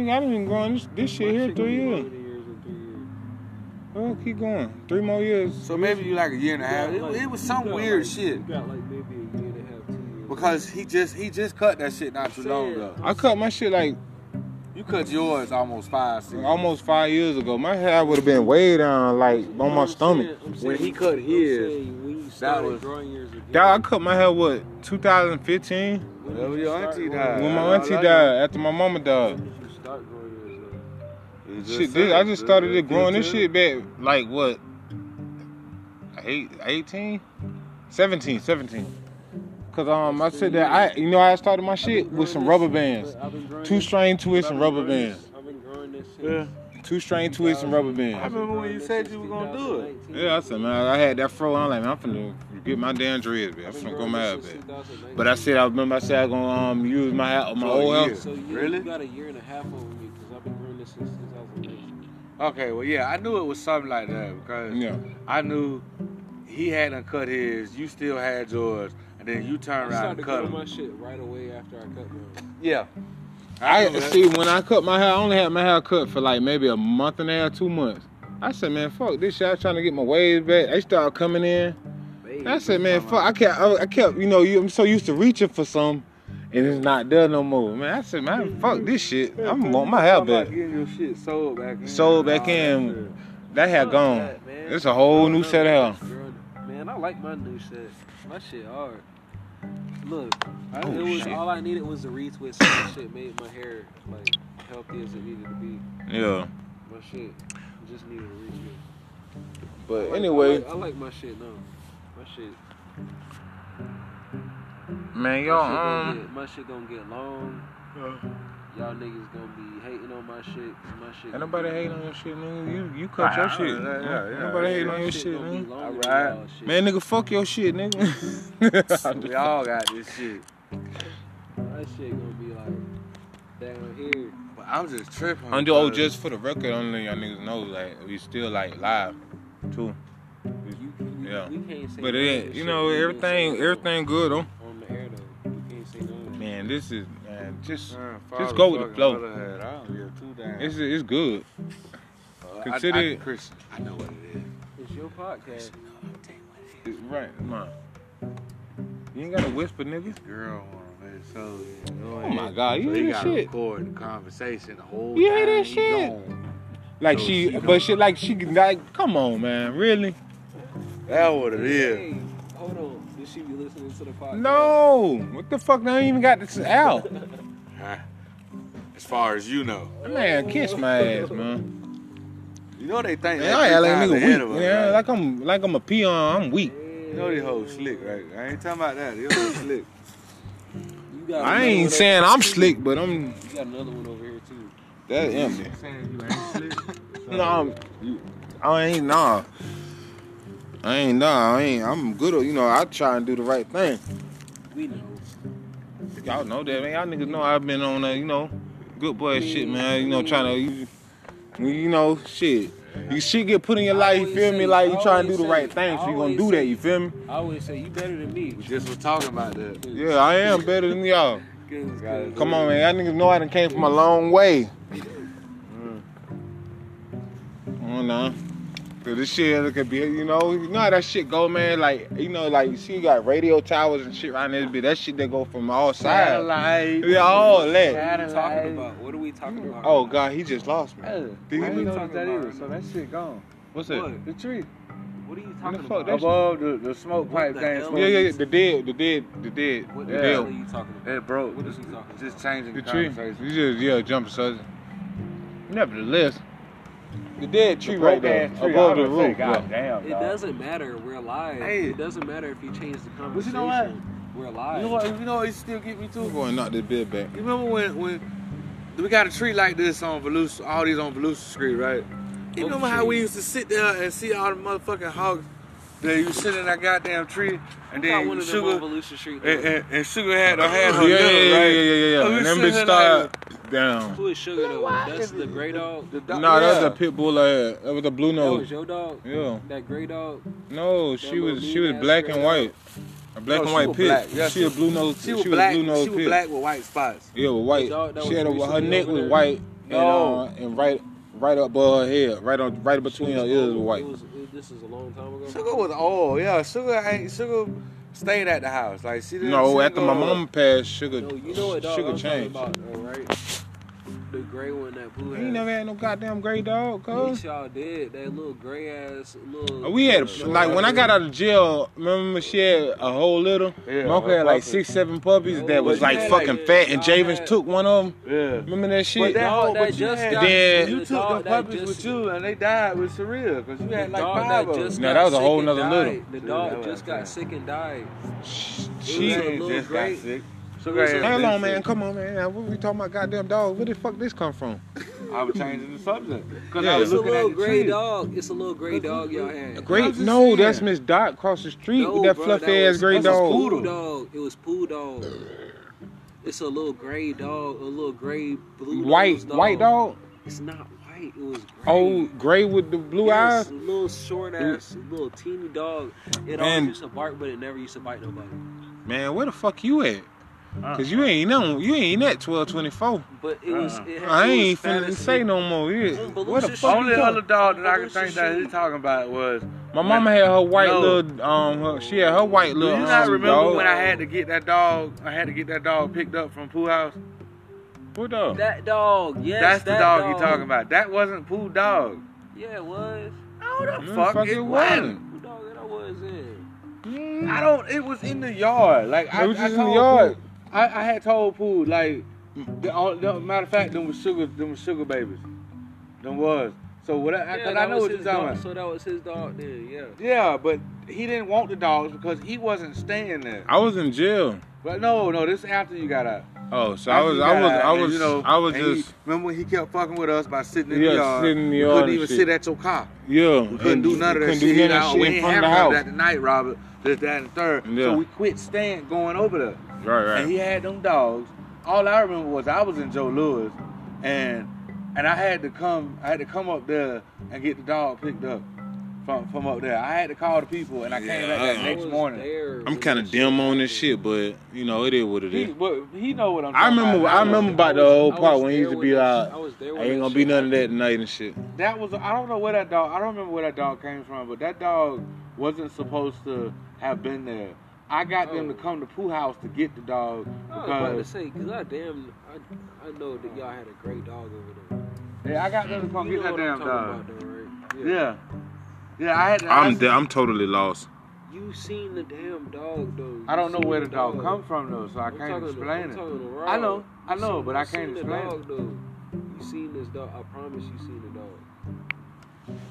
Speaker 1: Nigga, I done been growing this, this shit
Speaker 3: My
Speaker 1: here
Speaker 3: shit
Speaker 1: three
Speaker 3: gonna be
Speaker 1: years.
Speaker 3: older than yours in three years.
Speaker 1: Oh, keep going. Three more years.
Speaker 2: So maybe you like a year and a half.
Speaker 3: You
Speaker 2: It,
Speaker 3: got, like-
Speaker 2: it was
Speaker 3: you
Speaker 2: some
Speaker 3: got,
Speaker 2: weird
Speaker 3: like-
Speaker 2: shit
Speaker 3: You got like maybe a year and a half, two years.
Speaker 2: because he just he just cut that shit not too long
Speaker 3: Said-
Speaker 2: ago.
Speaker 1: I cut my shit like
Speaker 2: You cut yours almost five, six.
Speaker 1: Mm-hmm. almost five years ago. My hair would have been way down, like
Speaker 3: You know
Speaker 1: on
Speaker 3: what
Speaker 2: Oh,
Speaker 1: my
Speaker 3: I'm
Speaker 1: stomach.
Speaker 3: saying? I'm
Speaker 2: When
Speaker 3: saying-
Speaker 2: he cut
Speaker 3: I'm
Speaker 2: his,
Speaker 3: saying when you started
Speaker 2: was-
Speaker 3: growing yours again.
Speaker 1: Dog, I cut my hair what 2015
Speaker 3: When did
Speaker 2: Whenever
Speaker 3: you
Speaker 2: your
Speaker 3: start
Speaker 2: auntie
Speaker 3: growing
Speaker 2: died.
Speaker 1: when
Speaker 3: yours?
Speaker 1: my
Speaker 2: I
Speaker 1: auntie
Speaker 2: Uh, like it.
Speaker 1: died after my mama
Speaker 3: When
Speaker 1: died.
Speaker 3: did you start growing yours though?
Speaker 2: You just
Speaker 1: Shit,
Speaker 2: said
Speaker 1: this, I just started
Speaker 2: You
Speaker 1: it growing this
Speaker 2: too.
Speaker 1: shit back like what? Eight, 18? 17, 17. Cause um I said that I you know I started my
Speaker 3: I've been
Speaker 1: shit with
Speaker 3: growing
Speaker 1: some
Speaker 3: this-
Speaker 1: rubber bands.
Speaker 3: I've been growing
Speaker 1: Two
Speaker 3: this-
Speaker 1: strain
Speaker 3: I've
Speaker 1: twists and
Speaker 3: been
Speaker 1: rubber
Speaker 3: growing
Speaker 1: bands.
Speaker 3: this- I've been growing this since.
Speaker 2: Yeah.
Speaker 1: Two strain twists and rubber
Speaker 3: I've been
Speaker 1: bands.
Speaker 2: remember when
Speaker 3: growing
Speaker 2: you
Speaker 3: this
Speaker 2: said
Speaker 3: since
Speaker 2: you were gonna do it.
Speaker 3: 2019.
Speaker 1: Yeah, I said man, I had that fro. I'm like man, I'm finna get my damn dreads back. I'm
Speaker 3: I've been
Speaker 1: finna grow
Speaker 3: growing
Speaker 1: my hair
Speaker 3: this since
Speaker 1: back.
Speaker 3: 2019.
Speaker 1: But I said I remember I said I gonna um use my hair, my
Speaker 2: For a
Speaker 1: old hair.
Speaker 2: year.
Speaker 3: So you,
Speaker 2: Really?
Speaker 3: you got a year and a half over me because I've been growing this since 2019.
Speaker 2: Okay, well, yeah, I knew it was something like that because
Speaker 1: Yeah.
Speaker 2: I knew he hadn't cut his, you still had yours, and then you
Speaker 3: I
Speaker 2: turned around
Speaker 3: started
Speaker 2: and
Speaker 3: to
Speaker 2: cut
Speaker 3: grow
Speaker 2: him.
Speaker 3: my shit right away after I cut mine.
Speaker 2: Yeah.
Speaker 1: I
Speaker 2: know that.
Speaker 1: see when I cut my hair, I only had my hair cut for like maybe a month and a half, two months. I said, man, fuck this shit. I was trying to get my waves back. They started coming in.
Speaker 5: Way
Speaker 1: That's
Speaker 5: too
Speaker 1: it, man.
Speaker 5: far.
Speaker 1: Fuck, I kept, I, I kept, you know, you, I'm so used to reaching for some, and it's not there no more, man. I said, man, fuck this shit. I'm want my hair
Speaker 3: Talking about
Speaker 1: back,
Speaker 3: Getting your shit sold back in.
Speaker 1: sold
Speaker 3: and
Speaker 1: back
Speaker 3: all that
Speaker 1: in. That hair
Speaker 5: Fuck
Speaker 1: gone.
Speaker 5: that, man.
Speaker 1: It's a whole new
Speaker 5: Another
Speaker 1: set of hair.
Speaker 5: girl.
Speaker 3: Man, I like my new shit. My shit hard. Look, I,
Speaker 1: Oh,
Speaker 3: it was
Speaker 1: shit.
Speaker 3: all I needed was a retwist. So that shit made my hair like healthy as it needed to be.
Speaker 1: Yeah.
Speaker 3: My shit just needed a retwist. I
Speaker 1: But
Speaker 3: like- I
Speaker 1: anyway,
Speaker 3: like, I like my shit now. My shit.
Speaker 1: man,
Speaker 3: my, shit
Speaker 1: y'all,
Speaker 3: gonna
Speaker 1: um,
Speaker 3: get, my shit gonna get long. Y'all niggas gonna be hating on my shit. 'cause My shit.
Speaker 1: ain't
Speaker 3: gonna
Speaker 1: nobody
Speaker 3: be-
Speaker 1: hating on your shit, nigga. You, you cut your
Speaker 2: Nah,
Speaker 1: shit.
Speaker 2: yeah, yeah,
Speaker 1: Ain't
Speaker 2: yeah,
Speaker 1: nobody
Speaker 2: yeah.
Speaker 1: hating on
Speaker 3: My
Speaker 1: your
Speaker 3: shit
Speaker 1: shit,
Speaker 3: gonna be
Speaker 1: nigga.
Speaker 3: longer than
Speaker 2: Alright.
Speaker 3: y'all shit.
Speaker 1: Man, nigga, fuck your shit, nigga.
Speaker 2: We all got this shit.
Speaker 3: My shit gonna be like down here.
Speaker 2: But I'm just tripping.
Speaker 1: Undo, oh,
Speaker 2: because-
Speaker 1: just for the record, only y'all niggas know, like, we still, like, live, too.
Speaker 3: You, we,
Speaker 1: Yeah.
Speaker 3: we can't say
Speaker 1: But
Speaker 3: none of
Speaker 1: it,
Speaker 3: this
Speaker 1: you
Speaker 3: shit
Speaker 1: know,
Speaker 3: we been
Speaker 1: everything,
Speaker 3: saying
Speaker 1: everything good, though.
Speaker 3: on the air though. We can't say none of that.
Speaker 1: Man, this is, man, just,
Speaker 2: Man,
Speaker 1: Just
Speaker 2: father
Speaker 1: go with the
Speaker 2: fucking
Speaker 1: flow.
Speaker 2: motherhead, I don't give two damn.
Speaker 1: it's, it's good.
Speaker 2: Uh, I-
Speaker 1: consider
Speaker 2: I,
Speaker 1: it-
Speaker 2: Christian. I know what it is.
Speaker 3: It's your podcast.
Speaker 1: It's right, come on. You ain't gotta whisper, nigga.
Speaker 2: His girl on his so
Speaker 1: Oh my God, you
Speaker 2: so
Speaker 1: hear
Speaker 2: he
Speaker 1: that
Speaker 2: gotta
Speaker 1: shit?
Speaker 2: record the conversation the whole
Speaker 1: You
Speaker 2: time.
Speaker 1: hear that
Speaker 2: he
Speaker 1: shit?
Speaker 2: gone.
Speaker 1: Like
Speaker 2: So
Speaker 1: she,
Speaker 2: she
Speaker 1: but
Speaker 2: don't-
Speaker 1: she, like she, like, come on, man, really?
Speaker 2: That what it is.
Speaker 3: Hey, hold on. Did she be listening to the podcast?
Speaker 1: No, what the fuck? I ain't even got this out.
Speaker 2: Huh? As far as you know,
Speaker 1: Man, kiss my ass, man.
Speaker 2: you know they
Speaker 1: Man,
Speaker 2: think that
Speaker 1: I
Speaker 2: two
Speaker 1: act like a
Speaker 2: times
Speaker 1: nigga
Speaker 2: ahead of
Speaker 1: weak.
Speaker 2: us,
Speaker 1: Yeah,
Speaker 2: right?
Speaker 1: like I'm, like I'm a peon. I'm weak.
Speaker 2: you know they whole slick, right? I ain't talking about that. They whole slick.
Speaker 3: You
Speaker 1: I
Speaker 3: got another one
Speaker 1: ain't
Speaker 3: over-
Speaker 1: saying I'm slick, but I'm
Speaker 3: You got another one over here too.
Speaker 1: that empty.
Speaker 2: Saying you ain't slick.
Speaker 1: No, I'm, I ain't nah. I ain't nah. I ain't. I'm good. at- You know, I try and do the right thing.
Speaker 3: We know.
Speaker 1: Y'all know that, man. Y'all niggas know I've been on that. You know, good boy shit, man. You know, trying to, you, you know, shit. You shit get put in your
Speaker 3: I
Speaker 1: life. You
Speaker 3: always
Speaker 1: feel me?
Speaker 3: say-
Speaker 1: Like you
Speaker 3: I
Speaker 1: trying to do
Speaker 3: always
Speaker 1: the right
Speaker 3: say-
Speaker 1: thing, so
Speaker 3: I
Speaker 1: you gonna
Speaker 3: always
Speaker 1: do that.
Speaker 3: say-
Speaker 1: You feel me?
Speaker 3: I always say you better than me.
Speaker 2: We just was talking about that.
Speaker 1: Yeah, I am better than y'all.
Speaker 3: Cause,
Speaker 2: Got it.
Speaker 3: cause
Speaker 1: Come on, man. Y'all niggas know I done came from a long way. Oh no. So this shit it could be, you know, you know how that shit go, man. Like, you know, like you see, you got radio towers and shit around this bitch. That shit that go from all sides.
Speaker 2: Satellite.
Speaker 1: Yeah, all
Speaker 3: what
Speaker 1: that.
Speaker 3: are we talking about? What are we talking about?
Speaker 1: Oh god, he just lost me.
Speaker 3: Hey,
Speaker 1: Do you
Speaker 3: what are
Speaker 1: even
Speaker 3: we
Speaker 1: know
Speaker 3: talking about? right now?
Speaker 2: that shit gone.
Speaker 1: What's
Speaker 3: What?
Speaker 1: that?
Speaker 3: What
Speaker 2: The tree
Speaker 3: are you
Speaker 1: What the
Speaker 3: talking
Speaker 1: fuck,
Speaker 3: about?
Speaker 1: that
Speaker 2: above the, the smoke
Speaker 3: What
Speaker 2: pipe
Speaker 3: the
Speaker 2: thing.
Speaker 3: hell?
Speaker 1: Yeah, yeah, yeah, the dead, the dead, the dead,
Speaker 3: What
Speaker 1: the
Speaker 3: the hell are
Speaker 1: dead,
Speaker 3: you talking about?
Speaker 2: It broke.
Speaker 3: What is he talking
Speaker 2: Just
Speaker 3: about?
Speaker 2: changing
Speaker 1: the
Speaker 2: the,
Speaker 1: tree.
Speaker 2: conversation.
Speaker 1: You just yeah, jumping subject. Nevertheless, the dead tree right there above the roof. yeah.
Speaker 2: damn.
Speaker 3: It doesn't matter. We're alive.
Speaker 2: Hey.
Speaker 3: It doesn't matter if you change the conversation.
Speaker 2: But you know what?
Speaker 3: We're alive.
Speaker 2: You know what? You know what? It still get me too.
Speaker 1: Go and knock the bed back.
Speaker 2: You remember when when we got a tree like this on Volusia, all these on Volusia Street, right? You
Speaker 3: Oak
Speaker 2: remember how we
Speaker 3: trees.
Speaker 2: used to sit there and see all the motherfucking hogs that you sit in that goddamn tree and
Speaker 3: I got
Speaker 2: then
Speaker 3: one of them on
Speaker 2: sugar
Speaker 3: Volusia Street.
Speaker 2: and, and, and sugar had her had
Speaker 1: Yeah,
Speaker 2: her
Speaker 1: yeah,
Speaker 2: little,
Speaker 1: yeah, yeah,
Speaker 2: right?
Speaker 1: yeah, yeah, yeah.
Speaker 2: Oh, we
Speaker 1: And them
Speaker 2: sitting
Speaker 1: bitch
Speaker 2: here
Speaker 1: start down.
Speaker 3: Who is Sugar though? That's the gray dog.
Speaker 2: The dog-
Speaker 1: No, nah, that was
Speaker 2: yeah.
Speaker 1: a pit bull. uh, That was a blue
Speaker 3: That was
Speaker 1: nose.
Speaker 3: your dog.
Speaker 1: Yeah.
Speaker 3: That gray dog.
Speaker 1: No, she
Speaker 3: little
Speaker 1: was she
Speaker 3: mean
Speaker 1: was
Speaker 3: ass
Speaker 1: black
Speaker 3: girl.
Speaker 1: and white. A black
Speaker 2: No,
Speaker 1: and
Speaker 2: she
Speaker 1: white
Speaker 2: was
Speaker 1: pit.
Speaker 2: black. Yeah,
Speaker 1: she a blue nose.
Speaker 2: She was black.
Speaker 1: a blue nose
Speaker 2: she was
Speaker 1: pit.
Speaker 2: black with white spots.
Speaker 1: Yeah, with white.
Speaker 3: dog that
Speaker 1: she
Speaker 3: was
Speaker 1: had a, her
Speaker 3: recently
Speaker 1: neck
Speaker 3: over
Speaker 1: was
Speaker 3: there.
Speaker 1: white
Speaker 2: No.
Speaker 1: and uh, and right right above her head, right on right between her
Speaker 3: It
Speaker 1: ears was
Speaker 3: was-
Speaker 1: white.
Speaker 3: It was, it, this is a long time ago.
Speaker 2: Sugar was old. Yeah, sugar ain't sugar stayed at the house. Like she didn't. she
Speaker 1: No,
Speaker 2: didn't
Speaker 1: after
Speaker 2: go
Speaker 1: my
Speaker 2: to-
Speaker 1: mom passed, sugar
Speaker 3: No, you know what dog
Speaker 1: sugar
Speaker 3: I'm
Speaker 1: changed.
Speaker 3: talking about, though, right? The gray one that blue.
Speaker 1: You ain't never had no goddamn gray dog, cuz.
Speaker 3: Yes, y'all did. That little gray ass little.
Speaker 1: We had
Speaker 3: uh,
Speaker 1: like when I got out of jail. Remember, she had a whole little.
Speaker 2: Yeah,
Speaker 1: My uncle
Speaker 2: her
Speaker 1: had like
Speaker 2: puppy.
Speaker 1: six, seven puppies that
Speaker 3: But
Speaker 1: was
Speaker 2: you
Speaker 1: like
Speaker 2: had,
Speaker 1: fucking
Speaker 3: like,
Speaker 1: fat, and
Speaker 3: y'all
Speaker 1: Javens
Speaker 3: had-
Speaker 1: took one of them.
Speaker 2: Yeah.
Speaker 1: Remember that
Speaker 2: But
Speaker 1: shit?
Speaker 2: that
Speaker 3: dog
Speaker 2: whole,
Speaker 3: that
Speaker 2: but you,
Speaker 3: just
Speaker 2: had,
Speaker 1: got- Then-
Speaker 2: you
Speaker 3: the
Speaker 2: took
Speaker 3: dog
Speaker 2: the
Speaker 3: that
Speaker 2: puppies
Speaker 3: just-
Speaker 2: with you, and they died with Surreal because you
Speaker 3: The
Speaker 2: had like
Speaker 3: dog
Speaker 2: five
Speaker 3: that
Speaker 2: of
Speaker 3: just
Speaker 2: them.
Speaker 1: Now,
Speaker 3: got
Speaker 1: that was a whole
Speaker 3: sick
Speaker 1: nother
Speaker 3: and
Speaker 1: little.
Speaker 3: died. The
Speaker 2: Yeah,
Speaker 3: dog
Speaker 2: that
Speaker 3: just
Speaker 2: was
Speaker 3: got sick and died.
Speaker 1: She.
Speaker 3: was a little gray-
Speaker 2: Sugar
Speaker 3: Hell
Speaker 2: had
Speaker 1: Hell
Speaker 2: been
Speaker 1: on, man.
Speaker 2: sick.
Speaker 1: Come on, man. What we talking about? Goddamn dog. Where the fuck this come from?
Speaker 2: I was changing the subject because
Speaker 1: Yeah.
Speaker 2: I was
Speaker 3: It's a
Speaker 2: looking
Speaker 3: little
Speaker 2: at the
Speaker 3: gray
Speaker 2: tree.
Speaker 3: dog. It's a little gray dog y'all had.
Speaker 1: Great.
Speaker 2: just
Speaker 1: No,
Speaker 2: saying.
Speaker 1: that's Miss Dot across the street
Speaker 3: No,
Speaker 1: with that
Speaker 3: bro,
Speaker 1: fluffy
Speaker 3: that
Speaker 1: ass
Speaker 3: was-
Speaker 1: gray
Speaker 2: that's a
Speaker 1: dog.
Speaker 2: poodle.
Speaker 3: Poodle dog. It was poodle dog. It's a little gray dog, a little gray blue
Speaker 1: White,
Speaker 3: nose
Speaker 1: white dog.
Speaker 3: It's not white. It was gray.
Speaker 1: Oh, gray with the blue
Speaker 3: yes,
Speaker 1: eyes.
Speaker 3: a little short ass, a little teeny dog.
Speaker 1: Man.
Speaker 3: It always used to bark, but it never used to bite nobody.
Speaker 1: Man, where the fuck you at? Cause you ain't on, you ain't at twelve twenty four.
Speaker 3: But it was.
Speaker 2: Uh-uh.
Speaker 3: It,
Speaker 1: I
Speaker 3: it was
Speaker 1: ain't finna
Speaker 3: fantasy.
Speaker 1: say no more. Yeah.
Speaker 3: Mm, but
Speaker 1: What the
Speaker 3: Lucius
Speaker 1: fuck?
Speaker 2: Only
Speaker 1: you
Speaker 2: other
Speaker 1: talking?
Speaker 2: dog that I could think that he's talking about was.
Speaker 1: My mama had her white
Speaker 2: No.
Speaker 1: little um, her, she had her white
Speaker 2: Do
Speaker 1: little.
Speaker 2: you not
Speaker 1: um,
Speaker 2: remember
Speaker 1: dog.
Speaker 2: when I had to get that dog? I had to get that dog picked up from Pooh House.
Speaker 1: What dog?
Speaker 3: That dog. Yes.
Speaker 2: That's the
Speaker 3: that
Speaker 2: dog, you talking about. That wasn't Pooh dog.
Speaker 3: Yeah, it was.
Speaker 2: No,
Speaker 1: No,
Speaker 2: the fuck,
Speaker 1: Mm, fuck
Speaker 2: it
Speaker 1: it
Speaker 2: wasn't.
Speaker 3: Who dog that I was in?
Speaker 1: Mm.
Speaker 2: I don't. It was in the yard. Like I
Speaker 1: It was
Speaker 2: I
Speaker 1: just in the
Speaker 2: told
Speaker 1: yard.
Speaker 2: Pooh- I, I had told Pooh like, the, all, the, matter of fact, them was sugar, them was sugar babies, them was. So what? I,
Speaker 3: Yeah,
Speaker 2: cause I
Speaker 3: that
Speaker 2: know
Speaker 3: was
Speaker 2: what you're
Speaker 3: his
Speaker 2: talking
Speaker 3: dog.
Speaker 2: about.
Speaker 3: So that was his dog there. Yeah.
Speaker 2: Yeah, but he didn't want the dogs because he wasn't staying there.
Speaker 1: I was in jail.
Speaker 2: But no, no, this after you got out.
Speaker 1: Oh, so I
Speaker 2: After
Speaker 1: was,
Speaker 2: you
Speaker 1: I
Speaker 2: got
Speaker 1: was,
Speaker 2: out,
Speaker 1: I
Speaker 2: and,
Speaker 1: was,
Speaker 2: you know,
Speaker 1: I was
Speaker 2: and he-
Speaker 1: just,
Speaker 2: remember when he kept fucking with us by sitting in
Speaker 1: Yeah,
Speaker 2: the yard.
Speaker 1: sitting in the
Speaker 2: We
Speaker 1: yard
Speaker 2: Couldn't
Speaker 1: and
Speaker 2: even
Speaker 1: shit.
Speaker 2: sit at your car.
Speaker 1: yeah.
Speaker 2: We couldn't do none of that
Speaker 1: couldn't do
Speaker 2: shit.
Speaker 1: none of that
Speaker 2: Now,
Speaker 1: shit
Speaker 2: we
Speaker 1: in
Speaker 2: ain't
Speaker 1: front of the
Speaker 2: having none
Speaker 1: house.
Speaker 2: That tonight, Robert. This, that, and the third.
Speaker 1: Yeah.
Speaker 2: So we quit staying going over there.
Speaker 1: Right,
Speaker 2: And
Speaker 1: right.
Speaker 2: he had them dogs. All I remember was I was in Joe Lewis, and and I had to come. I had to come up there and get the dog picked up from from up there. I had to call the people, and I
Speaker 1: Yeah,
Speaker 2: came back that
Speaker 1: I-
Speaker 3: I
Speaker 2: next
Speaker 3: was
Speaker 2: morning.
Speaker 3: there
Speaker 1: I'm
Speaker 3: when
Speaker 1: kind
Speaker 3: that
Speaker 1: of
Speaker 3: shit
Speaker 1: dim on this
Speaker 3: happened.
Speaker 1: shit, but you know it is what it
Speaker 2: He,
Speaker 1: is.
Speaker 2: but he know what I'm.
Speaker 1: I
Speaker 2: talking
Speaker 1: remember,
Speaker 2: about.
Speaker 1: I remember about the old
Speaker 3: I
Speaker 1: part
Speaker 3: was
Speaker 1: when he used
Speaker 3: there
Speaker 1: to be
Speaker 3: when that
Speaker 1: like,
Speaker 3: shit- I was there
Speaker 1: "I
Speaker 3: when
Speaker 1: ain't
Speaker 3: that
Speaker 1: gonna be
Speaker 3: shit
Speaker 1: none of that tonight and shit."
Speaker 2: That was I don't know where that dog I don't remember where that dog came from, but that dog wasn't supposed to have been there. I got them to come to Pooh House to get the dog
Speaker 3: I was about to
Speaker 2: because
Speaker 3: say, because I damn, I, I know that y'all had a great dog over
Speaker 2: yeah, I got them to
Speaker 3: there.
Speaker 2: come
Speaker 3: You
Speaker 2: get that
Speaker 3: know what I'm
Speaker 2: damn dog.
Speaker 3: talking about, though, right?
Speaker 2: Yeah. Yeah, I had to, I,
Speaker 1: I'm, de- I'm totally lost.
Speaker 3: You seen the damn dog, though. You
Speaker 2: I don't know
Speaker 3: seen
Speaker 2: where the
Speaker 3: the
Speaker 2: dog come from though, so I
Speaker 3: I'm
Speaker 2: can't
Speaker 3: talking to-
Speaker 2: explain
Speaker 3: I'm
Speaker 2: it.
Speaker 3: talking to Rob.
Speaker 2: I know, I
Speaker 3: You
Speaker 2: know,
Speaker 3: seen-
Speaker 2: but I can't
Speaker 3: seen the
Speaker 2: explain it.
Speaker 3: dog, though. You seen this dog. I promise you seen the dog.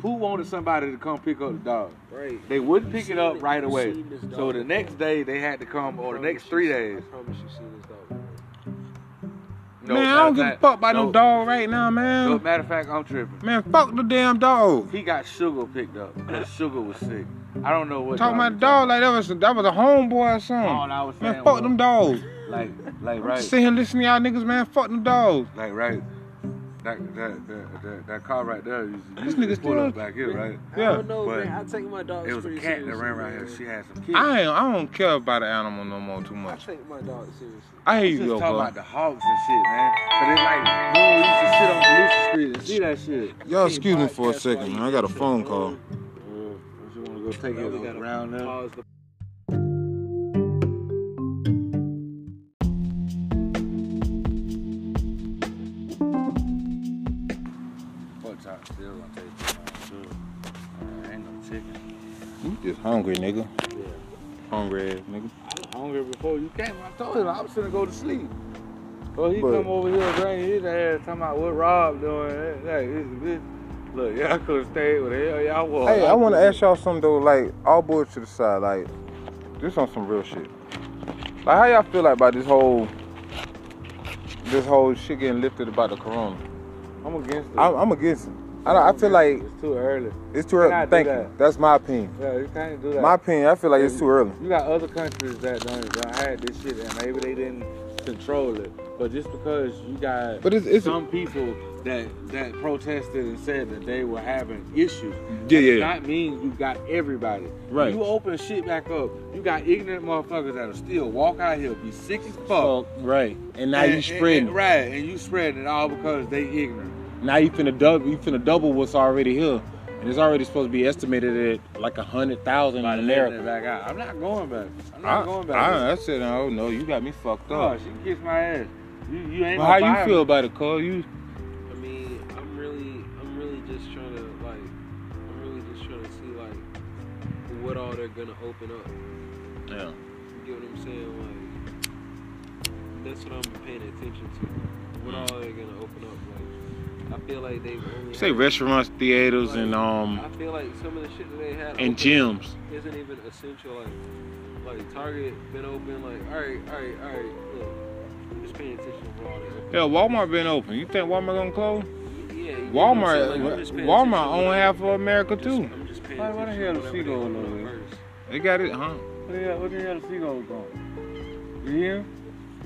Speaker 2: Pooh wanted somebody to come pick up the dog.
Speaker 3: Right.
Speaker 2: They wouldn't
Speaker 3: You
Speaker 2: pick
Speaker 3: seen
Speaker 2: it up
Speaker 3: it.
Speaker 2: right
Speaker 3: You
Speaker 2: away.
Speaker 3: seen this
Speaker 2: So
Speaker 3: dog
Speaker 2: the
Speaker 3: before.
Speaker 2: next day they had to come
Speaker 3: I
Speaker 2: or the
Speaker 3: promise
Speaker 2: next
Speaker 3: you
Speaker 2: three
Speaker 3: seen-
Speaker 2: days.
Speaker 3: I promise you seen this dog. before.
Speaker 2: No,
Speaker 1: man,
Speaker 2: matter
Speaker 1: I don't
Speaker 2: of
Speaker 1: give a
Speaker 2: fact-
Speaker 1: fuck about no,
Speaker 2: no,
Speaker 1: dog right now, man.
Speaker 2: No, matter of fact, I'm tripping.
Speaker 1: man, fuck the damn dog.
Speaker 2: He got sugar picked up. 'cause Sugar was sick. I don't know what.
Speaker 1: Talking about
Speaker 2: dog
Speaker 1: the dog like that was that was a homeboy or
Speaker 2: he talking about. All
Speaker 1: something.
Speaker 2: I was saying
Speaker 1: Man, fuck them
Speaker 2: was,
Speaker 1: dogs.
Speaker 2: Like, like
Speaker 1: Right.
Speaker 2: right,
Speaker 1: Sit here listening to y'all niggas, man. Fuck them dogs.
Speaker 2: like right. That that that that, that car right there. You, you
Speaker 1: This
Speaker 2: could
Speaker 1: nigga's
Speaker 2: pull up
Speaker 1: still-
Speaker 2: back here, right?
Speaker 3: I
Speaker 1: Yeah.
Speaker 3: don't know,
Speaker 2: But
Speaker 3: man. I take my dogs
Speaker 2: It was a
Speaker 3: pretty
Speaker 2: cat that
Speaker 3: seriously,
Speaker 2: ran around
Speaker 3: man.
Speaker 2: here. She had some kids.
Speaker 1: I ain't, I don't care about an animal no more too
Speaker 3: I
Speaker 1: much.
Speaker 3: take my dog seriously.
Speaker 1: I hear
Speaker 2: Just
Speaker 1: you,
Speaker 2: talking
Speaker 1: though,
Speaker 2: about
Speaker 1: bro.
Speaker 2: the hogs and shit, man. But it's like, bro, we used to sit on Volusia Street and see that shit.
Speaker 1: Y'all excuse me for a second, man. I got a phone call.
Speaker 2: Well, if you want to go take
Speaker 3: Now we gotta
Speaker 2: it around there?
Speaker 3: pause the-
Speaker 2: Fuck time, still gonna take it around there. Uh, Ain't no chicken.
Speaker 1: You just hungry, nigga. Hungry ass nigga.
Speaker 2: I was hungry before you came. I told him I was finna go to sleep. Well, he
Speaker 1: But-
Speaker 2: come over here and bring his ass talking about what Rob doing. Hey, this bitch. Look, y'all could have stayed with the hell y'all was.
Speaker 1: Hey, I want to ask y'all something though. Like all bullshit to the side, like this on some real shit. Like how y'all feel like about this whole, this whole shit getting lifted about the corona?
Speaker 2: I'm against it.
Speaker 1: I'm, I'm against it. I, don't, I feel like
Speaker 2: it's too early.
Speaker 1: it's too early.
Speaker 2: Cannot do
Speaker 1: Thank you.
Speaker 2: that.
Speaker 1: That's my opinion.
Speaker 2: Yeah, you can't do that.
Speaker 1: My opinion. I feel like it's too early.
Speaker 2: You got other countries that done, done had this shit, and maybe they didn't control it. But just because you got
Speaker 1: But it's- it's-
Speaker 2: some people that that protested and said that they were having issues,
Speaker 1: Yeah, yeah,
Speaker 2: does
Speaker 1: yeah.
Speaker 2: not mean you got everybody.
Speaker 1: Right.
Speaker 2: You open shit back up, you got ignorant motherfuckers that'll still walk out here, be sick as fuck.
Speaker 1: right. And
Speaker 2: and- and- and- right, and you spreading it all because they ignorant.
Speaker 1: Now you finna double. You finna double what's already here, and it's already supposed to be estimated at like a hundred thousand in
Speaker 2: Letting it back out. I'm not going back. I'm not
Speaker 1: I,
Speaker 2: going back.
Speaker 1: I, I said, oh no, you got me fucked
Speaker 2: Oh,
Speaker 1: up.
Speaker 2: she kissed my ass. You, you ain't
Speaker 1: But how
Speaker 2: no
Speaker 1: you
Speaker 2: violent.
Speaker 1: feel about it, Cole? You
Speaker 3: I mean, I'm really, I'm really just trying to like, I'm really just trying to see like what all they're gonna open up.
Speaker 1: Yeah.
Speaker 3: You get what I'm saying? Like, that's what I'm paying attention to. What all they're gonna open up? Like, I feel like they've only
Speaker 1: say
Speaker 3: had-
Speaker 1: restaurants, theaters,
Speaker 3: like,
Speaker 1: and um
Speaker 3: I feel like some of the shit that they had
Speaker 1: and
Speaker 3: open up
Speaker 1: gyms.
Speaker 3: isn't even essential. Like, like Target been open. Like, all right, all right, all right. Look, I'm just paying attention to what all they open.
Speaker 1: Yeah, Walmart been open. You think Walmart gonna close?
Speaker 3: Yeah, you get what I'm
Speaker 1: Walmart,
Speaker 3: saying? Like, I'm just paying
Speaker 1: Walmart
Speaker 3: attention to
Speaker 1: own
Speaker 3: what-
Speaker 1: half of America
Speaker 3: Just-
Speaker 1: too.
Speaker 3: I'm just paying
Speaker 2: Why- why the hell
Speaker 3: attention
Speaker 2: is
Speaker 3: to
Speaker 2: he
Speaker 3: whatever
Speaker 2: going
Speaker 3: they
Speaker 2: over
Speaker 3: want first.
Speaker 1: They got it, huh?
Speaker 2: What the hell, what the hell is he gonna go? You hear? him?
Speaker 1: Yeah.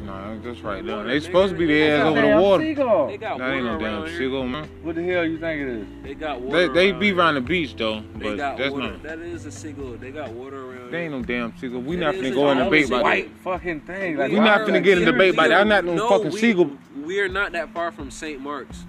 Speaker 1: No, that's right. though. They supposed to be their ass
Speaker 2: That's
Speaker 1: over
Speaker 2: a
Speaker 1: the
Speaker 2: damn
Speaker 1: water.
Speaker 2: seagull.
Speaker 3: They got
Speaker 1: Oh, That
Speaker 3: water
Speaker 1: ain't no
Speaker 3: around
Speaker 1: damn
Speaker 3: here.
Speaker 1: seagull, man.
Speaker 2: What the hell you think it is?
Speaker 3: They got
Speaker 1: They
Speaker 3: water.
Speaker 1: they be
Speaker 3: here.
Speaker 1: around the beach though,
Speaker 3: They
Speaker 1: but
Speaker 3: got
Speaker 1: that's
Speaker 3: water.
Speaker 1: not.
Speaker 3: That is a seagull. They got water around.
Speaker 1: They
Speaker 3: here.
Speaker 1: ain't no damn seagull. We
Speaker 3: It
Speaker 1: not
Speaker 3: is
Speaker 1: finna
Speaker 3: a
Speaker 1: go in a
Speaker 3: seagull.
Speaker 1: debate
Speaker 3: It's
Speaker 1: about
Speaker 2: White
Speaker 1: it.
Speaker 2: fucking thing.
Speaker 1: We not finna get in a debate about that. I'm not no fucking
Speaker 3: we,
Speaker 1: seagull.
Speaker 3: We are not that far from St. Mark's.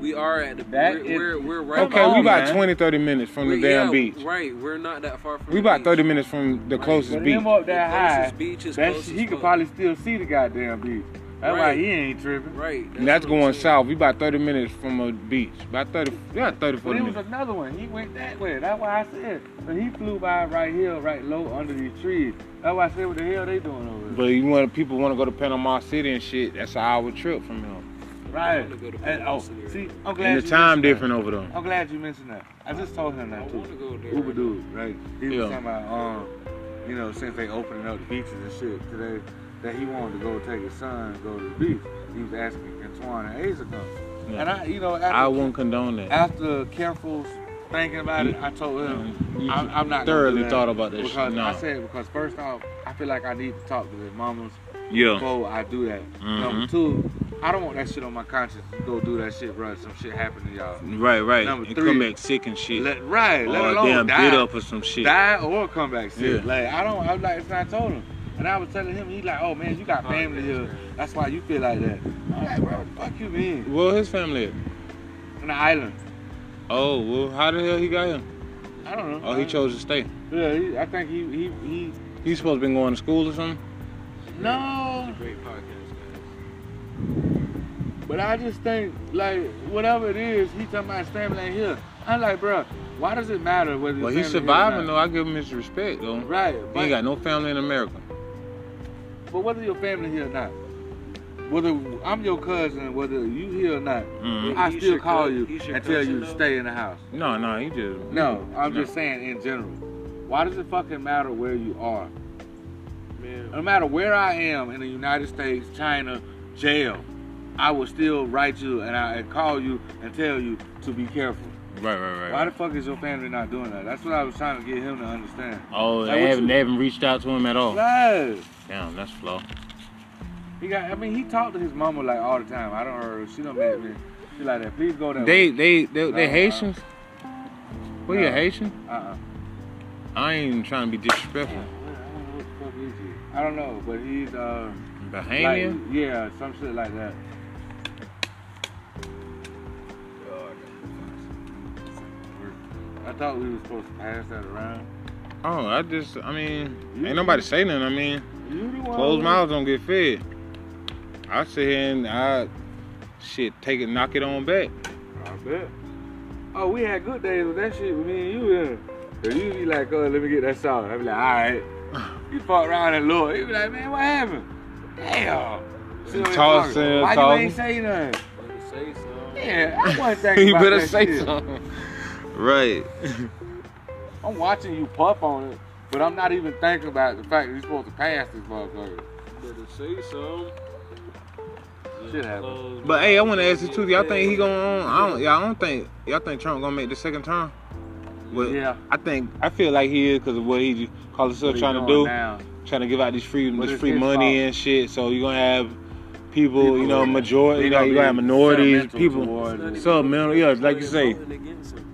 Speaker 3: We are at the.
Speaker 2: That
Speaker 3: we're,
Speaker 2: is-
Speaker 3: we're we're right.
Speaker 1: Okay,
Speaker 2: on,
Speaker 1: we about
Speaker 2: man.
Speaker 1: 20, 30 minutes from the
Speaker 3: We're-
Speaker 1: damn
Speaker 3: yeah,
Speaker 1: beach.
Speaker 3: Right, we're not that far from.
Speaker 1: We
Speaker 3: the
Speaker 1: about
Speaker 3: beach.
Speaker 1: thirty minutes from the
Speaker 3: Right.
Speaker 1: closest
Speaker 2: But
Speaker 1: beach.
Speaker 2: him up
Speaker 3: The
Speaker 2: that high,
Speaker 3: closest beach is
Speaker 2: that
Speaker 3: close
Speaker 2: shit,
Speaker 3: as
Speaker 2: he could
Speaker 3: fuck.
Speaker 2: probably still see the goddamn beach. That's why
Speaker 3: Right.
Speaker 2: he ain't tripping.
Speaker 3: Right.
Speaker 1: And that's
Speaker 3: what I'm
Speaker 1: going
Speaker 3: saying.
Speaker 1: south. We about thirty minutes from a beach. About thirty, yeah, 30,
Speaker 2: But
Speaker 1: 40
Speaker 2: it was
Speaker 1: minutes.
Speaker 2: another one. He went that way. That's why I said. But he flew by right here, right low under these trees. That's why I said, what the hell they doing over
Speaker 1: But you want people want to go to Panama City and shit. That's an hour trip from him.
Speaker 2: there? Right.
Speaker 3: I wanna go to
Speaker 2: And, oh,
Speaker 3: Panama
Speaker 2: see,
Speaker 3: City.
Speaker 2: I'm glad
Speaker 1: And the
Speaker 2: you
Speaker 1: time
Speaker 2: mentioned that.
Speaker 1: different over there.
Speaker 2: I'm glad you mentioned that. I just told him
Speaker 3: I
Speaker 2: that
Speaker 3: want to
Speaker 2: too.
Speaker 3: go there.
Speaker 2: Uber dude, right? He was
Speaker 1: Yeah.
Speaker 2: talking about, um, you know, since they opening up the beaches and shit today, that he wanted to go take his son and go to the beach. He was asking can Twan and Ace to come.
Speaker 1: Yeah.
Speaker 2: And I, you know, after,
Speaker 1: I wouldn't condone that.
Speaker 2: after careful thinking about it, I told him,
Speaker 1: You
Speaker 2: I'm, I'm
Speaker 1: Mm-hmm.
Speaker 2: not gonna
Speaker 1: thoroughly
Speaker 2: do that
Speaker 1: thought about this.
Speaker 2: Because I
Speaker 1: No.
Speaker 2: said because first off, I feel like I need to talk to their mamas
Speaker 1: Yeah.
Speaker 2: before I do that. Number
Speaker 1: Mhm.
Speaker 2: two, I don't want that shit on my conscience. to Go do that shit, bro. Some shit happen to y'all.
Speaker 1: Right, right.
Speaker 2: Number
Speaker 1: And
Speaker 2: three.
Speaker 1: come back sick and shit.
Speaker 2: Let, right, let
Speaker 1: or Oh,
Speaker 2: alone
Speaker 1: damn
Speaker 2: die,
Speaker 1: bit up or some shit.
Speaker 2: die or come back
Speaker 1: Yeah.
Speaker 2: sick. Like I don't, I'm like it's not told him. And I was telling him, he's like, oh man, you got family here. That's why you feel like that. I'm like, bro, fuck you, mean?
Speaker 1: Well, his family. at?
Speaker 2: On the island.
Speaker 1: Oh, well, how the hell he got here?
Speaker 2: I don't know.
Speaker 1: Oh, he chose to stay.
Speaker 2: Yeah, he, I think he, he, he.
Speaker 1: He supposed to been going to school or something.
Speaker 2: No,
Speaker 3: Great podcast, guys.
Speaker 2: But I just think, like, whatever it is, he talking about his family ain't here. I'm like, bruh, why does it matter whether his
Speaker 1: Well, he's
Speaker 2: family here or
Speaker 1: surviving though.
Speaker 2: not?
Speaker 1: I give him his respect though.
Speaker 2: Right.
Speaker 1: He
Speaker 2: But,
Speaker 1: ain't got no family in America.
Speaker 2: but whether your family here or not, whether I'm your cousin, whether you here or not,
Speaker 1: Mhm.
Speaker 2: I
Speaker 3: He's
Speaker 2: still
Speaker 3: your
Speaker 2: call
Speaker 3: cousin-
Speaker 2: you
Speaker 3: he's your
Speaker 2: and tell you
Speaker 3: cousin,
Speaker 2: to
Speaker 3: though?
Speaker 2: stay in the house.
Speaker 1: No, no, he just
Speaker 2: No, I'm
Speaker 1: No.
Speaker 2: just saying in general. Why does it fucking matter where you are?
Speaker 3: Man,
Speaker 2: No matter where I am in the United States, China, jail, I will still write you and I and call you and tell you to be careful.
Speaker 1: Right, right, right.
Speaker 2: Why the fuck is your family not doing that? That's what I was trying to get him to understand.
Speaker 1: Oh,
Speaker 2: Like,
Speaker 1: they
Speaker 2: what
Speaker 1: haven't,
Speaker 2: you-
Speaker 1: they haven't reached out to him at
Speaker 2: Oh.
Speaker 1: all.
Speaker 2: No.
Speaker 1: Damn, that's flow.
Speaker 2: He got I mean he talked to his mama like all the time. I don't heard she don't mad at me. She like that. Please go that
Speaker 1: They,
Speaker 2: way.
Speaker 1: they, they, they
Speaker 2: No,
Speaker 1: Haitians. Well, you
Speaker 2: No.
Speaker 1: Haitian?
Speaker 2: Uh-uh.
Speaker 1: I ain't even trying to be disrespectful.
Speaker 2: I don't know, but he's uh
Speaker 1: Bahamian?
Speaker 2: like- yeah, some shit like that. I thought we was supposed to pass that around.
Speaker 1: oh, I just, I mean,
Speaker 2: You-
Speaker 1: ain't nobody say nothing. I mean,
Speaker 2: You the one
Speaker 1: closed
Speaker 2: who-
Speaker 1: mouths don't get fed. I sit here and I, shit, take it, knock it on back.
Speaker 2: I bet. Oh, we had good days with that shit with me and you here. Cause you be like, oh, let me get that salt. I be like, all right. You fuck around and Lord. You be like, man, what happened? Damn. See what
Speaker 1: Tossing,
Speaker 2: I'm talking. Why you
Speaker 1: tossing.
Speaker 2: ain't say nothing?
Speaker 3: let me say something.
Speaker 2: Yeah, I wasn't thinking
Speaker 1: you
Speaker 2: about
Speaker 1: better
Speaker 2: that
Speaker 1: say
Speaker 2: shit.
Speaker 1: something. Right.
Speaker 2: I'm watching you puff on it, but I'm not even thinking about the fact that you're supposed to pass this motherfucker.
Speaker 3: Better say something.
Speaker 2: Shit happens.
Speaker 1: But hey, I want to ask you too. Y'all think he going on? I don't. Y'all don't think y'all think Trump gonna make the second term? Well,
Speaker 2: Yeah.
Speaker 1: I think I feel like he is because of what he call himself
Speaker 2: What he
Speaker 1: trying to do,
Speaker 2: doing now?
Speaker 1: trying to give out these free
Speaker 2: But
Speaker 1: this
Speaker 2: it's
Speaker 1: free
Speaker 2: his
Speaker 1: money
Speaker 2: fault.
Speaker 1: and shit. So you gonna have people, you
Speaker 2: People,
Speaker 1: know, majority,
Speaker 2: they
Speaker 1: you know,
Speaker 2: gonna
Speaker 1: you
Speaker 2: be
Speaker 1: gonna have minorities,
Speaker 2: sentimental
Speaker 1: people.
Speaker 2: toward
Speaker 3: Not even
Speaker 1: Sentimental, yeah, like you say.
Speaker 3: voting against him.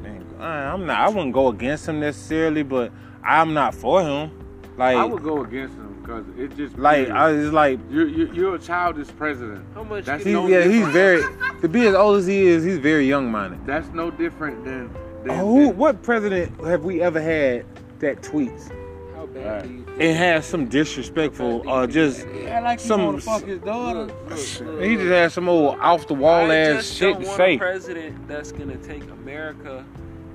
Speaker 1: Man, I- I'm not. I wouldn't go against him necessarily, but I'm not for him.
Speaker 2: I
Speaker 1: Like,
Speaker 2: would go against him because it just
Speaker 1: like I was like,
Speaker 2: you're, you're you're a childish president.
Speaker 3: How much?
Speaker 2: That's
Speaker 3: can
Speaker 1: he's,
Speaker 2: no
Speaker 3: you-
Speaker 1: yeah, he's
Speaker 2: different.
Speaker 1: very. To be as old as he is, he's very young minded.
Speaker 2: That's no different than. than
Speaker 1: Oh, Who?
Speaker 2: than-
Speaker 1: What president have we ever had that tweets
Speaker 3: How bad
Speaker 2: Right.
Speaker 3: do you think?
Speaker 1: and has some disrespectful or just
Speaker 2: Yeah, like
Speaker 1: Some-
Speaker 2: some wanna fuck his daughter.
Speaker 3: Look, look, look,
Speaker 1: he just has some old off the wall
Speaker 3: I
Speaker 1: ass
Speaker 3: just
Speaker 1: shit
Speaker 3: don't
Speaker 1: to
Speaker 3: want
Speaker 1: say.
Speaker 3: a president that's gonna take America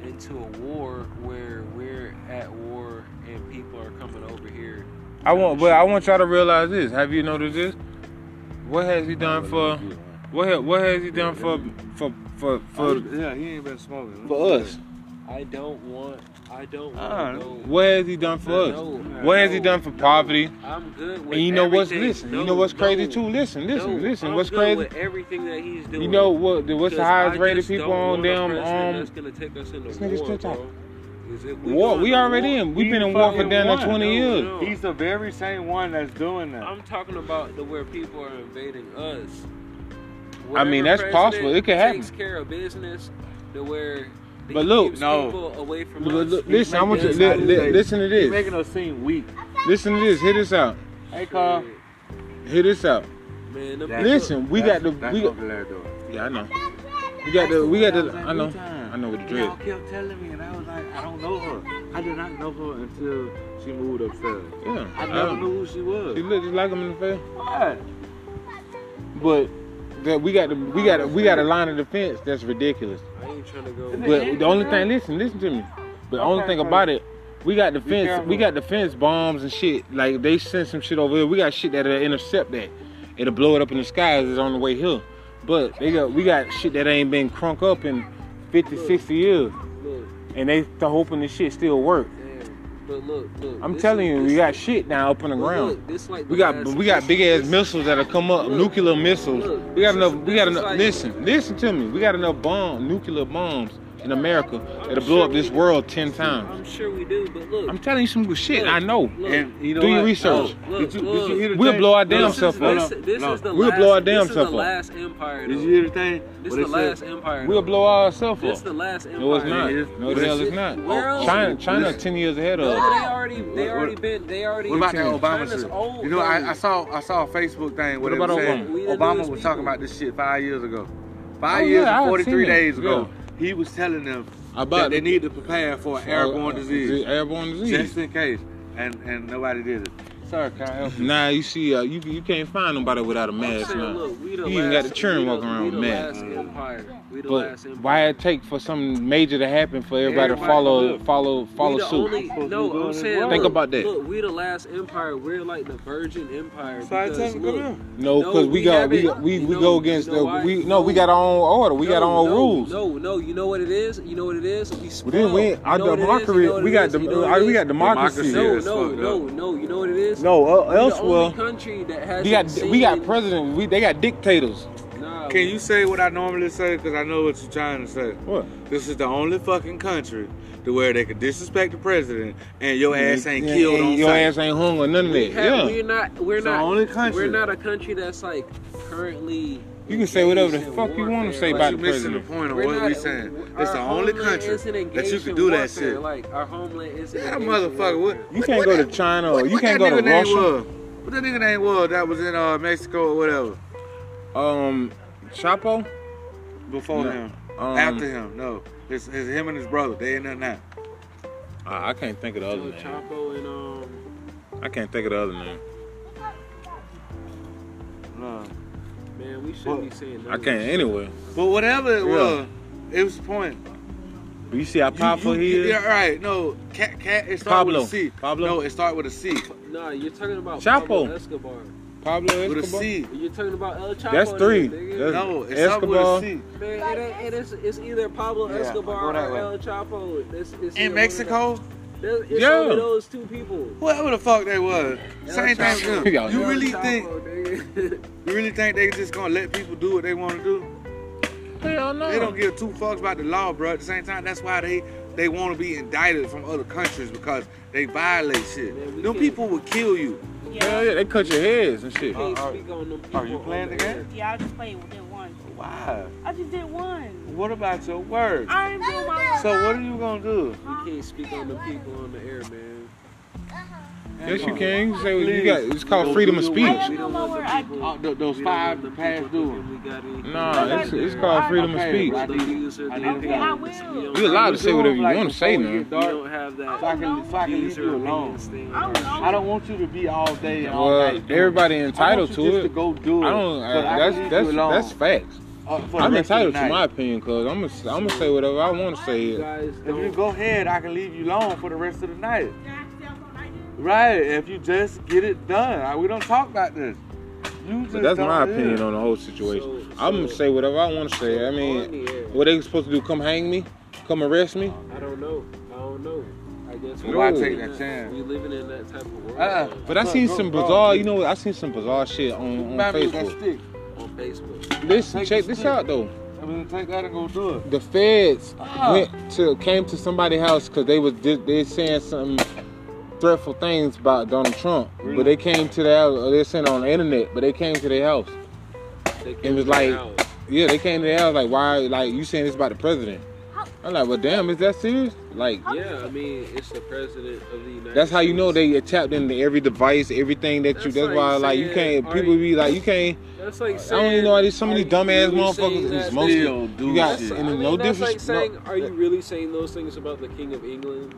Speaker 3: into a war where we're at war and people are coming over here.
Speaker 1: I want, but I want y'all to realize this. Have you noticed this? What has he done for? What ha- what has he done for for for for,
Speaker 2: Oh, yeah, he ain't been smoking.
Speaker 1: for us?
Speaker 3: I don't want. I don't
Speaker 2: Uh,
Speaker 3: want. to go.
Speaker 1: What has he done for us? What has he done for poverty?
Speaker 3: I'm good with
Speaker 1: And you know what's
Speaker 3: everything.
Speaker 1: listen. You
Speaker 3: No,
Speaker 1: know what's crazy
Speaker 3: no,
Speaker 1: too. Listen,
Speaker 3: no,
Speaker 1: listen, listen.
Speaker 3: I'm
Speaker 1: What's
Speaker 3: good
Speaker 1: crazy?
Speaker 3: With everything that he's doing.
Speaker 1: You know what? the- What's the
Speaker 3: Because
Speaker 1: highest
Speaker 3: I
Speaker 1: rated
Speaker 3: just
Speaker 1: people
Speaker 3: don't
Speaker 1: on
Speaker 3: want a
Speaker 1: damn
Speaker 3: president
Speaker 1: um
Speaker 3: That's gonna take us into
Speaker 1: this nigga's
Speaker 3: war,
Speaker 1: TikTok.
Speaker 3: bro. Is it
Speaker 1: War,
Speaker 3: on
Speaker 1: we
Speaker 3: the
Speaker 1: already
Speaker 3: war?
Speaker 1: in. We've been in
Speaker 2: He
Speaker 1: war for
Speaker 2: fucking
Speaker 1: damn near
Speaker 2: won,
Speaker 1: 20
Speaker 3: dude.
Speaker 1: years.
Speaker 3: No.
Speaker 2: He's the very same one that's doing that.
Speaker 3: I'm talking about the where people are invading us.
Speaker 1: I mean,
Speaker 3: Whatever
Speaker 1: that's
Speaker 3: president
Speaker 1: possible. It could happen.
Speaker 3: Takes care of business to where. they
Speaker 1: But look,
Speaker 3: keeps
Speaker 2: no.
Speaker 3: people away from
Speaker 1: But
Speaker 3: us.
Speaker 1: look, Listen, I want you to
Speaker 2: He's
Speaker 1: li-
Speaker 2: making
Speaker 1: li-
Speaker 2: us-
Speaker 1: listen to
Speaker 2: He's
Speaker 1: this.
Speaker 2: making us seem weak.
Speaker 1: Listen to this. Hit this out.
Speaker 2: Hey, Carl.
Speaker 1: Hit this out.
Speaker 3: Man, them
Speaker 2: That-
Speaker 3: people-
Speaker 1: Listen, we got the.
Speaker 2: That's
Speaker 1: We
Speaker 2: what
Speaker 1: got,
Speaker 2: Blair doing.
Speaker 1: yeah, I know. We got the. We got the. I know. I know what the
Speaker 2: Y'all
Speaker 1: dread.
Speaker 2: kept telling me, and I was like, I don't know her. I did not know her until she moved upstairs.
Speaker 1: Yeah.
Speaker 2: I
Speaker 1: I
Speaker 2: never
Speaker 1: don't-
Speaker 2: knew who Oh. she
Speaker 1: She
Speaker 2: was.
Speaker 1: looked just like him in the face.
Speaker 2: What?
Speaker 1: But that we got the. We got a. We got a line of defense that's ridiculous.
Speaker 3: I ain't trying to go.
Speaker 1: But the only thing, listen, listen to me. But the only
Speaker 2: Okay,
Speaker 1: thing
Speaker 2: okay.
Speaker 1: about it, we got defense.
Speaker 2: careful.
Speaker 1: We got defense bombs and shit. Like they send some shit over here. We got shit that'll intercept that. It'll blow it up in the sky as it's on the way here. But they got we got shit that ain't been crunk up in 50, 60 years,
Speaker 3: Look,
Speaker 1: and they th- hoping this shit still work.
Speaker 3: damn. But look, look.
Speaker 1: I'm
Speaker 3: this
Speaker 1: telling
Speaker 3: is-
Speaker 1: you,
Speaker 3: this-
Speaker 1: we got shit now up in the
Speaker 3: but
Speaker 1: ground.
Speaker 3: Look, this like the
Speaker 1: We got
Speaker 3: last
Speaker 1: we got big ass
Speaker 3: question.
Speaker 1: missiles that'll come up,
Speaker 3: Look,
Speaker 1: nuclear missiles.
Speaker 3: look,
Speaker 1: we got
Speaker 3: this is-
Speaker 1: enough. We got
Speaker 3: this is
Speaker 1: enough.
Speaker 3: like-
Speaker 1: listen, listen to me. We got enough bomb, nuclear bombs in America that'll blow
Speaker 3: sure
Speaker 1: up this
Speaker 3: we-
Speaker 1: world ten times.
Speaker 3: I'm sure we do, but look.
Speaker 1: I'm telling you some good shit.
Speaker 3: look,
Speaker 1: I know.
Speaker 3: Look,
Speaker 2: And you know
Speaker 1: Do your
Speaker 2: what?
Speaker 1: research.
Speaker 2: No. Did you, did you hear the
Speaker 1: We'll
Speaker 2: thing?
Speaker 1: blow our
Speaker 2: No,
Speaker 1: damn
Speaker 3: this is,
Speaker 1: self up.
Speaker 3: this, this
Speaker 2: No,
Speaker 3: is the
Speaker 1: We'll
Speaker 3: last,
Speaker 1: blow our damn
Speaker 3: this is
Speaker 1: self up.
Speaker 3: the last empire.
Speaker 2: Did
Speaker 3: though.
Speaker 2: you hear the thing? What
Speaker 3: This is the
Speaker 2: it said?
Speaker 3: last empire.
Speaker 1: We'll
Speaker 3: though.
Speaker 1: blow ourselves
Speaker 3: This is
Speaker 1: up.
Speaker 3: the last empire.
Speaker 1: No, it's not.
Speaker 2: It is.
Speaker 1: No, the hell it's
Speaker 3: Shit.
Speaker 1: not.
Speaker 3: Where else?
Speaker 1: China, China, ten years ahead of
Speaker 3: No,
Speaker 1: us.
Speaker 3: they already, they
Speaker 2: What-
Speaker 3: already
Speaker 2: what-
Speaker 3: been, they already.
Speaker 2: What about that Obama
Speaker 3: China's
Speaker 2: shit?
Speaker 3: old,
Speaker 2: you know,
Speaker 3: though.
Speaker 2: I, I saw I saw a Facebook thing where
Speaker 1: What
Speaker 2: they
Speaker 1: about
Speaker 2: were saying
Speaker 1: Obama?
Speaker 3: We the
Speaker 2: Obama was
Speaker 3: newest
Speaker 2: talking
Speaker 3: people.
Speaker 2: about this shit five years ago.
Speaker 1: Oh,
Speaker 2: Five years
Speaker 1: yeah, I
Speaker 2: and
Speaker 1: seen
Speaker 2: 43
Speaker 1: it.
Speaker 2: days ago, he was telling them
Speaker 1: About
Speaker 2: that they
Speaker 1: it.
Speaker 2: need to prepare for an airborne disease,
Speaker 1: uh, Airborne
Speaker 2: just
Speaker 1: disease.
Speaker 2: in case, and and nobody did it. Sorry, can I help you?
Speaker 1: Nah, you see, uh, you you can't find nobody without a
Speaker 3: I'm
Speaker 1: mask
Speaker 3: saying,
Speaker 1: now.
Speaker 3: look, we the
Speaker 1: You even got
Speaker 3: last-
Speaker 1: the children
Speaker 3: we
Speaker 1: walking around
Speaker 3: we
Speaker 1: with
Speaker 3: the
Speaker 1: masks.
Speaker 3: last empire. We the
Speaker 1: But
Speaker 3: last empire.
Speaker 1: why it take for something major to happen for everybody, to
Speaker 2: Everybody
Speaker 1: follow,
Speaker 2: look.
Speaker 1: follow, follow
Speaker 3: we the
Speaker 1: suit?
Speaker 3: Only,
Speaker 2: supposed to be
Speaker 3: no,
Speaker 2: doing
Speaker 3: I'm
Speaker 2: this
Speaker 3: saying.
Speaker 2: work.
Speaker 1: Think
Speaker 3: look,
Speaker 1: about that.
Speaker 3: Look, we the last empire. We're like the Virgin Empire.
Speaker 2: Sorry,
Speaker 3: because,
Speaker 2: tell me,
Speaker 3: look,
Speaker 2: come here.
Speaker 1: no,
Speaker 3: No,
Speaker 1: because we
Speaker 3: we
Speaker 1: got we
Speaker 3: haven't.
Speaker 1: we,
Speaker 3: You
Speaker 1: we
Speaker 3: know-
Speaker 1: go against
Speaker 3: you know
Speaker 1: the
Speaker 3: why?
Speaker 1: we no we
Speaker 3: No.
Speaker 1: got our own order, we got
Speaker 3: No,
Speaker 1: our own
Speaker 3: no,
Speaker 1: rules.
Speaker 3: No, no, you know what it is. You know what it is. We
Speaker 1: Well, then
Speaker 3: spoiled.
Speaker 1: we
Speaker 3: You
Speaker 1: our
Speaker 3: know what it is?
Speaker 1: democracy,
Speaker 3: You know what
Speaker 1: we
Speaker 3: it
Speaker 1: got
Speaker 3: is?
Speaker 1: dem-
Speaker 3: You know
Speaker 1: our-
Speaker 3: what it
Speaker 1: we
Speaker 3: is?
Speaker 1: got democracy.
Speaker 2: Democracy.
Speaker 3: No,
Speaker 2: It's
Speaker 3: no,
Speaker 2: fucked
Speaker 3: no, no. You know what it is.
Speaker 1: No, uh,
Speaker 3: We the only
Speaker 1: elsewhere
Speaker 3: country that has
Speaker 1: we got we got presidents. We they got dictators.
Speaker 3: Nah,
Speaker 2: Can you say what I normally say? Because I know what you're trying to say.
Speaker 1: What?
Speaker 2: This is the only fucking country to where they could disrespect the president and your ass ain't
Speaker 1: Yeah,
Speaker 2: killed
Speaker 1: and
Speaker 2: on
Speaker 1: Your
Speaker 2: sight.
Speaker 1: ass ain't hung or none of
Speaker 3: We
Speaker 1: that.
Speaker 3: have-
Speaker 1: yeah.
Speaker 3: We're not. We're
Speaker 2: It's the
Speaker 3: not.
Speaker 2: only country.
Speaker 3: We're not a country that's like currently.
Speaker 1: You can say whatever the
Speaker 3: engaged in
Speaker 1: fuck you wanna
Speaker 3: warfare.
Speaker 1: say
Speaker 3: Like,
Speaker 1: about
Speaker 2: you
Speaker 1: the
Speaker 2: missing the
Speaker 1: president.
Speaker 2: point of
Speaker 3: we're
Speaker 2: what
Speaker 3: not-
Speaker 2: we saying.
Speaker 3: our
Speaker 2: It's the only
Speaker 3: homeland
Speaker 2: country
Speaker 3: isn't
Speaker 2: that you
Speaker 3: engaged
Speaker 2: can
Speaker 3: in
Speaker 2: do that
Speaker 3: warfare.
Speaker 2: shit.
Speaker 3: Like our homeland isn't.
Speaker 2: That
Speaker 3: engaged in
Speaker 2: motherfucker. What,
Speaker 3: warfare.
Speaker 1: You can't go to China or you
Speaker 2: what
Speaker 1: can't
Speaker 2: that
Speaker 1: go to
Speaker 2: nigga name
Speaker 1: Russia.
Speaker 2: Was? What that nigga name was that was in uh, Mexico or whatever?
Speaker 1: Um, Chapo.
Speaker 2: Before
Speaker 1: No.
Speaker 2: him.
Speaker 1: Um,
Speaker 2: After him. No. It's, it's him and his brother. They in there now.
Speaker 1: I I can't think of the other
Speaker 3: Joe
Speaker 1: name.
Speaker 3: Chapo and um,
Speaker 1: I can't think of the other name.
Speaker 2: No.
Speaker 3: man, we should
Speaker 2: What?
Speaker 3: be saying.
Speaker 1: I can't anyway.
Speaker 2: But whatever it
Speaker 1: Yeah.
Speaker 2: was, it was the point.
Speaker 1: But you see how powerful
Speaker 2: you,
Speaker 1: he
Speaker 2: you,
Speaker 1: is.
Speaker 2: Yeah, right. No, cat, cat. It start
Speaker 1: Pablo.
Speaker 2: with a C.
Speaker 1: Pablo.
Speaker 2: No, it start with a C.
Speaker 3: No, you're talking about
Speaker 1: Chapo.
Speaker 3: Pablo Escobar.
Speaker 1: Pablo
Speaker 2: With a
Speaker 1: Escobar?
Speaker 2: C.
Speaker 3: You're talking about El Chapo.
Speaker 1: That's three.
Speaker 3: Nigga.
Speaker 1: That's-
Speaker 2: No, it start with
Speaker 1: Escobar.
Speaker 2: a C.
Speaker 3: Man, it, ain't, it is, it's either Pablo
Speaker 2: Yeah,
Speaker 3: Escobar
Speaker 2: go
Speaker 3: or
Speaker 2: that way.
Speaker 3: El Chapo. It's, it's either one
Speaker 2: In
Speaker 3: of
Speaker 2: Mexico,
Speaker 3: them. It's
Speaker 1: Yeah.
Speaker 3: only those two people.
Speaker 2: whoever the fuck they was, same thing with them.
Speaker 1: Y'all
Speaker 2: You
Speaker 1: know.
Speaker 2: really
Speaker 3: El
Speaker 2: think?
Speaker 3: Chapo, nigga.
Speaker 2: You really think they just gonna let people do what they want to do?
Speaker 1: Hell
Speaker 2: They
Speaker 1: no.
Speaker 2: don't give two fucks about the law, bro. At the same time, that's why they they want to be indicted from other countries because they violate
Speaker 3: Man, we
Speaker 2: shit. Them
Speaker 3: can't-
Speaker 2: people will kill you.
Speaker 1: Hell yeah, they cut your heads and shit.
Speaker 3: can't
Speaker 2: Uh, are-
Speaker 3: speak on them people.
Speaker 2: are you playing
Speaker 3: on
Speaker 2: the
Speaker 3: air.
Speaker 2: game?
Speaker 6: Yeah, I just played with that one.
Speaker 2: Why?
Speaker 6: I just did one.
Speaker 2: What about your word?
Speaker 6: I am doing my
Speaker 2: So what are you gonna do?
Speaker 3: We can't speak on them people on the air, man.
Speaker 1: Yes, you can. You can say what you
Speaker 2: Please.
Speaker 1: got. It's called freedom of
Speaker 6: I
Speaker 1: speech.
Speaker 6: am no
Speaker 3: want
Speaker 6: lower
Speaker 3: the
Speaker 6: I
Speaker 3: people-
Speaker 2: Uh, th- those
Speaker 3: we don't
Speaker 2: five
Speaker 3: want them
Speaker 2: past
Speaker 3: people
Speaker 2: due.
Speaker 3: thinking we got anything
Speaker 1: Nah,
Speaker 3: to
Speaker 1: it's,
Speaker 3: do
Speaker 1: it's
Speaker 3: there.
Speaker 1: called freedom of
Speaker 2: Okay,
Speaker 1: speech.
Speaker 2: well,
Speaker 3: The user,
Speaker 2: I
Speaker 3: the
Speaker 2: need
Speaker 3: people,
Speaker 2: to-
Speaker 6: I will.
Speaker 3: we don't
Speaker 1: You allowed
Speaker 3: have-
Speaker 1: to say whatever you wanna say, man.
Speaker 3: We don't have
Speaker 2: So I
Speaker 3: that
Speaker 2: can, so I can leave
Speaker 3: user
Speaker 2: you alone.
Speaker 3: opinions thing.
Speaker 6: I don't know.
Speaker 2: I don't want you to be all day and all
Speaker 1: Well,
Speaker 2: night. doing
Speaker 1: everybody
Speaker 2: it.
Speaker 1: entitled
Speaker 2: I want
Speaker 1: to
Speaker 2: you just
Speaker 1: it.
Speaker 2: To go do it.
Speaker 1: I don't.
Speaker 2: So
Speaker 1: I,
Speaker 2: can
Speaker 1: that's
Speaker 2: leave
Speaker 1: that's
Speaker 2: you alone,
Speaker 1: that's facts.
Speaker 2: uh, for the
Speaker 1: I'm
Speaker 2: rest of the
Speaker 1: entitled to
Speaker 2: night.
Speaker 1: my opinion, cause I'm gonna I'm gonna say whatever I want to say.
Speaker 3: You guys
Speaker 2: If you
Speaker 3: don't.
Speaker 2: go ahead, I can leave you alone for the rest of the night.
Speaker 6: phone.
Speaker 2: Right? If you just get it done, I- we don't talk about this. You just
Speaker 1: But that's
Speaker 2: don't
Speaker 1: my
Speaker 2: do it.
Speaker 1: opinion on the whole situation.
Speaker 3: So-
Speaker 1: I'm gonna
Speaker 3: so-
Speaker 1: say whatever I want to say. I
Speaker 3: so on
Speaker 1: mean,
Speaker 3: the air.
Speaker 1: what they supposed to do? Come hang me? Come arrest me?
Speaker 3: I don't know. I don't know. I guess
Speaker 1: Why
Speaker 3: living
Speaker 1: take
Speaker 3: in
Speaker 2: that chance?
Speaker 3: We living in that type of world
Speaker 2: Uh-uh.
Speaker 3: man,
Speaker 1: But I
Speaker 2: Look,
Speaker 1: seen
Speaker 2: look,
Speaker 1: some
Speaker 2: look.
Speaker 1: bizarre. You know what? I seen some bizarre shit on, on
Speaker 2: Remind me of that
Speaker 1: Facebook.
Speaker 2: stick.
Speaker 3: on Facebook.
Speaker 1: Listen,
Speaker 2: Take
Speaker 1: check
Speaker 2: the
Speaker 1: this
Speaker 2: stick.
Speaker 1: out though.
Speaker 2: I mean, take that and go do it.
Speaker 1: the feds
Speaker 2: Ah.
Speaker 1: went to came to somebody's house because they was just, they saying some threatful things about Donald Trump. But they came to the house. Or they're saying on the internet, but they came to their house.
Speaker 3: They
Speaker 1: It was
Speaker 3: came
Speaker 1: like-
Speaker 3: out.
Speaker 1: Yeah, they came to the house like, why? Like you saying this about the president? I'm like, well, damn, is that serious? Like.
Speaker 3: yeah, I mean, it's the president of the United.
Speaker 1: That's how you know
Speaker 3: States.
Speaker 1: they tapped into every device, everything that you.
Speaker 3: That's
Speaker 1: That's
Speaker 3: like
Speaker 1: why, like, you
Speaker 3: saying,
Speaker 1: can't.
Speaker 3: are
Speaker 1: People
Speaker 3: you-
Speaker 1: be like, you can't.
Speaker 3: That's like
Speaker 1: I don't
Speaker 3: saying.
Speaker 1: even know why there's so many
Speaker 3: are you
Speaker 1: dumbassers,
Speaker 3: really saying
Speaker 1: motherfuckers. It's
Speaker 3: that-
Speaker 1: mostly
Speaker 2: Still do
Speaker 1: you got,
Speaker 2: shit.
Speaker 1: and
Speaker 3: I mean,
Speaker 1: no
Speaker 3: that's like
Speaker 1: difference. no-
Speaker 3: saying, are you really saying those things about the King of England?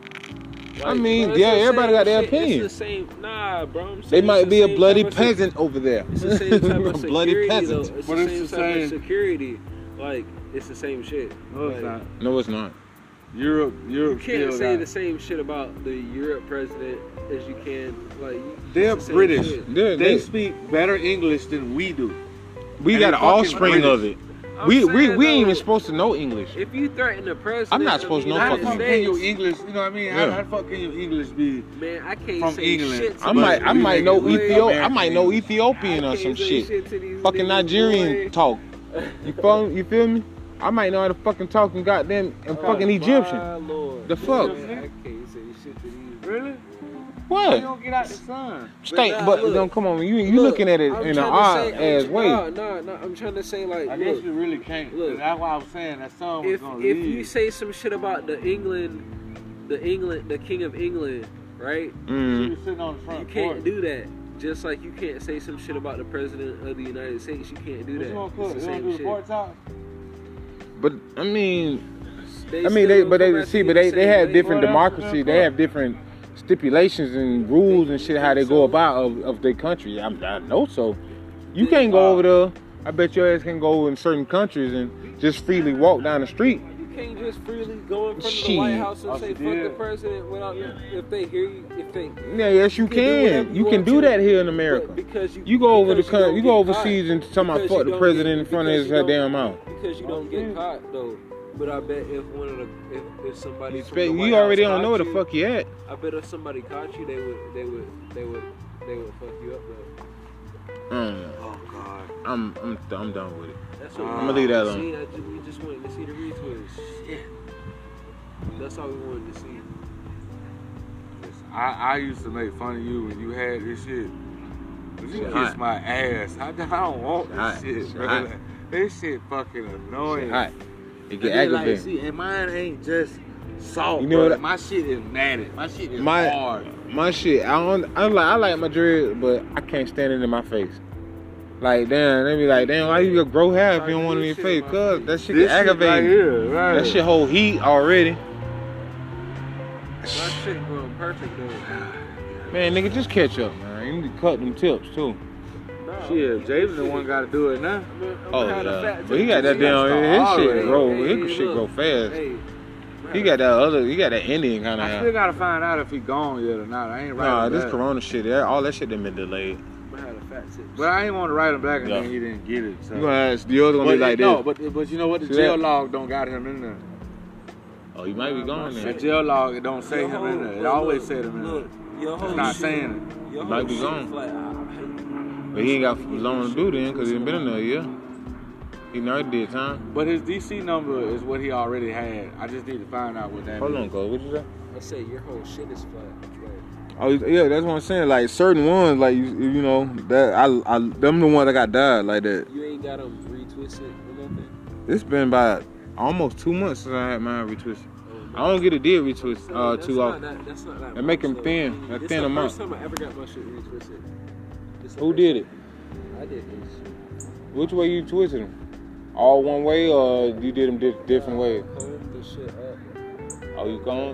Speaker 1: I mean,
Speaker 3: bro, it's
Speaker 1: yeah,
Speaker 3: the
Speaker 1: everybody
Speaker 3: same
Speaker 1: got their
Speaker 3: shit.
Speaker 1: opinion.
Speaker 3: It's the same, nah, bro. I'm saying
Speaker 1: They
Speaker 3: it's
Speaker 1: might
Speaker 3: the
Speaker 1: be a
Speaker 3: same
Speaker 1: bloody
Speaker 3: type of se-
Speaker 1: peasant over there.
Speaker 3: It's the same type of
Speaker 1: a bloody
Speaker 3: security,
Speaker 1: peasant.
Speaker 3: though. It's
Speaker 2: But
Speaker 3: the
Speaker 2: it's
Speaker 3: same
Speaker 2: the
Speaker 3: type
Speaker 2: same-
Speaker 3: of security. Like, it's the same shit.
Speaker 2: No, it's
Speaker 3: Like,
Speaker 2: not.
Speaker 1: No, it's not.
Speaker 2: Europe,
Speaker 3: You
Speaker 2: Europe still
Speaker 3: can't say
Speaker 2: got-
Speaker 3: the same shit about the Europe president as you can, like. you-
Speaker 2: They're
Speaker 3: it's the same
Speaker 2: British.
Speaker 3: shit.
Speaker 1: They,
Speaker 2: They
Speaker 1: they,
Speaker 2: speak better English than we do.
Speaker 1: we
Speaker 2: and
Speaker 1: got
Speaker 2: they
Speaker 1: an
Speaker 2: fucking
Speaker 1: offspring of it.
Speaker 3: I'm
Speaker 1: We we
Speaker 3: saying,
Speaker 1: we
Speaker 3: though,
Speaker 1: ain't even supposed to know English.
Speaker 3: If you threaten the president,
Speaker 1: I'm not
Speaker 3: of
Speaker 1: supposed
Speaker 3: the
Speaker 1: to know
Speaker 2: How
Speaker 3: United
Speaker 2: the
Speaker 1: fucking
Speaker 2: fuck can your
Speaker 3: States,
Speaker 2: English, you know what I mean? How,
Speaker 1: Yeah.
Speaker 2: how the fuck can your English be?
Speaker 3: Man, I can't
Speaker 2: From
Speaker 3: say
Speaker 2: England.
Speaker 3: shit. To
Speaker 1: I
Speaker 2: But
Speaker 1: might I
Speaker 2: we
Speaker 1: might
Speaker 2: niggas
Speaker 1: know
Speaker 2: live
Speaker 1: Ethiop I
Speaker 2: American
Speaker 1: might know
Speaker 2: English.
Speaker 1: Ethiopian or
Speaker 3: I
Speaker 1: some
Speaker 3: can't say
Speaker 1: shit.
Speaker 3: to these
Speaker 1: Fucking
Speaker 3: niggas,
Speaker 1: Nigerian
Speaker 3: boy.
Speaker 1: talk. You feel you feel me? I might know how to fucking talk and goddamn and
Speaker 3: Oh,
Speaker 1: fucking Egyptian.
Speaker 3: My Lord.
Speaker 1: The fuck?
Speaker 3: Man, I can't say shit to these.
Speaker 2: Really? You
Speaker 1: What?
Speaker 2: don't get out the sun.
Speaker 1: Stink,
Speaker 3: nah,
Speaker 1: but
Speaker 3: look.
Speaker 1: don't come on. You you
Speaker 3: Look,
Speaker 1: looking at it
Speaker 3: I'm
Speaker 1: in an
Speaker 3: tryna
Speaker 1: odd
Speaker 3: say-
Speaker 1: ass
Speaker 3: I'm-
Speaker 1: way.
Speaker 3: Nah, nah, nah. I'm trying to say like,
Speaker 2: I guess
Speaker 3: look,
Speaker 2: you really can't.
Speaker 3: Look.
Speaker 2: that's why I was saying that sun was
Speaker 3: if
Speaker 2: gonna
Speaker 3: if
Speaker 2: leave.
Speaker 3: you say some shit about the England, the England, the King of England, right?
Speaker 2: She
Speaker 1: Mm.
Speaker 2: was sitting on the
Speaker 3: You
Speaker 2: front
Speaker 3: can't
Speaker 2: porch.
Speaker 3: do that. Just like you can't say some shit about the president of the United States, you can't do
Speaker 2: What
Speaker 3: that.
Speaker 2: you gonna cook?
Speaker 3: It's the
Speaker 2: You gonna
Speaker 3: same
Speaker 2: do the
Speaker 3: shit.
Speaker 2: pork chop?
Speaker 1: But I mean, I
Speaker 3: still
Speaker 1: mean, they
Speaker 3: gonna
Speaker 1: but
Speaker 3: come
Speaker 1: they
Speaker 3: after
Speaker 1: see,
Speaker 3: you
Speaker 1: but
Speaker 3: the
Speaker 1: they they
Speaker 3: same
Speaker 1: have
Speaker 3: way.
Speaker 1: different
Speaker 2: Well, that's-
Speaker 1: democracy.
Speaker 2: that's
Speaker 1: They have different stipulations and rules and shit how they go about of, of their country. I, I know so. You can't go over there. I bet your ass can go in certain countries and just freely walk down the street.
Speaker 3: You can't just freely go in front of the
Speaker 1: Shit.
Speaker 3: White House
Speaker 2: Oh,
Speaker 3: and say
Speaker 2: she
Speaker 3: fuck
Speaker 2: did.
Speaker 3: the president without if they hear you, if they
Speaker 1: Yeah, yes, you
Speaker 3: You can do whatever
Speaker 1: can.
Speaker 3: you
Speaker 1: You can
Speaker 3: want
Speaker 1: do
Speaker 3: to,
Speaker 1: that here in
Speaker 3: But
Speaker 1: America.
Speaker 3: Because you,
Speaker 1: You go over the
Speaker 3: because
Speaker 1: country,
Speaker 3: don't
Speaker 1: you go
Speaker 3: get
Speaker 1: overseas and tell my
Speaker 3: Because
Speaker 1: fuck
Speaker 3: you
Speaker 1: the
Speaker 3: don't
Speaker 1: president
Speaker 3: get-
Speaker 1: in front of
Speaker 3: because
Speaker 1: his
Speaker 3: you don't-
Speaker 1: goddamn mouth.
Speaker 3: caught, because you don't get caught though. But I bet if one of the if, if somebody
Speaker 1: You,
Speaker 3: from
Speaker 1: expect-
Speaker 3: the White
Speaker 1: you already
Speaker 3: House
Speaker 1: don't know where the
Speaker 3: caught
Speaker 1: fuck you at.
Speaker 3: you, I bet if somebody caught you, they would they would they would they would fuck you up though.
Speaker 1: Mm,
Speaker 2: Oh god.
Speaker 1: I'm I'm I'm done with it.
Speaker 3: That's what
Speaker 2: I'ma
Speaker 3: we-
Speaker 1: leave that alone.
Speaker 3: See, I ju- we just wanted to see the retweets. That's all we wanted to see.
Speaker 2: Listen, I, I used to make fun of you when you had this shit. But you
Speaker 1: Shit
Speaker 2: kiss
Speaker 1: hot.
Speaker 2: my ass. I, I don't want
Speaker 1: Shit hot.
Speaker 2: this
Speaker 1: Shit
Speaker 2: shit, bro.
Speaker 1: hot.
Speaker 2: This shit fucking annoying.
Speaker 1: All right, it
Speaker 2: And
Speaker 1: get
Speaker 2: then, like,
Speaker 1: aggravating.
Speaker 2: see, and mine ain't just salt.
Speaker 1: You know
Speaker 2: bro.
Speaker 1: what I-
Speaker 2: My shit is matted. My shit is
Speaker 1: My-
Speaker 2: hard.
Speaker 1: My shit, I don't. I like I like my dread, but I can't stand it in my face. Like damn, they be like, damn, why you gonna grow hair if you don't want it in your face? Cause that shit get
Speaker 2: right
Speaker 1: aggravating.
Speaker 2: here, right?
Speaker 1: That shit hold heat already.
Speaker 3: My shit going perfect though.
Speaker 1: Man, nigga, just catch up, man. You need to cut them tips too.
Speaker 3: Nah,
Speaker 2: Shit, Jason the one got to do it now.
Speaker 3: I'm a- I'm
Speaker 1: Oh
Speaker 3: kinda
Speaker 1: yeah,
Speaker 3: fat,
Speaker 1: but he
Speaker 3: too.
Speaker 1: got that damn. His
Speaker 2: already.
Speaker 1: shit grow.
Speaker 3: Hey,
Speaker 1: His
Speaker 3: hey,
Speaker 1: shit grow
Speaker 3: look.
Speaker 1: fast.
Speaker 3: Hey,
Speaker 1: He got that other. He got that Indian kind of.
Speaker 2: I
Speaker 1: hair.
Speaker 2: still got to find out if he gone yet or not. I ain't right.
Speaker 1: Nah,
Speaker 2: on
Speaker 1: this
Speaker 2: that.
Speaker 1: Corona shit, that- all that shit done been delayed.
Speaker 3: I had a fat tip.
Speaker 2: But I ain't want to write him back and
Speaker 1: Yeah.
Speaker 2: then he didn't get it. So.
Speaker 1: You gonna ask the other gonna
Speaker 2: But
Speaker 1: be like
Speaker 2: no,
Speaker 1: this?
Speaker 2: but but you know what? The
Speaker 1: See
Speaker 2: jail
Speaker 1: that?
Speaker 2: log don't got him in there.
Speaker 1: Oh, you might be gone
Speaker 2: The
Speaker 1: then.
Speaker 2: jail log it don't say
Speaker 3: Your
Speaker 2: him
Speaker 3: whole-
Speaker 2: in there. It
Speaker 3: look,
Speaker 2: always said him in there.
Speaker 3: Look, your whole
Speaker 2: It's not
Speaker 3: shit-
Speaker 2: saying it.
Speaker 3: your
Speaker 1: Might
Speaker 3: whole
Speaker 1: be
Speaker 3: shit
Speaker 1: gone.
Speaker 3: is Like, I, I hate
Speaker 1: But he ain't got long to do then, cause he ain't been in there a year. He done already did time.
Speaker 2: But his DC number is what he already had. I just need to find out what that.
Speaker 1: Hold
Speaker 2: is.
Speaker 1: on, go. What you say?
Speaker 3: I say your whole shit is flat. Like,
Speaker 1: Oh yeah, that's what I'm saying. Like certain ones, like you, you know, that I, I, them the ones that got died like that.
Speaker 3: you ain't got them retwisted or nothing.
Speaker 1: It's been about almost two months since I had mine retwisted. I don't get a deal retwist uh,
Speaker 3: That's
Speaker 1: too
Speaker 3: not
Speaker 1: often.
Speaker 3: that- that's not that
Speaker 1: They make
Speaker 3: much,
Speaker 1: 'em
Speaker 3: though.
Speaker 1: thin, they
Speaker 3: This
Speaker 1: thin
Speaker 3: the
Speaker 1: 'em
Speaker 3: first
Speaker 1: up.
Speaker 3: time I ever got my shit retwisted. This the
Speaker 1: Who
Speaker 3: first
Speaker 1: did it?
Speaker 3: time. I did this. shit.
Speaker 1: Which way you twisted them? All one way, or you did them di- different ways?
Speaker 3: I combed the shit up.
Speaker 1: Oh, you gone?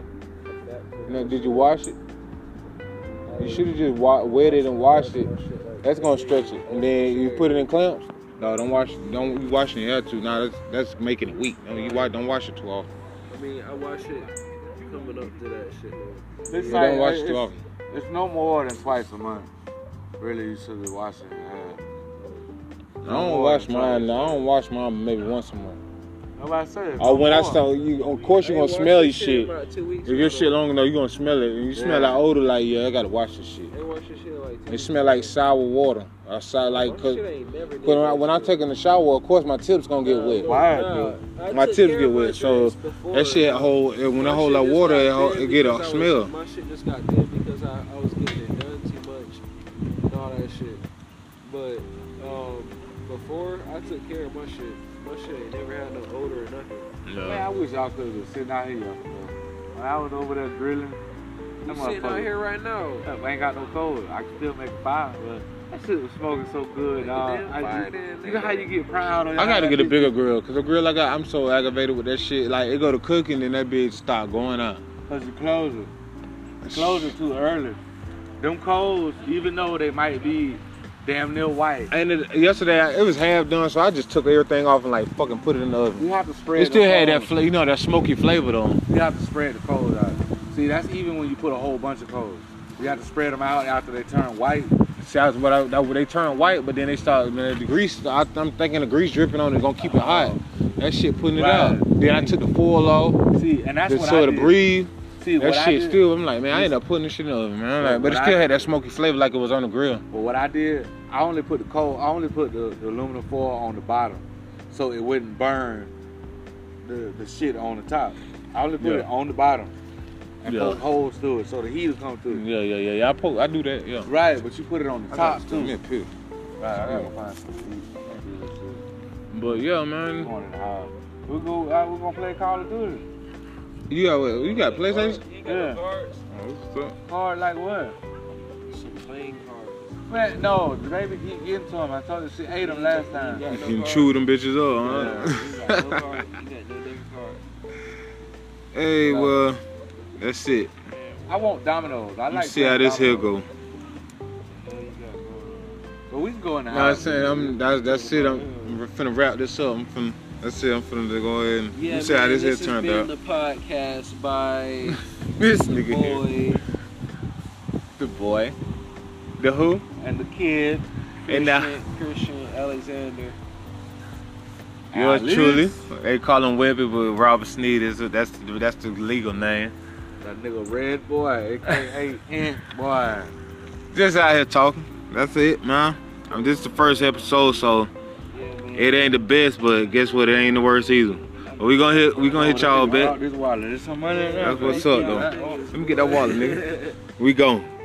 Speaker 3: like that for
Speaker 1: No,
Speaker 3: this.
Speaker 1: did you wash it? You should have just wa- wet it and washed it. That's gonna stretch it, and then you put it in clamps. No, don't wash. Don't you washing your hair too? Nah, that's that's making it weak. Don't you wa- Don't wash it too often.
Speaker 3: I mean, I watch it coming up to that shit. though.
Speaker 2: This
Speaker 1: You
Speaker 2: like-
Speaker 1: don't wash it
Speaker 2: it's,
Speaker 1: too often.
Speaker 2: It's no more than twice a month. Really, you should be washing your hair.
Speaker 1: I don't wash mine. I don't wash mine maybe once a month.
Speaker 2: That's why I said.
Speaker 1: Or Oh, when I
Speaker 2: come on.
Speaker 1: saw you, of course you're gonna
Speaker 3: They wash
Speaker 1: smell
Speaker 3: this
Speaker 1: your shit.
Speaker 3: about two weeks
Speaker 1: If your
Speaker 3: ago.
Speaker 1: shit long enough, you gonna smell it. And you smell
Speaker 2: Yeah.
Speaker 1: like odor, like, yeah, I gotta wash this shit.
Speaker 3: They wash your shit like two
Speaker 1: It
Speaker 3: weeks
Speaker 1: smell like
Speaker 3: ago.
Speaker 1: sour water. I sour, like,
Speaker 3: My
Speaker 1: cause,
Speaker 3: shit ain't never did
Speaker 1: when, I,
Speaker 3: that
Speaker 1: when I'm
Speaker 3: shit.
Speaker 1: taking a shower, of course my tips gonna get
Speaker 3: Nah,
Speaker 1: wet.
Speaker 3: no,
Speaker 2: Why,
Speaker 3: nah. I
Speaker 1: My
Speaker 3: took
Speaker 1: tips
Speaker 3: care
Speaker 1: get
Speaker 3: of my
Speaker 1: wet, so
Speaker 3: drinks before.
Speaker 1: That shit hold, it, when
Speaker 3: My
Speaker 1: I hold
Speaker 3: shit
Speaker 1: that
Speaker 3: just
Speaker 1: water,
Speaker 3: got
Speaker 1: it, hold,
Speaker 3: thin
Speaker 1: it get a
Speaker 3: because I was-
Speaker 1: smell.
Speaker 3: My shit just got thin because I, I was getting it done too much and all that shit. But um, before I took care of my shit, my shit ain't never had no odor or nothing.
Speaker 2: Man, I wish y'all could have been sitting out here. y'all. When I was over there grilling,
Speaker 3: You
Speaker 2: that
Speaker 3: sitting out
Speaker 2: motherfucker-
Speaker 3: here right now.
Speaker 2: I ain't got no cold. I can still make a fire, but that shit was smoking so good, dog.
Speaker 3: damn
Speaker 2: I-
Speaker 3: fire
Speaker 2: you,
Speaker 3: then,
Speaker 2: you know how
Speaker 3: nigga.
Speaker 2: you get proud on
Speaker 1: I gotta
Speaker 2: that
Speaker 1: get a
Speaker 2: shit?
Speaker 1: bigger grill, cause the grill I got, I'm so aggravated with that shit. Like it go to cooking, and that bitch start going out.
Speaker 2: Cause you close it. You close it too early. Them coals, even though they might be damn near white,
Speaker 1: And it, yesterday I- it was half done, so I just took everything off and like fucking put it in the oven.
Speaker 2: you have to spread.
Speaker 1: It still
Speaker 2: the
Speaker 1: had that,
Speaker 2: coals.
Speaker 1: fla- you know, that smoky flavor though.
Speaker 2: You have to spread the coals out. See, that's even when you put a whole bunch of coals. You have to spread them out after they turn white.
Speaker 1: See, that's what I, that, they turn white, but then they start, man, the grease, I, I'm thinking the grease dripping on it gonna keep it hot. That shit putting it
Speaker 2: Right.
Speaker 1: out. Then I took the foil off,
Speaker 2: See, and that's
Speaker 1: just
Speaker 2: what
Speaker 1: so
Speaker 2: I
Speaker 1: to
Speaker 2: did.
Speaker 1: breathe.
Speaker 2: See,
Speaker 1: That
Speaker 2: what I
Speaker 1: shit
Speaker 2: did-
Speaker 1: still, I'm like, man, I ended up putting this shit in the oven, man.
Speaker 2: Yeah,
Speaker 1: Like, but it
Speaker 2: what I
Speaker 1: still had
Speaker 2: did-
Speaker 1: that smoky flavor like it was on the grill.
Speaker 2: But what I did, I only put the coal, I only put the, the aluminum foil on the bottom, so it wouldn't burn the the shit on the top. I only put
Speaker 1: Yeah.
Speaker 2: it on the bottom and
Speaker 1: Yeah.
Speaker 2: put holes through it, so the heat will come through.
Speaker 1: Yeah, yeah, yeah, yeah. I poke, I do that, yeah.
Speaker 2: Right, but you put it on the top too.
Speaker 1: Yeah, pill.
Speaker 2: Right, I gotta go find some heat. I can't do this shit.
Speaker 1: But yeah,
Speaker 2: It's
Speaker 1: man,
Speaker 2: going in the house. We go, uh, we gonna play Call of Duty.
Speaker 1: you got what? You got PlayStation?
Speaker 3: You got
Speaker 2: Yeah.
Speaker 3: the cards?
Speaker 2: Hard like what?
Speaker 3: Some playing cards.
Speaker 2: Man, no, the baby keep getting to him. I told you she ate him last time.
Speaker 3: You got
Speaker 1: You
Speaker 3: no
Speaker 1: chew them bitches
Speaker 3: cards.
Speaker 1: up, huh?
Speaker 3: You got no cards. You got no nigga cards.
Speaker 1: Hey, well, that's it.
Speaker 2: I want dominoes. I
Speaker 1: You
Speaker 2: like.
Speaker 1: see how this here
Speaker 2: playing
Speaker 1: go.
Speaker 3: Hell you got going
Speaker 2: dominoes. But we can go in the
Speaker 1: No, I'm
Speaker 2: house.
Speaker 1: saying I'm that's that's it. I'm, I'm finna wrap this up. I'm finna that's it. I'm finna go ahead and
Speaker 3: on? Yeah,
Speaker 1: you see how
Speaker 3: man,
Speaker 1: this here
Speaker 3: this has
Speaker 1: turned
Speaker 3: been
Speaker 1: out.
Speaker 3: the podcast by
Speaker 1: This
Speaker 3: the
Speaker 1: nigga here,
Speaker 3: boy.
Speaker 1: the boy, the who,
Speaker 2: and the kid.
Speaker 1: and now
Speaker 3: Christian- Christian Alexander.
Speaker 1: yours
Speaker 2: Alice.
Speaker 1: truly. They call him Webby, but Robert Sneed is that's the, that's the legal name.
Speaker 2: That nigga Red Boy, aka Ant Boy.
Speaker 1: Just out here talking. That's it, man. Um, this is the first episode, so
Speaker 3: Yeah, man.
Speaker 1: it ain't the best, but guess what? It ain't the worst either. But we gonna hit we gonna hit y'all back.
Speaker 2: This wallet, this some money. in there,
Speaker 1: That's what's
Speaker 2: bro.
Speaker 3: Oh,
Speaker 1: up, though.
Speaker 2: Yeah.
Speaker 1: Let me get that wallet, nigga. We gone.